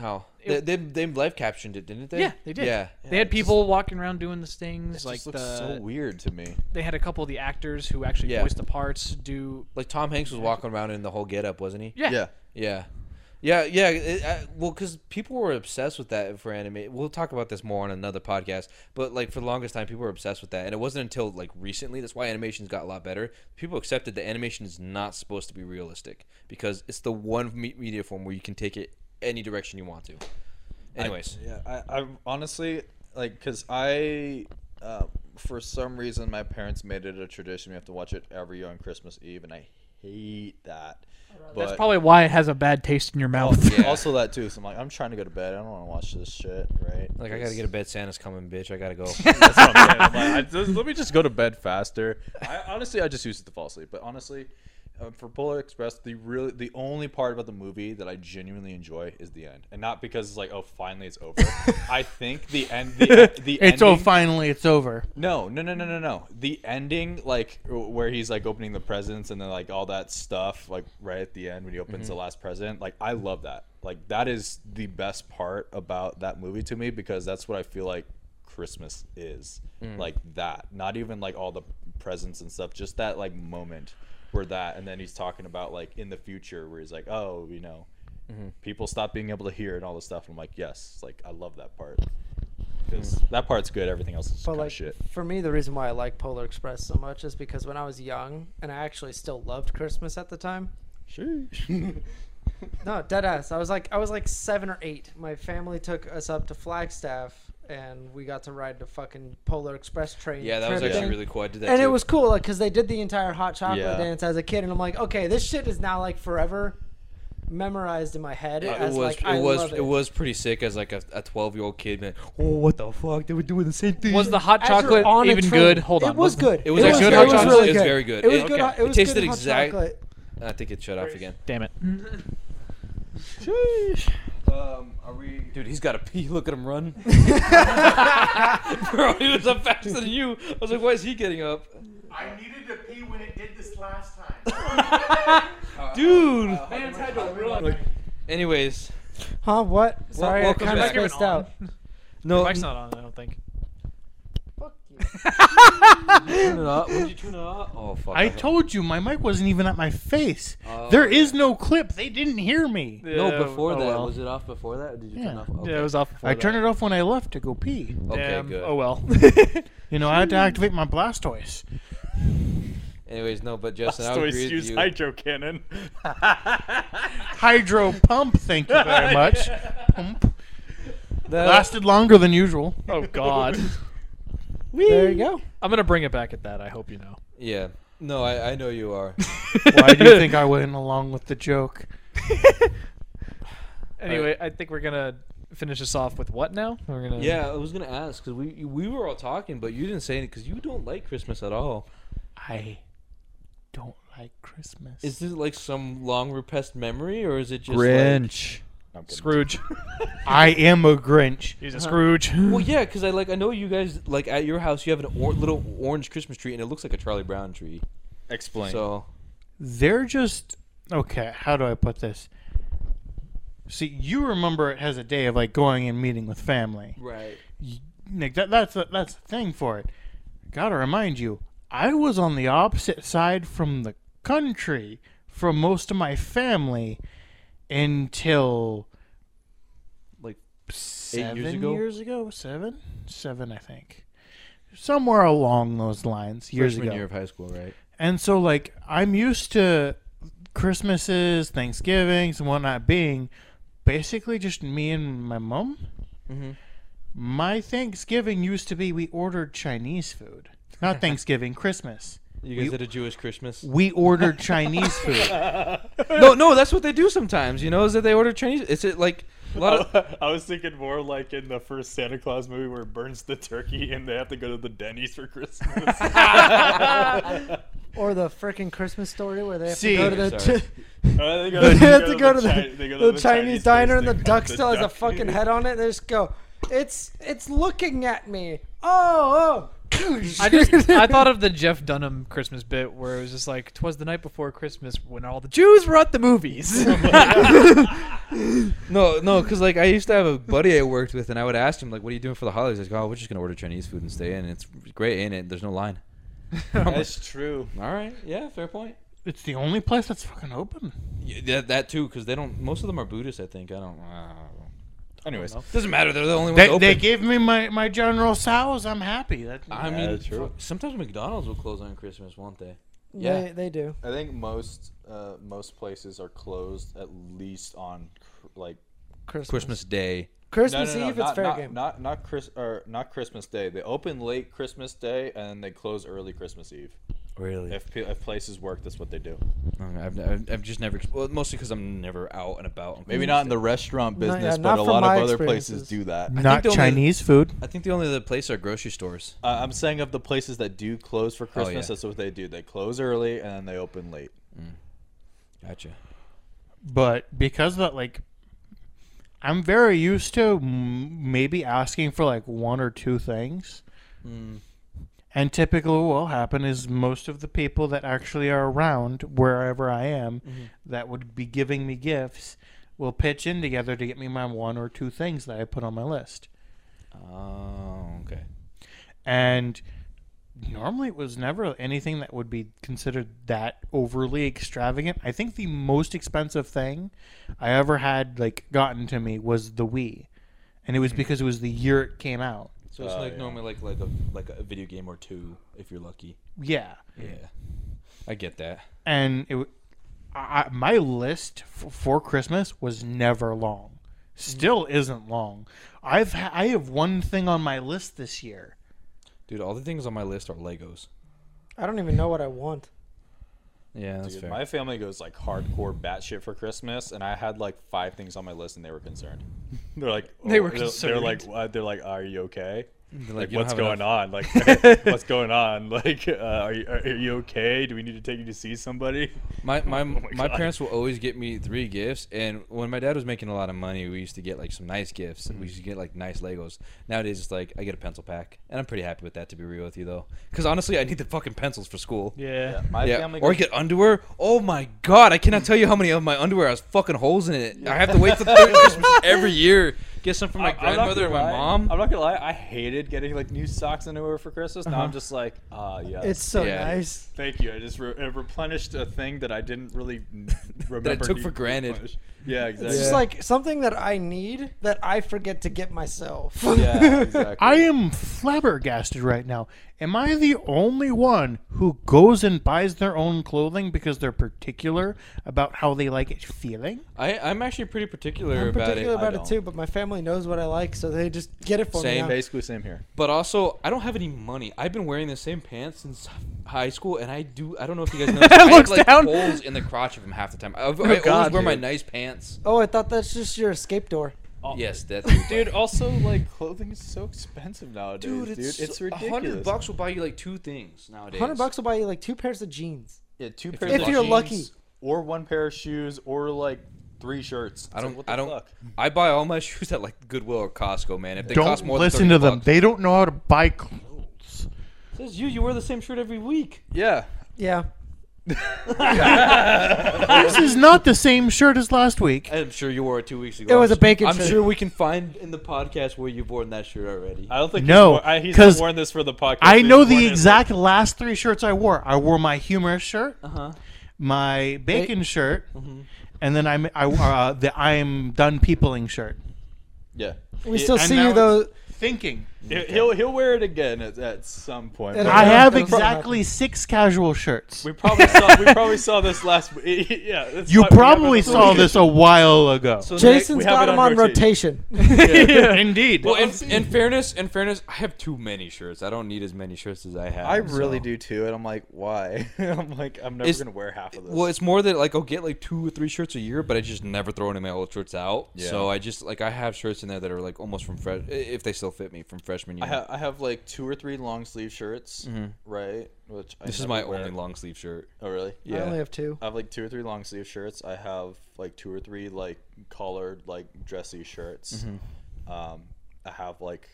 [SPEAKER 2] how
[SPEAKER 5] It-
[SPEAKER 2] they, they they live captioned it, didn't they?
[SPEAKER 5] Yeah, they did.
[SPEAKER 2] Yeah,
[SPEAKER 5] they had people walking around doing the things.
[SPEAKER 3] It
[SPEAKER 5] like
[SPEAKER 3] just looks
[SPEAKER 5] the,
[SPEAKER 3] so weird to me.
[SPEAKER 5] they had a couple of the actors who actually
[SPEAKER 2] Yeah.
[SPEAKER 5] voiced the parts do.
[SPEAKER 2] like Tom Hanks was walking around in the whole getup, wasn't he?
[SPEAKER 5] Yeah.
[SPEAKER 2] Yeah. Yeah, yeah. It, I, well, because people were obsessed with that for anime. We'll talk about this more on another podcast. But like for the longest time, people were obsessed with that, and it wasn't until like recently that's why animations got a lot better. People accepted that animation is not supposed to be realistic because it's the one me- media form where you can take it any direction you want to. Anyways,
[SPEAKER 3] Yeah, I, I honestly like because I, uh, for some reason, my parents made it a tradition. We have to watch it every year on Christmas Eve, and I hate that.
[SPEAKER 5] That's
[SPEAKER 3] But-
[SPEAKER 5] probably why it has a bad taste in your mouth.
[SPEAKER 2] Yeah.
[SPEAKER 3] Also that too. So I'm like, I'm trying to go to bed. I don't want to watch this shit, right?
[SPEAKER 2] like I gotta get a bed. Santa's coming, bitch. I gotta go.
[SPEAKER 3] That's what I'm saying. I'm like, I just- let me just go to bed faster. I, honestly, I just use it to fall asleep. But honestly, uh, for Polar Express, the really the only part about the movie that I genuinely enjoy is the end, and not because it's like, oh, finally it's over. I think the end, the, e, the
[SPEAKER 1] it's
[SPEAKER 3] ending,
[SPEAKER 1] oh, finally, it's over.
[SPEAKER 3] no, no, no, no, no, no. The ending, like w- where he's like opening the presents and then like all that stuff, like right at the end when he opens
[SPEAKER 4] Mm-hmm.
[SPEAKER 3] the last present. Like I love that. Like that is the best part about that movie to me because that's what I feel like Christmas is.
[SPEAKER 4] Mm.
[SPEAKER 3] Like that. Not even like all the presents and stuff. Just that like moment where that, and then he's talking about like in the future where he's like, oh, you know.
[SPEAKER 4] Mm-hmm.
[SPEAKER 3] People stop being able to hear and all this stuff. And I'm like, yes, like I love that part because that part's good. Everything else is
[SPEAKER 4] Mm. But
[SPEAKER 3] kind
[SPEAKER 4] like
[SPEAKER 3] of shit.
[SPEAKER 4] for me, the reason why I like Polar Express so much is because when I was young, and I actually still loved Christmas at the time. No, dead ass. I was like I was like seven or eight. My family took us up to Flagstaff, and we got to ride the fucking Polar Express train.
[SPEAKER 2] yeah, that was
[SPEAKER 4] trip
[SPEAKER 2] actually
[SPEAKER 4] thing.
[SPEAKER 2] really cool. I did that.
[SPEAKER 4] And it
[SPEAKER 2] too.
[SPEAKER 4] was cool, like, cause they did the entire hot chocolate
[SPEAKER 3] Yeah.
[SPEAKER 4] dance as a kid, and I'm like, okay, this shit is now like forever memorized in my head.
[SPEAKER 2] Yeah,
[SPEAKER 4] as,
[SPEAKER 2] Uh, it was
[SPEAKER 4] like,
[SPEAKER 2] it
[SPEAKER 4] I
[SPEAKER 2] was
[SPEAKER 4] love
[SPEAKER 2] it. was pretty sick as like a, a 12 year old kid man oh what the fuck they were doing the same thing
[SPEAKER 5] Was the hot
[SPEAKER 4] As you're
[SPEAKER 5] chocolate
[SPEAKER 4] on a
[SPEAKER 5] even
[SPEAKER 4] train.
[SPEAKER 5] good? Hold on.
[SPEAKER 4] It was
[SPEAKER 5] the-
[SPEAKER 4] good.
[SPEAKER 2] It was
[SPEAKER 5] actually
[SPEAKER 4] good
[SPEAKER 5] hot
[SPEAKER 4] it
[SPEAKER 5] chocolate.
[SPEAKER 4] really
[SPEAKER 5] It
[SPEAKER 2] was
[SPEAKER 4] good.
[SPEAKER 2] very good.
[SPEAKER 4] It was
[SPEAKER 2] It-
[SPEAKER 4] good.
[SPEAKER 2] okay.
[SPEAKER 4] hot- It
[SPEAKER 2] It
[SPEAKER 4] was
[SPEAKER 2] tasted
[SPEAKER 4] good hot
[SPEAKER 2] exact-
[SPEAKER 4] chocolate.
[SPEAKER 2] I think it shut off again
[SPEAKER 5] Damn it.
[SPEAKER 3] Um, are we?
[SPEAKER 2] dude he's got a pee look at him run bro he was up faster than you I was like why is he getting up
[SPEAKER 1] I needed to pee when it did this last time.
[SPEAKER 2] dude anyways
[SPEAKER 4] Huh? What? Sorry,
[SPEAKER 2] welcome
[SPEAKER 4] I kind of
[SPEAKER 2] back.
[SPEAKER 4] spaced out.
[SPEAKER 2] no
[SPEAKER 5] Mike's not on. I don't think.
[SPEAKER 2] turn it up would you turn it up oh fuck
[SPEAKER 1] I told you my mic wasn't even at my face.
[SPEAKER 2] Oh.
[SPEAKER 1] there is no clip. They didn't hear me.
[SPEAKER 2] no before that was it off before that or did you turn
[SPEAKER 1] Yeah.
[SPEAKER 2] it off okay.
[SPEAKER 5] oh Yeah, it was off.
[SPEAKER 1] I turned it off when I left to go pee.
[SPEAKER 2] okay
[SPEAKER 5] Damn.
[SPEAKER 2] good
[SPEAKER 5] Oh well.
[SPEAKER 1] You know, I had to activate my Blastoise.
[SPEAKER 2] anyways no but Justin I would agree with you
[SPEAKER 3] hydro cannon.
[SPEAKER 1] Hydro pump, thank you very much. Pump. Lasted longer than usual.
[SPEAKER 5] Oh God.
[SPEAKER 4] There you go.
[SPEAKER 5] I'm gonna bring it back at that. I hope you know.
[SPEAKER 2] Yeah. No, I, I know you are.
[SPEAKER 1] Why do you think I went along with the joke?
[SPEAKER 5] Anyway, I think we're gonna finish this off with what now? We're gonna.
[SPEAKER 2] yeah, I was gonna ask because we we were all talking, but you didn't say anything because you don't like Christmas at all.
[SPEAKER 1] I don't like Christmas.
[SPEAKER 2] Is this like some long repressed memory, or is it just Like,
[SPEAKER 3] Grinch.
[SPEAKER 5] Scrooge.
[SPEAKER 1] I am a Grinch.
[SPEAKER 5] He's a Scrooge.
[SPEAKER 2] well, yeah, because I like I know you guys like at your house you have an or- little orange Christmas tree and it looks like a Charlie Brown tree.
[SPEAKER 3] Explain.
[SPEAKER 2] So
[SPEAKER 1] They're just okay. How do I put this? See, you remember it as a day of like going and meeting with family.
[SPEAKER 2] right.
[SPEAKER 1] Y- Nick, that, that's a, that's the thing for it. Gotta remind you, I was on the opposite side from the country from most of my family until
[SPEAKER 2] Like
[SPEAKER 1] seven
[SPEAKER 2] years ago?
[SPEAKER 1] years ago, seven, seven, I think, somewhere along those lines. Years
[SPEAKER 2] freshman
[SPEAKER 1] ago,
[SPEAKER 2] year of high school, right?
[SPEAKER 1] and so, like, I'm used to Christmases, Thanksgivings, and whatnot being basically just me and my mom.
[SPEAKER 2] Mhm.
[SPEAKER 1] My Thanksgiving used to be we ordered Chinese food. Not Thanksgiving, Christmas.
[SPEAKER 2] You guys
[SPEAKER 1] We-
[SPEAKER 2] had a Jewish Christmas.
[SPEAKER 1] We ordered Chinese food.
[SPEAKER 2] no, no, that's what they do sometimes. You know, is that they order Chinese? It's it like a lot of
[SPEAKER 3] I was thinking more like in the first Santa Claus movie where it burns the turkey and they have to go to the Denny's for Christmas.
[SPEAKER 4] Or the freaking Christmas story where they have
[SPEAKER 1] See,
[SPEAKER 4] to go to the
[SPEAKER 2] sorry.
[SPEAKER 3] Uh, they, go,
[SPEAKER 4] they have to
[SPEAKER 3] the
[SPEAKER 4] go to the,
[SPEAKER 3] Chi- they go to
[SPEAKER 4] the
[SPEAKER 3] the
[SPEAKER 4] Chinese diner
[SPEAKER 3] place
[SPEAKER 4] and the
[SPEAKER 3] to cut
[SPEAKER 4] duck still has a
[SPEAKER 3] duck.
[SPEAKER 4] fucking head on it. They just go, it's it's looking at me. Oh, oh.
[SPEAKER 5] I just I thought of the Jeff Dunham Christmas bit where it was just like, "Twas the night before Christmas when all the Jews were at the movies."
[SPEAKER 2] No, no, because like I used to have a buddy I worked with, and I would ask him like, "What are you doing for the holidays?" He's like, "Oh, we're just gonna order Chinese food and stay in. It's great, ain't it? There's no line."
[SPEAKER 3] That's true.
[SPEAKER 2] All right, yeah, fair point.
[SPEAKER 1] it's the only place that's fucking open.
[SPEAKER 2] Yeah, that, that too, because they don't. Most of them are Buddhists, I think. I don't. I don't know.
[SPEAKER 3] Anyways,
[SPEAKER 2] Doesn't matter. They're the only ones
[SPEAKER 1] They,
[SPEAKER 2] open.
[SPEAKER 1] they gave me my, my General Sows. I'm happy. That,
[SPEAKER 2] I
[SPEAKER 3] Yeah,
[SPEAKER 2] mean,
[SPEAKER 3] that's true.
[SPEAKER 2] fuck, sometimes McDonald's will close on Christmas, won't they?
[SPEAKER 4] yeah. they, they do.
[SPEAKER 3] I think most uh, most places are closed at least on cr- like
[SPEAKER 4] Christmas.
[SPEAKER 2] Christmas Day.
[SPEAKER 4] Christmas
[SPEAKER 3] no, no, no,
[SPEAKER 4] Eve,
[SPEAKER 3] not,
[SPEAKER 4] it's fair
[SPEAKER 3] not,
[SPEAKER 4] game.
[SPEAKER 3] Not not Chris or not Christmas Day. They open late Christmas Day and then they close early Christmas Eve.
[SPEAKER 2] Really?
[SPEAKER 3] If pe- if places work, that's what they do.
[SPEAKER 2] I've, I've, I've just never. ex- Well, mostly because I'm never out and about. Mm. on
[SPEAKER 3] Maybe
[SPEAKER 2] Christmas
[SPEAKER 3] not in
[SPEAKER 2] Day.
[SPEAKER 3] the restaurant
[SPEAKER 4] No, yeah,
[SPEAKER 3] business,
[SPEAKER 4] not
[SPEAKER 3] but a
[SPEAKER 4] from
[SPEAKER 3] lot
[SPEAKER 4] my
[SPEAKER 3] of other places
[SPEAKER 4] experiences.
[SPEAKER 3] do that.
[SPEAKER 1] not
[SPEAKER 2] the only-
[SPEAKER 1] Chinese food.
[SPEAKER 2] I think the only other place are grocery stores.
[SPEAKER 3] Uh, I'm saying of the places that do close for Christmas,
[SPEAKER 2] yeah.
[SPEAKER 3] that's what they do. They close early and then they open late.
[SPEAKER 2] Gotcha.
[SPEAKER 1] but because of that like i'm very used to m- maybe asking for like one or two things and typically what will happen is most of the people that actually are around wherever i am that would be giving me gifts will pitch in together to get me my one or two things that i put on my list
[SPEAKER 2] Oh, okay.
[SPEAKER 1] and normally it was never anything that would be considered that overly extravagant. I think the most expensive thing I ever had like gotten to me was the Wii, and it was because it was the year it came out.
[SPEAKER 2] So it's
[SPEAKER 3] Oh,
[SPEAKER 2] like
[SPEAKER 3] yeah.
[SPEAKER 2] normally like like a like a video game or two if you're lucky.
[SPEAKER 1] Yeah,
[SPEAKER 2] Yeah, I get that.
[SPEAKER 1] and it, w- I, I- my list f- for Christmas was never long. Still isn't long. I've ha- I have one thing on my list this year.
[SPEAKER 2] Dude, all the things on my list are Legos.
[SPEAKER 4] I don't even know what I want.
[SPEAKER 2] Yeah, that's
[SPEAKER 3] Dude,
[SPEAKER 2] fair.
[SPEAKER 3] my family goes like hardcore batshit for Christmas, and I had like five things on my list, and they were concerned. They're like,
[SPEAKER 5] They were
[SPEAKER 3] Oh, they're-
[SPEAKER 5] concerned.
[SPEAKER 3] They're like, what? they're like, are you okay?
[SPEAKER 2] They're
[SPEAKER 3] Like,
[SPEAKER 2] "You don't
[SPEAKER 3] what's
[SPEAKER 2] have
[SPEAKER 3] going
[SPEAKER 2] enough."
[SPEAKER 3] on? Like, what's going on? Like, uh, are, you, are, are you okay? Do we need to take you to see somebody?
[SPEAKER 2] My my my,
[SPEAKER 3] God.
[SPEAKER 2] parents will always get me three gifts, and when my dad was making a lot of money, we used to get like some nice gifts. and We used to get like nice Legos. Nowadays, it's like I get a pencil pack, and I'm pretty happy with that. To be real with you, though, because honestly, I need the fucking pencils for school.
[SPEAKER 5] yeah.
[SPEAKER 3] My
[SPEAKER 2] Yeah, or I get underwear. Oh my god, I cannot tell you how many of my underwear has fucking holes in it. I have to wait till third Christmas every year. Get some from my
[SPEAKER 3] I'm not
[SPEAKER 2] grandmother and
[SPEAKER 3] gonna
[SPEAKER 2] my
[SPEAKER 3] lie.
[SPEAKER 2] mom.
[SPEAKER 3] I'm not gonna lie, I hated getting like new socks and underwear for Christmas.
[SPEAKER 2] Uh-huh.
[SPEAKER 3] Now I'm just like, ah, yeah.
[SPEAKER 4] It's so
[SPEAKER 2] Yeah.
[SPEAKER 4] nice.
[SPEAKER 3] Thank you. I just re- it replenished a thing that I didn't really n- remember.
[SPEAKER 2] took
[SPEAKER 3] to
[SPEAKER 2] for granted.
[SPEAKER 3] replenish. Yeah, exactly.
[SPEAKER 4] It's just
[SPEAKER 2] Yeah.
[SPEAKER 4] like something that I need that I forget to get myself.
[SPEAKER 3] yeah, exactly.
[SPEAKER 1] I am flabbergasted right now. Am I the only one who goes and buys their own clothing because they're particular about how they like it feeling?
[SPEAKER 2] I, I'm actually pretty particular
[SPEAKER 4] I'm
[SPEAKER 2] about
[SPEAKER 4] particular
[SPEAKER 2] it.
[SPEAKER 4] about
[SPEAKER 3] I
[SPEAKER 4] it too, but my family family knows what I like, so they just get it for me.
[SPEAKER 2] Same
[SPEAKER 4] now.
[SPEAKER 3] Basically, same here.
[SPEAKER 2] But also, I don't have any money. I've been wearing the same pants since high school, and I do. I don't know if you guys know. I have
[SPEAKER 5] Looks
[SPEAKER 2] like
[SPEAKER 5] down.
[SPEAKER 2] holes in the crotch of them half the time. I've, I always
[SPEAKER 5] God,
[SPEAKER 2] wear my
[SPEAKER 3] dude.
[SPEAKER 2] nice pants.
[SPEAKER 4] Oh, I thought that's just your escape door.
[SPEAKER 2] Yes, that's
[SPEAKER 3] Dude, also like clothing is so expensive nowadays. Dude, it's,
[SPEAKER 2] so- a
[SPEAKER 3] ridiculous.
[SPEAKER 2] hundred bucks will buy you like two things nowadays.
[SPEAKER 4] Hundred bucks will buy you like two pairs of jeans.
[SPEAKER 3] Yeah, two
[SPEAKER 2] If
[SPEAKER 3] pairs.
[SPEAKER 2] you're
[SPEAKER 3] of
[SPEAKER 4] If you're
[SPEAKER 3] jeans
[SPEAKER 4] lucky.
[SPEAKER 3] or one pair of shoes, or like three shirts. It's
[SPEAKER 2] I don't.
[SPEAKER 3] Like, what the
[SPEAKER 2] I don't.
[SPEAKER 3] Fuck?
[SPEAKER 2] I buy all my shoes at like Goodwill or Costco, man. If they
[SPEAKER 1] Don't
[SPEAKER 2] cost more
[SPEAKER 1] listen
[SPEAKER 2] than
[SPEAKER 1] to
[SPEAKER 2] 30
[SPEAKER 1] them.
[SPEAKER 2] bucks.
[SPEAKER 1] They don't know how to buy clothes.
[SPEAKER 2] Says you. You wear the same shirt every week.
[SPEAKER 3] Yeah.
[SPEAKER 4] Yeah.
[SPEAKER 1] this is not the same shirt as last week.
[SPEAKER 2] I'm sure you wore it two weeks ago.
[SPEAKER 4] It was
[SPEAKER 2] I'm
[SPEAKER 4] a bacon
[SPEAKER 2] su- I'm
[SPEAKER 4] shirt.
[SPEAKER 2] sure we can find in the podcast where you've worn that shirt already.
[SPEAKER 3] I don't think
[SPEAKER 1] No,
[SPEAKER 3] He's, wor- I, he's
[SPEAKER 1] 'cause
[SPEAKER 3] not worn this for the podcast.
[SPEAKER 1] I
[SPEAKER 3] He's
[SPEAKER 1] know
[SPEAKER 3] worn
[SPEAKER 1] the
[SPEAKER 3] it-
[SPEAKER 1] exact last three shirts I wore. I wore my humorous shirt,
[SPEAKER 2] Uh-huh.
[SPEAKER 1] my bacon shirt, and then I'm I, uh, the I'm done peopling shirt.
[SPEAKER 3] Yeah.
[SPEAKER 4] We
[SPEAKER 3] He-
[SPEAKER 4] still
[SPEAKER 1] and
[SPEAKER 4] see
[SPEAKER 1] now
[SPEAKER 4] you though.
[SPEAKER 1] Thinking,
[SPEAKER 3] he- He'll he'll wear it again at, at some point.
[SPEAKER 4] And
[SPEAKER 3] but-
[SPEAKER 1] I have
[SPEAKER 4] That'll probably
[SPEAKER 1] exactly six casual shirts.
[SPEAKER 3] We probably saw we probably saw this last. Yeah. that's
[SPEAKER 1] You
[SPEAKER 3] why we have it
[SPEAKER 1] probably
[SPEAKER 3] on
[SPEAKER 1] saw
[SPEAKER 3] rotation.
[SPEAKER 1] this a while ago.
[SPEAKER 2] So the next-
[SPEAKER 4] Jason's
[SPEAKER 3] we have
[SPEAKER 4] got
[SPEAKER 3] it
[SPEAKER 4] him
[SPEAKER 3] on
[SPEAKER 4] on rotation.
[SPEAKER 1] Indeed.
[SPEAKER 2] Well, in, in fairness, in fairness, I have too many shirts. I don't need as many shirts as I have.
[SPEAKER 3] I really
[SPEAKER 2] so.
[SPEAKER 3] do too, and I'm like, why? I'm like, I'm never
[SPEAKER 2] It's-
[SPEAKER 3] gonna wear half of this.
[SPEAKER 2] Well, it's more that like I'll get like two or three shirts a year, but I just never throw any of my old shirts out.
[SPEAKER 3] Yeah.
[SPEAKER 2] So I just like I have shirts in there that are like almost from fresh, if they still fit me from freshman year.
[SPEAKER 3] I, ha- I have like two or three long sleeve shirts, right? Which I
[SPEAKER 2] this is
[SPEAKER 3] never
[SPEAKER 2] my
[SPEAKER 3] wear.
[SPEAKER 2] only long sleeve shirt.
[SPEAKER 3] Oh really?
[SPEAKER 4] I
[SPEAKER 2] Yeah.
[SPEAKER 4] only have two.
[SPEAKER 3] I have like two or three long sleeve shirts. I have like two or three like collared like dressy shirts. Um, I have like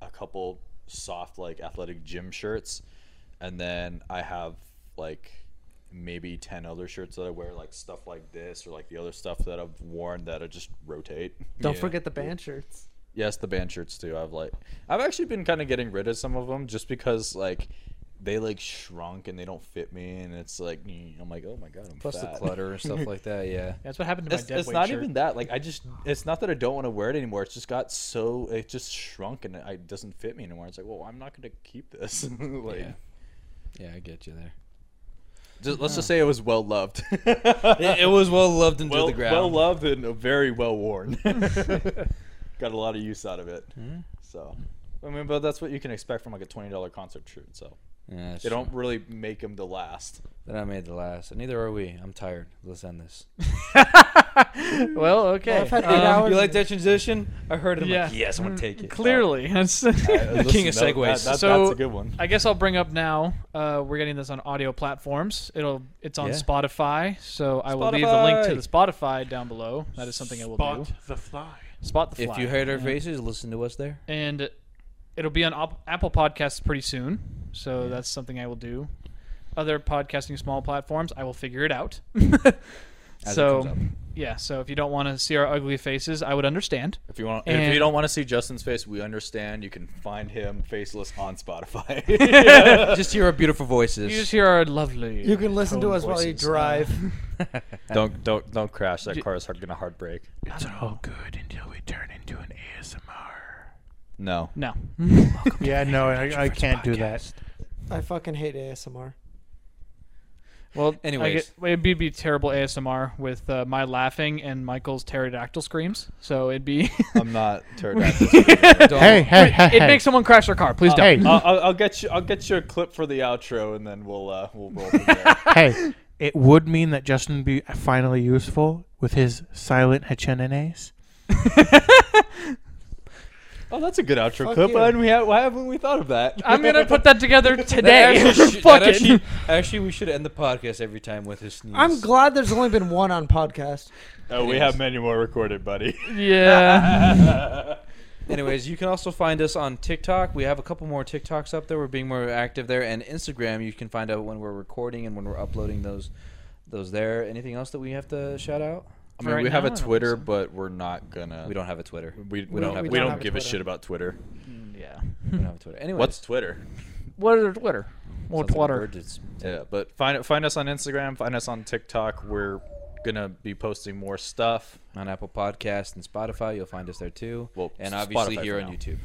[SPEAKER 3] a couple soft like athletic gym shirts, and then I have like maybe ten other shirts that I wear like stuff like this or like the other stuff that I've worn that I just rotate.
[SPEAKER 4] Don't forget the band shirts.
[SPEAKER 3] Yes, the band shirts too. I've like I've actually been kind of getting rid of some of them just because like they like shrunk and they don't fit me and it's like mm, I'm like oh my god I'm
[SPEAKER 2] Plus
[SPEAKER 3] fat.
[SPEAKER 2] the clutter and stuff like that. Yeah.
[SPEAKER 5] That's what happened to my
[SPEAKER 3] It's,
[SPEAKER 5] dead
[SPEAKER 3] it's
[SPEAKER 5] weight
[SPEAKER 3] not
[SPEAKER 5] shirt.
[SPEAKER 3] even that like I just it's not that I don't want to wear it anymore. It's just got so it just shrunk and it, it doesn't fit me anymore. It's like well I'm not gonna keep this. like
[SPEAKER 2] Yeah. Yeah, I get you there.
[SPEAKER 3] just, let's just say it was well loved.
[SPEAKER 2] It, it was well loved into
[SPEAKER 3] well,
[SPEAKER 2] the ground.
[SPEAKER 3] well loved and uh, very well worn. Got a lot of use out of it. So, I mean, but that's what you can expect from like a twenty dollar concert shoot. So
[SPEAKER 2] Yeah, that's
[SPEAKER 3] they
[SPEAKER 2] true.
[SPEAKER 3] don't really make them to last.
[SPEAKER 2] Then I made the last, and neither are we. I'm tired. Let's end this.
[SPEAKER 5] Well, okay.
[SPEAKER 4] I've had eight
[SPEAKER 5] Um,
[SPEAKER 4] hours.
[SPEAKER 2] you like that transition? I heard it. I'm
[SPEAKER 5] Yeah.
[SPEAKER 2] like, yes, I'm gonna take it.
[SPEAKER 5] Clearly, that's.
[SPEAKER 3] uh,
[SPEAKER 2] The king of
[SPEAKER 3] Listen, that-
[SPEAKER 2] segues.
[SPEAKER 3] that- that-
[SPEAKER 5] So-
[SPEAKER 3] that's a good one.
[SPEAKER 5] I guess I'll bring up now. Uh, we're getting this on audio platforms. It'll it's on
[SPEAKER 2] Yeah.
[SPEAKER 5] Spotify, so I will leave the link to
[SPEAKER 2] Spotify.
[SPEAKER 5] the Spotify down below. That is something I will
[SPEAKER 1] Spot
[SPEAKER 5] do.
[SPEAKER 1] the fly.
[SPEAKER 5] Spot the
[SPEAKER 2] If
[SPEAKER 5] fly.
[SPEAKER 2] you heard our faces, listen to us there.
[SPEAKER 5] and it'll be on op- Apple Podcasts pretty soon, so that's something I will do. Other podcasting small platforms, I will figure it out.
[SPEAKER 2] it comes
[SPEAKER 5] so
[SPEAKER 2] up.
[SPEAKER 5] yeah, so if you don't want to see our ugly faces, I would understand.
[SPEAKER 3] If you want, if
[SPEAKER 5] and-
[SPEAKER 3] you don't want to see Justin's face, we understand. You can find him faceless on Spotify.
[SPEAKER 2] Just hear our beautiful voices.
[SPEAKER 5] You just hear our lovely.
[SPEAKER 4] You can listen to
[SPEAKER 5] tone
[SPEAKER 4] us while you
[SPEAKER 5] voices. Uh,
[SPEAKER 4] drive.
[SPEAKER 3] don't don't don't crash. That car is gonna heartbreak.
[SPEAKER 1] It's all good until we turn into an ASMR.
[SPEAKER 3] No.
[SPEAKER 5] No.
[SPEAKER 1] Yeah, no, I, I can't do that.
[SPEAKER 4] I fucking hate ASMR.
[SPEAKER 5] Well,
[SPEAKER 2] Anyways.
[SPEAKER 5] I get, it'd be, be terrible ASMR with uh, my laughing and Michael's pterodactyl screams. So it'd be.
[SPEAKER 3] I'm not turned. off.
[SPEAKER 2] Don't-
[SPEAKER 1] Hey, hey, hey,
[SPEAKER 5] It
[SPEAKER 1] hey.
[SPEAKER 5] makes someone crash their car. Please
[SPEAKER 2] Oh,
[SPEAKER 1] hey,
[SPEAKER 5] don't.
[SPEAKER 3] I'll, I'll, I'll get you. I'll get you a clip for the outro, and then we'll uh, we'll roll. From there.
[SPEAKER 1] hey. It would mean that Justin would be finally useful with his silent Hachenenes.
[SPEAKER 3] Oh, that's a good outro
[SPEAKER 4] Fuck
[SPEAKER 3] clip.
[SPEAKER 4] you.
[SPEAKER 3] Why, didn't we have, why haven't we thought of that?
[SPEAKER 5] I'm gonna put that together
[SPEAKER 2] That
[SPEAKER 5] today.
[SPEAKER 2] actually, sh-
[SPEAKER 5] Fuck
[SPEAKER 2] that
[SPEAKER 5] it.
[SPEAKER 2] actually, actually, we should end the podcast every time with his sneeze.
[SPEAKER 4] I'm glad there's only been one on podcast.
[SPEAKER 3] oh, we have many more recorded, buddy.
[SPEAKER 5] yeah.
[SPEAKER 2] Anyways, you can also find us on TikTok. We have a couple more TikToks up there. We're being more active there, and Instagram. You can find out when we're recording and when we're uploading those. Those there. Anything else that we have to shout out?
[SPEAKER 3] I
[SPEAKER 5] mean, right we have now, a I don't think Twitter, so.
[SPEAKER 3] but we're not gonna.
[SPEAKER 2] We don't have a Twitter.
[SPEAKER 3] We,
[SPEAKER 2] don't
[SPEAKER 3] we, don't.
[SPEAKER 2] have-
[SPEAKER 3] we,
[SPEAKER 2] Uh, we
[SPEAKER 4] don't
[SPEAKER 3] don't
[SPEAKER 4] have a
[SPEAKER 3] give a
[SPEAKER 4] Twitter.
[SPEAKER 3] shit about Twitter.
[SPEAKER 5] Yeah.
[SPEAKER 2] We don't have a Twitter. Anyways,
[SPEAKER 3] What's Twitter?
[SPEAKER 5] What are Twitter? What
[SPEAKER 2] sounds like a
[SPEAKER 5] Twitter?
[SPEAKER 2] bird that's-
[SPEAKER 3] Yeah, but find find us on Instagram. Find us on TikTok. We're gonna be posting more stuff.
[SPEAKER 2] on Apple Podcasts and Spotify. You'll find us there too.
[SPEAKER 3] Well,
[SPEAKER 2] and obviously
[SPEAKER 3] Spotify
[SPEAKER 2] here
[SPEAKER 3] for
[SPEAKER 2] on
[SPEAKER 3] now.
[SPEAKER 2] YouTube.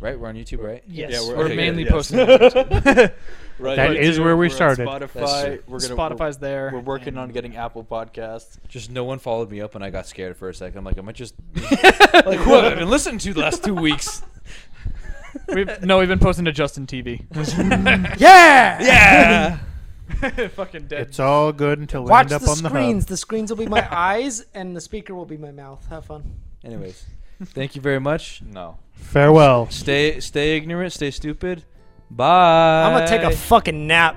[SPEAKER 2] right? We're on YouTube, right?
[SPEAKER 5] Yes,
[SPEAKER 3] Yeah,
[SPEAKER 5] we're,
[SPEAKER 3] we're- okay,
[SPEAKER 5] mainly
[SPEAKER 3] yes.
[SPEAKER 5] posting. on YouTube.
[SPEAKER 3] Right.
[SPEAKER 1] That
[SPEAKER 3] right.
[SPEAKER 1] is where we
[SPEAKER 5] we're on
[SPEAKER 1] started.
[SPEAKER 3] Spotify. We're gonna,
[SPEAKER 5] Spotify's there.
[SPEAKER 3] We're, we're working on getting Apple Podcasts.
[SPEAKER 2] Just no one followed me up, and I got scared for a second. I'm like, am I just like who have I been listening to the last two weeks?
[SPEAKER 5] We've, no, we've been posting to Justin TV.
[SPEAKER 4] Yeah.
[SPEAKER 2] yeah.
[SPEAKER 5] Fucking dead.
[SPEAKER 1] It's all good until we
[SPEAKER 4] Watch
[SPEAKER 1] end up
[SPEAKER 4] the
[SPEAKER 1] on the
[SPEAKER 4] screens.
[SPEAKER 1] hub.
[SPEAKER 4] The, screens will be my eyes, and the speaker will be my mouth. Have fun.
[SPEAKER 2] Anyways, thank you very much.
[SPEAKER 3] No.
[SPEAKER 1] Farewell.
[SPEAKER 2] Stay stay ignorant, stay stupid. Bye.
[SPEAKER 4] I'm gonna take a fucking nap.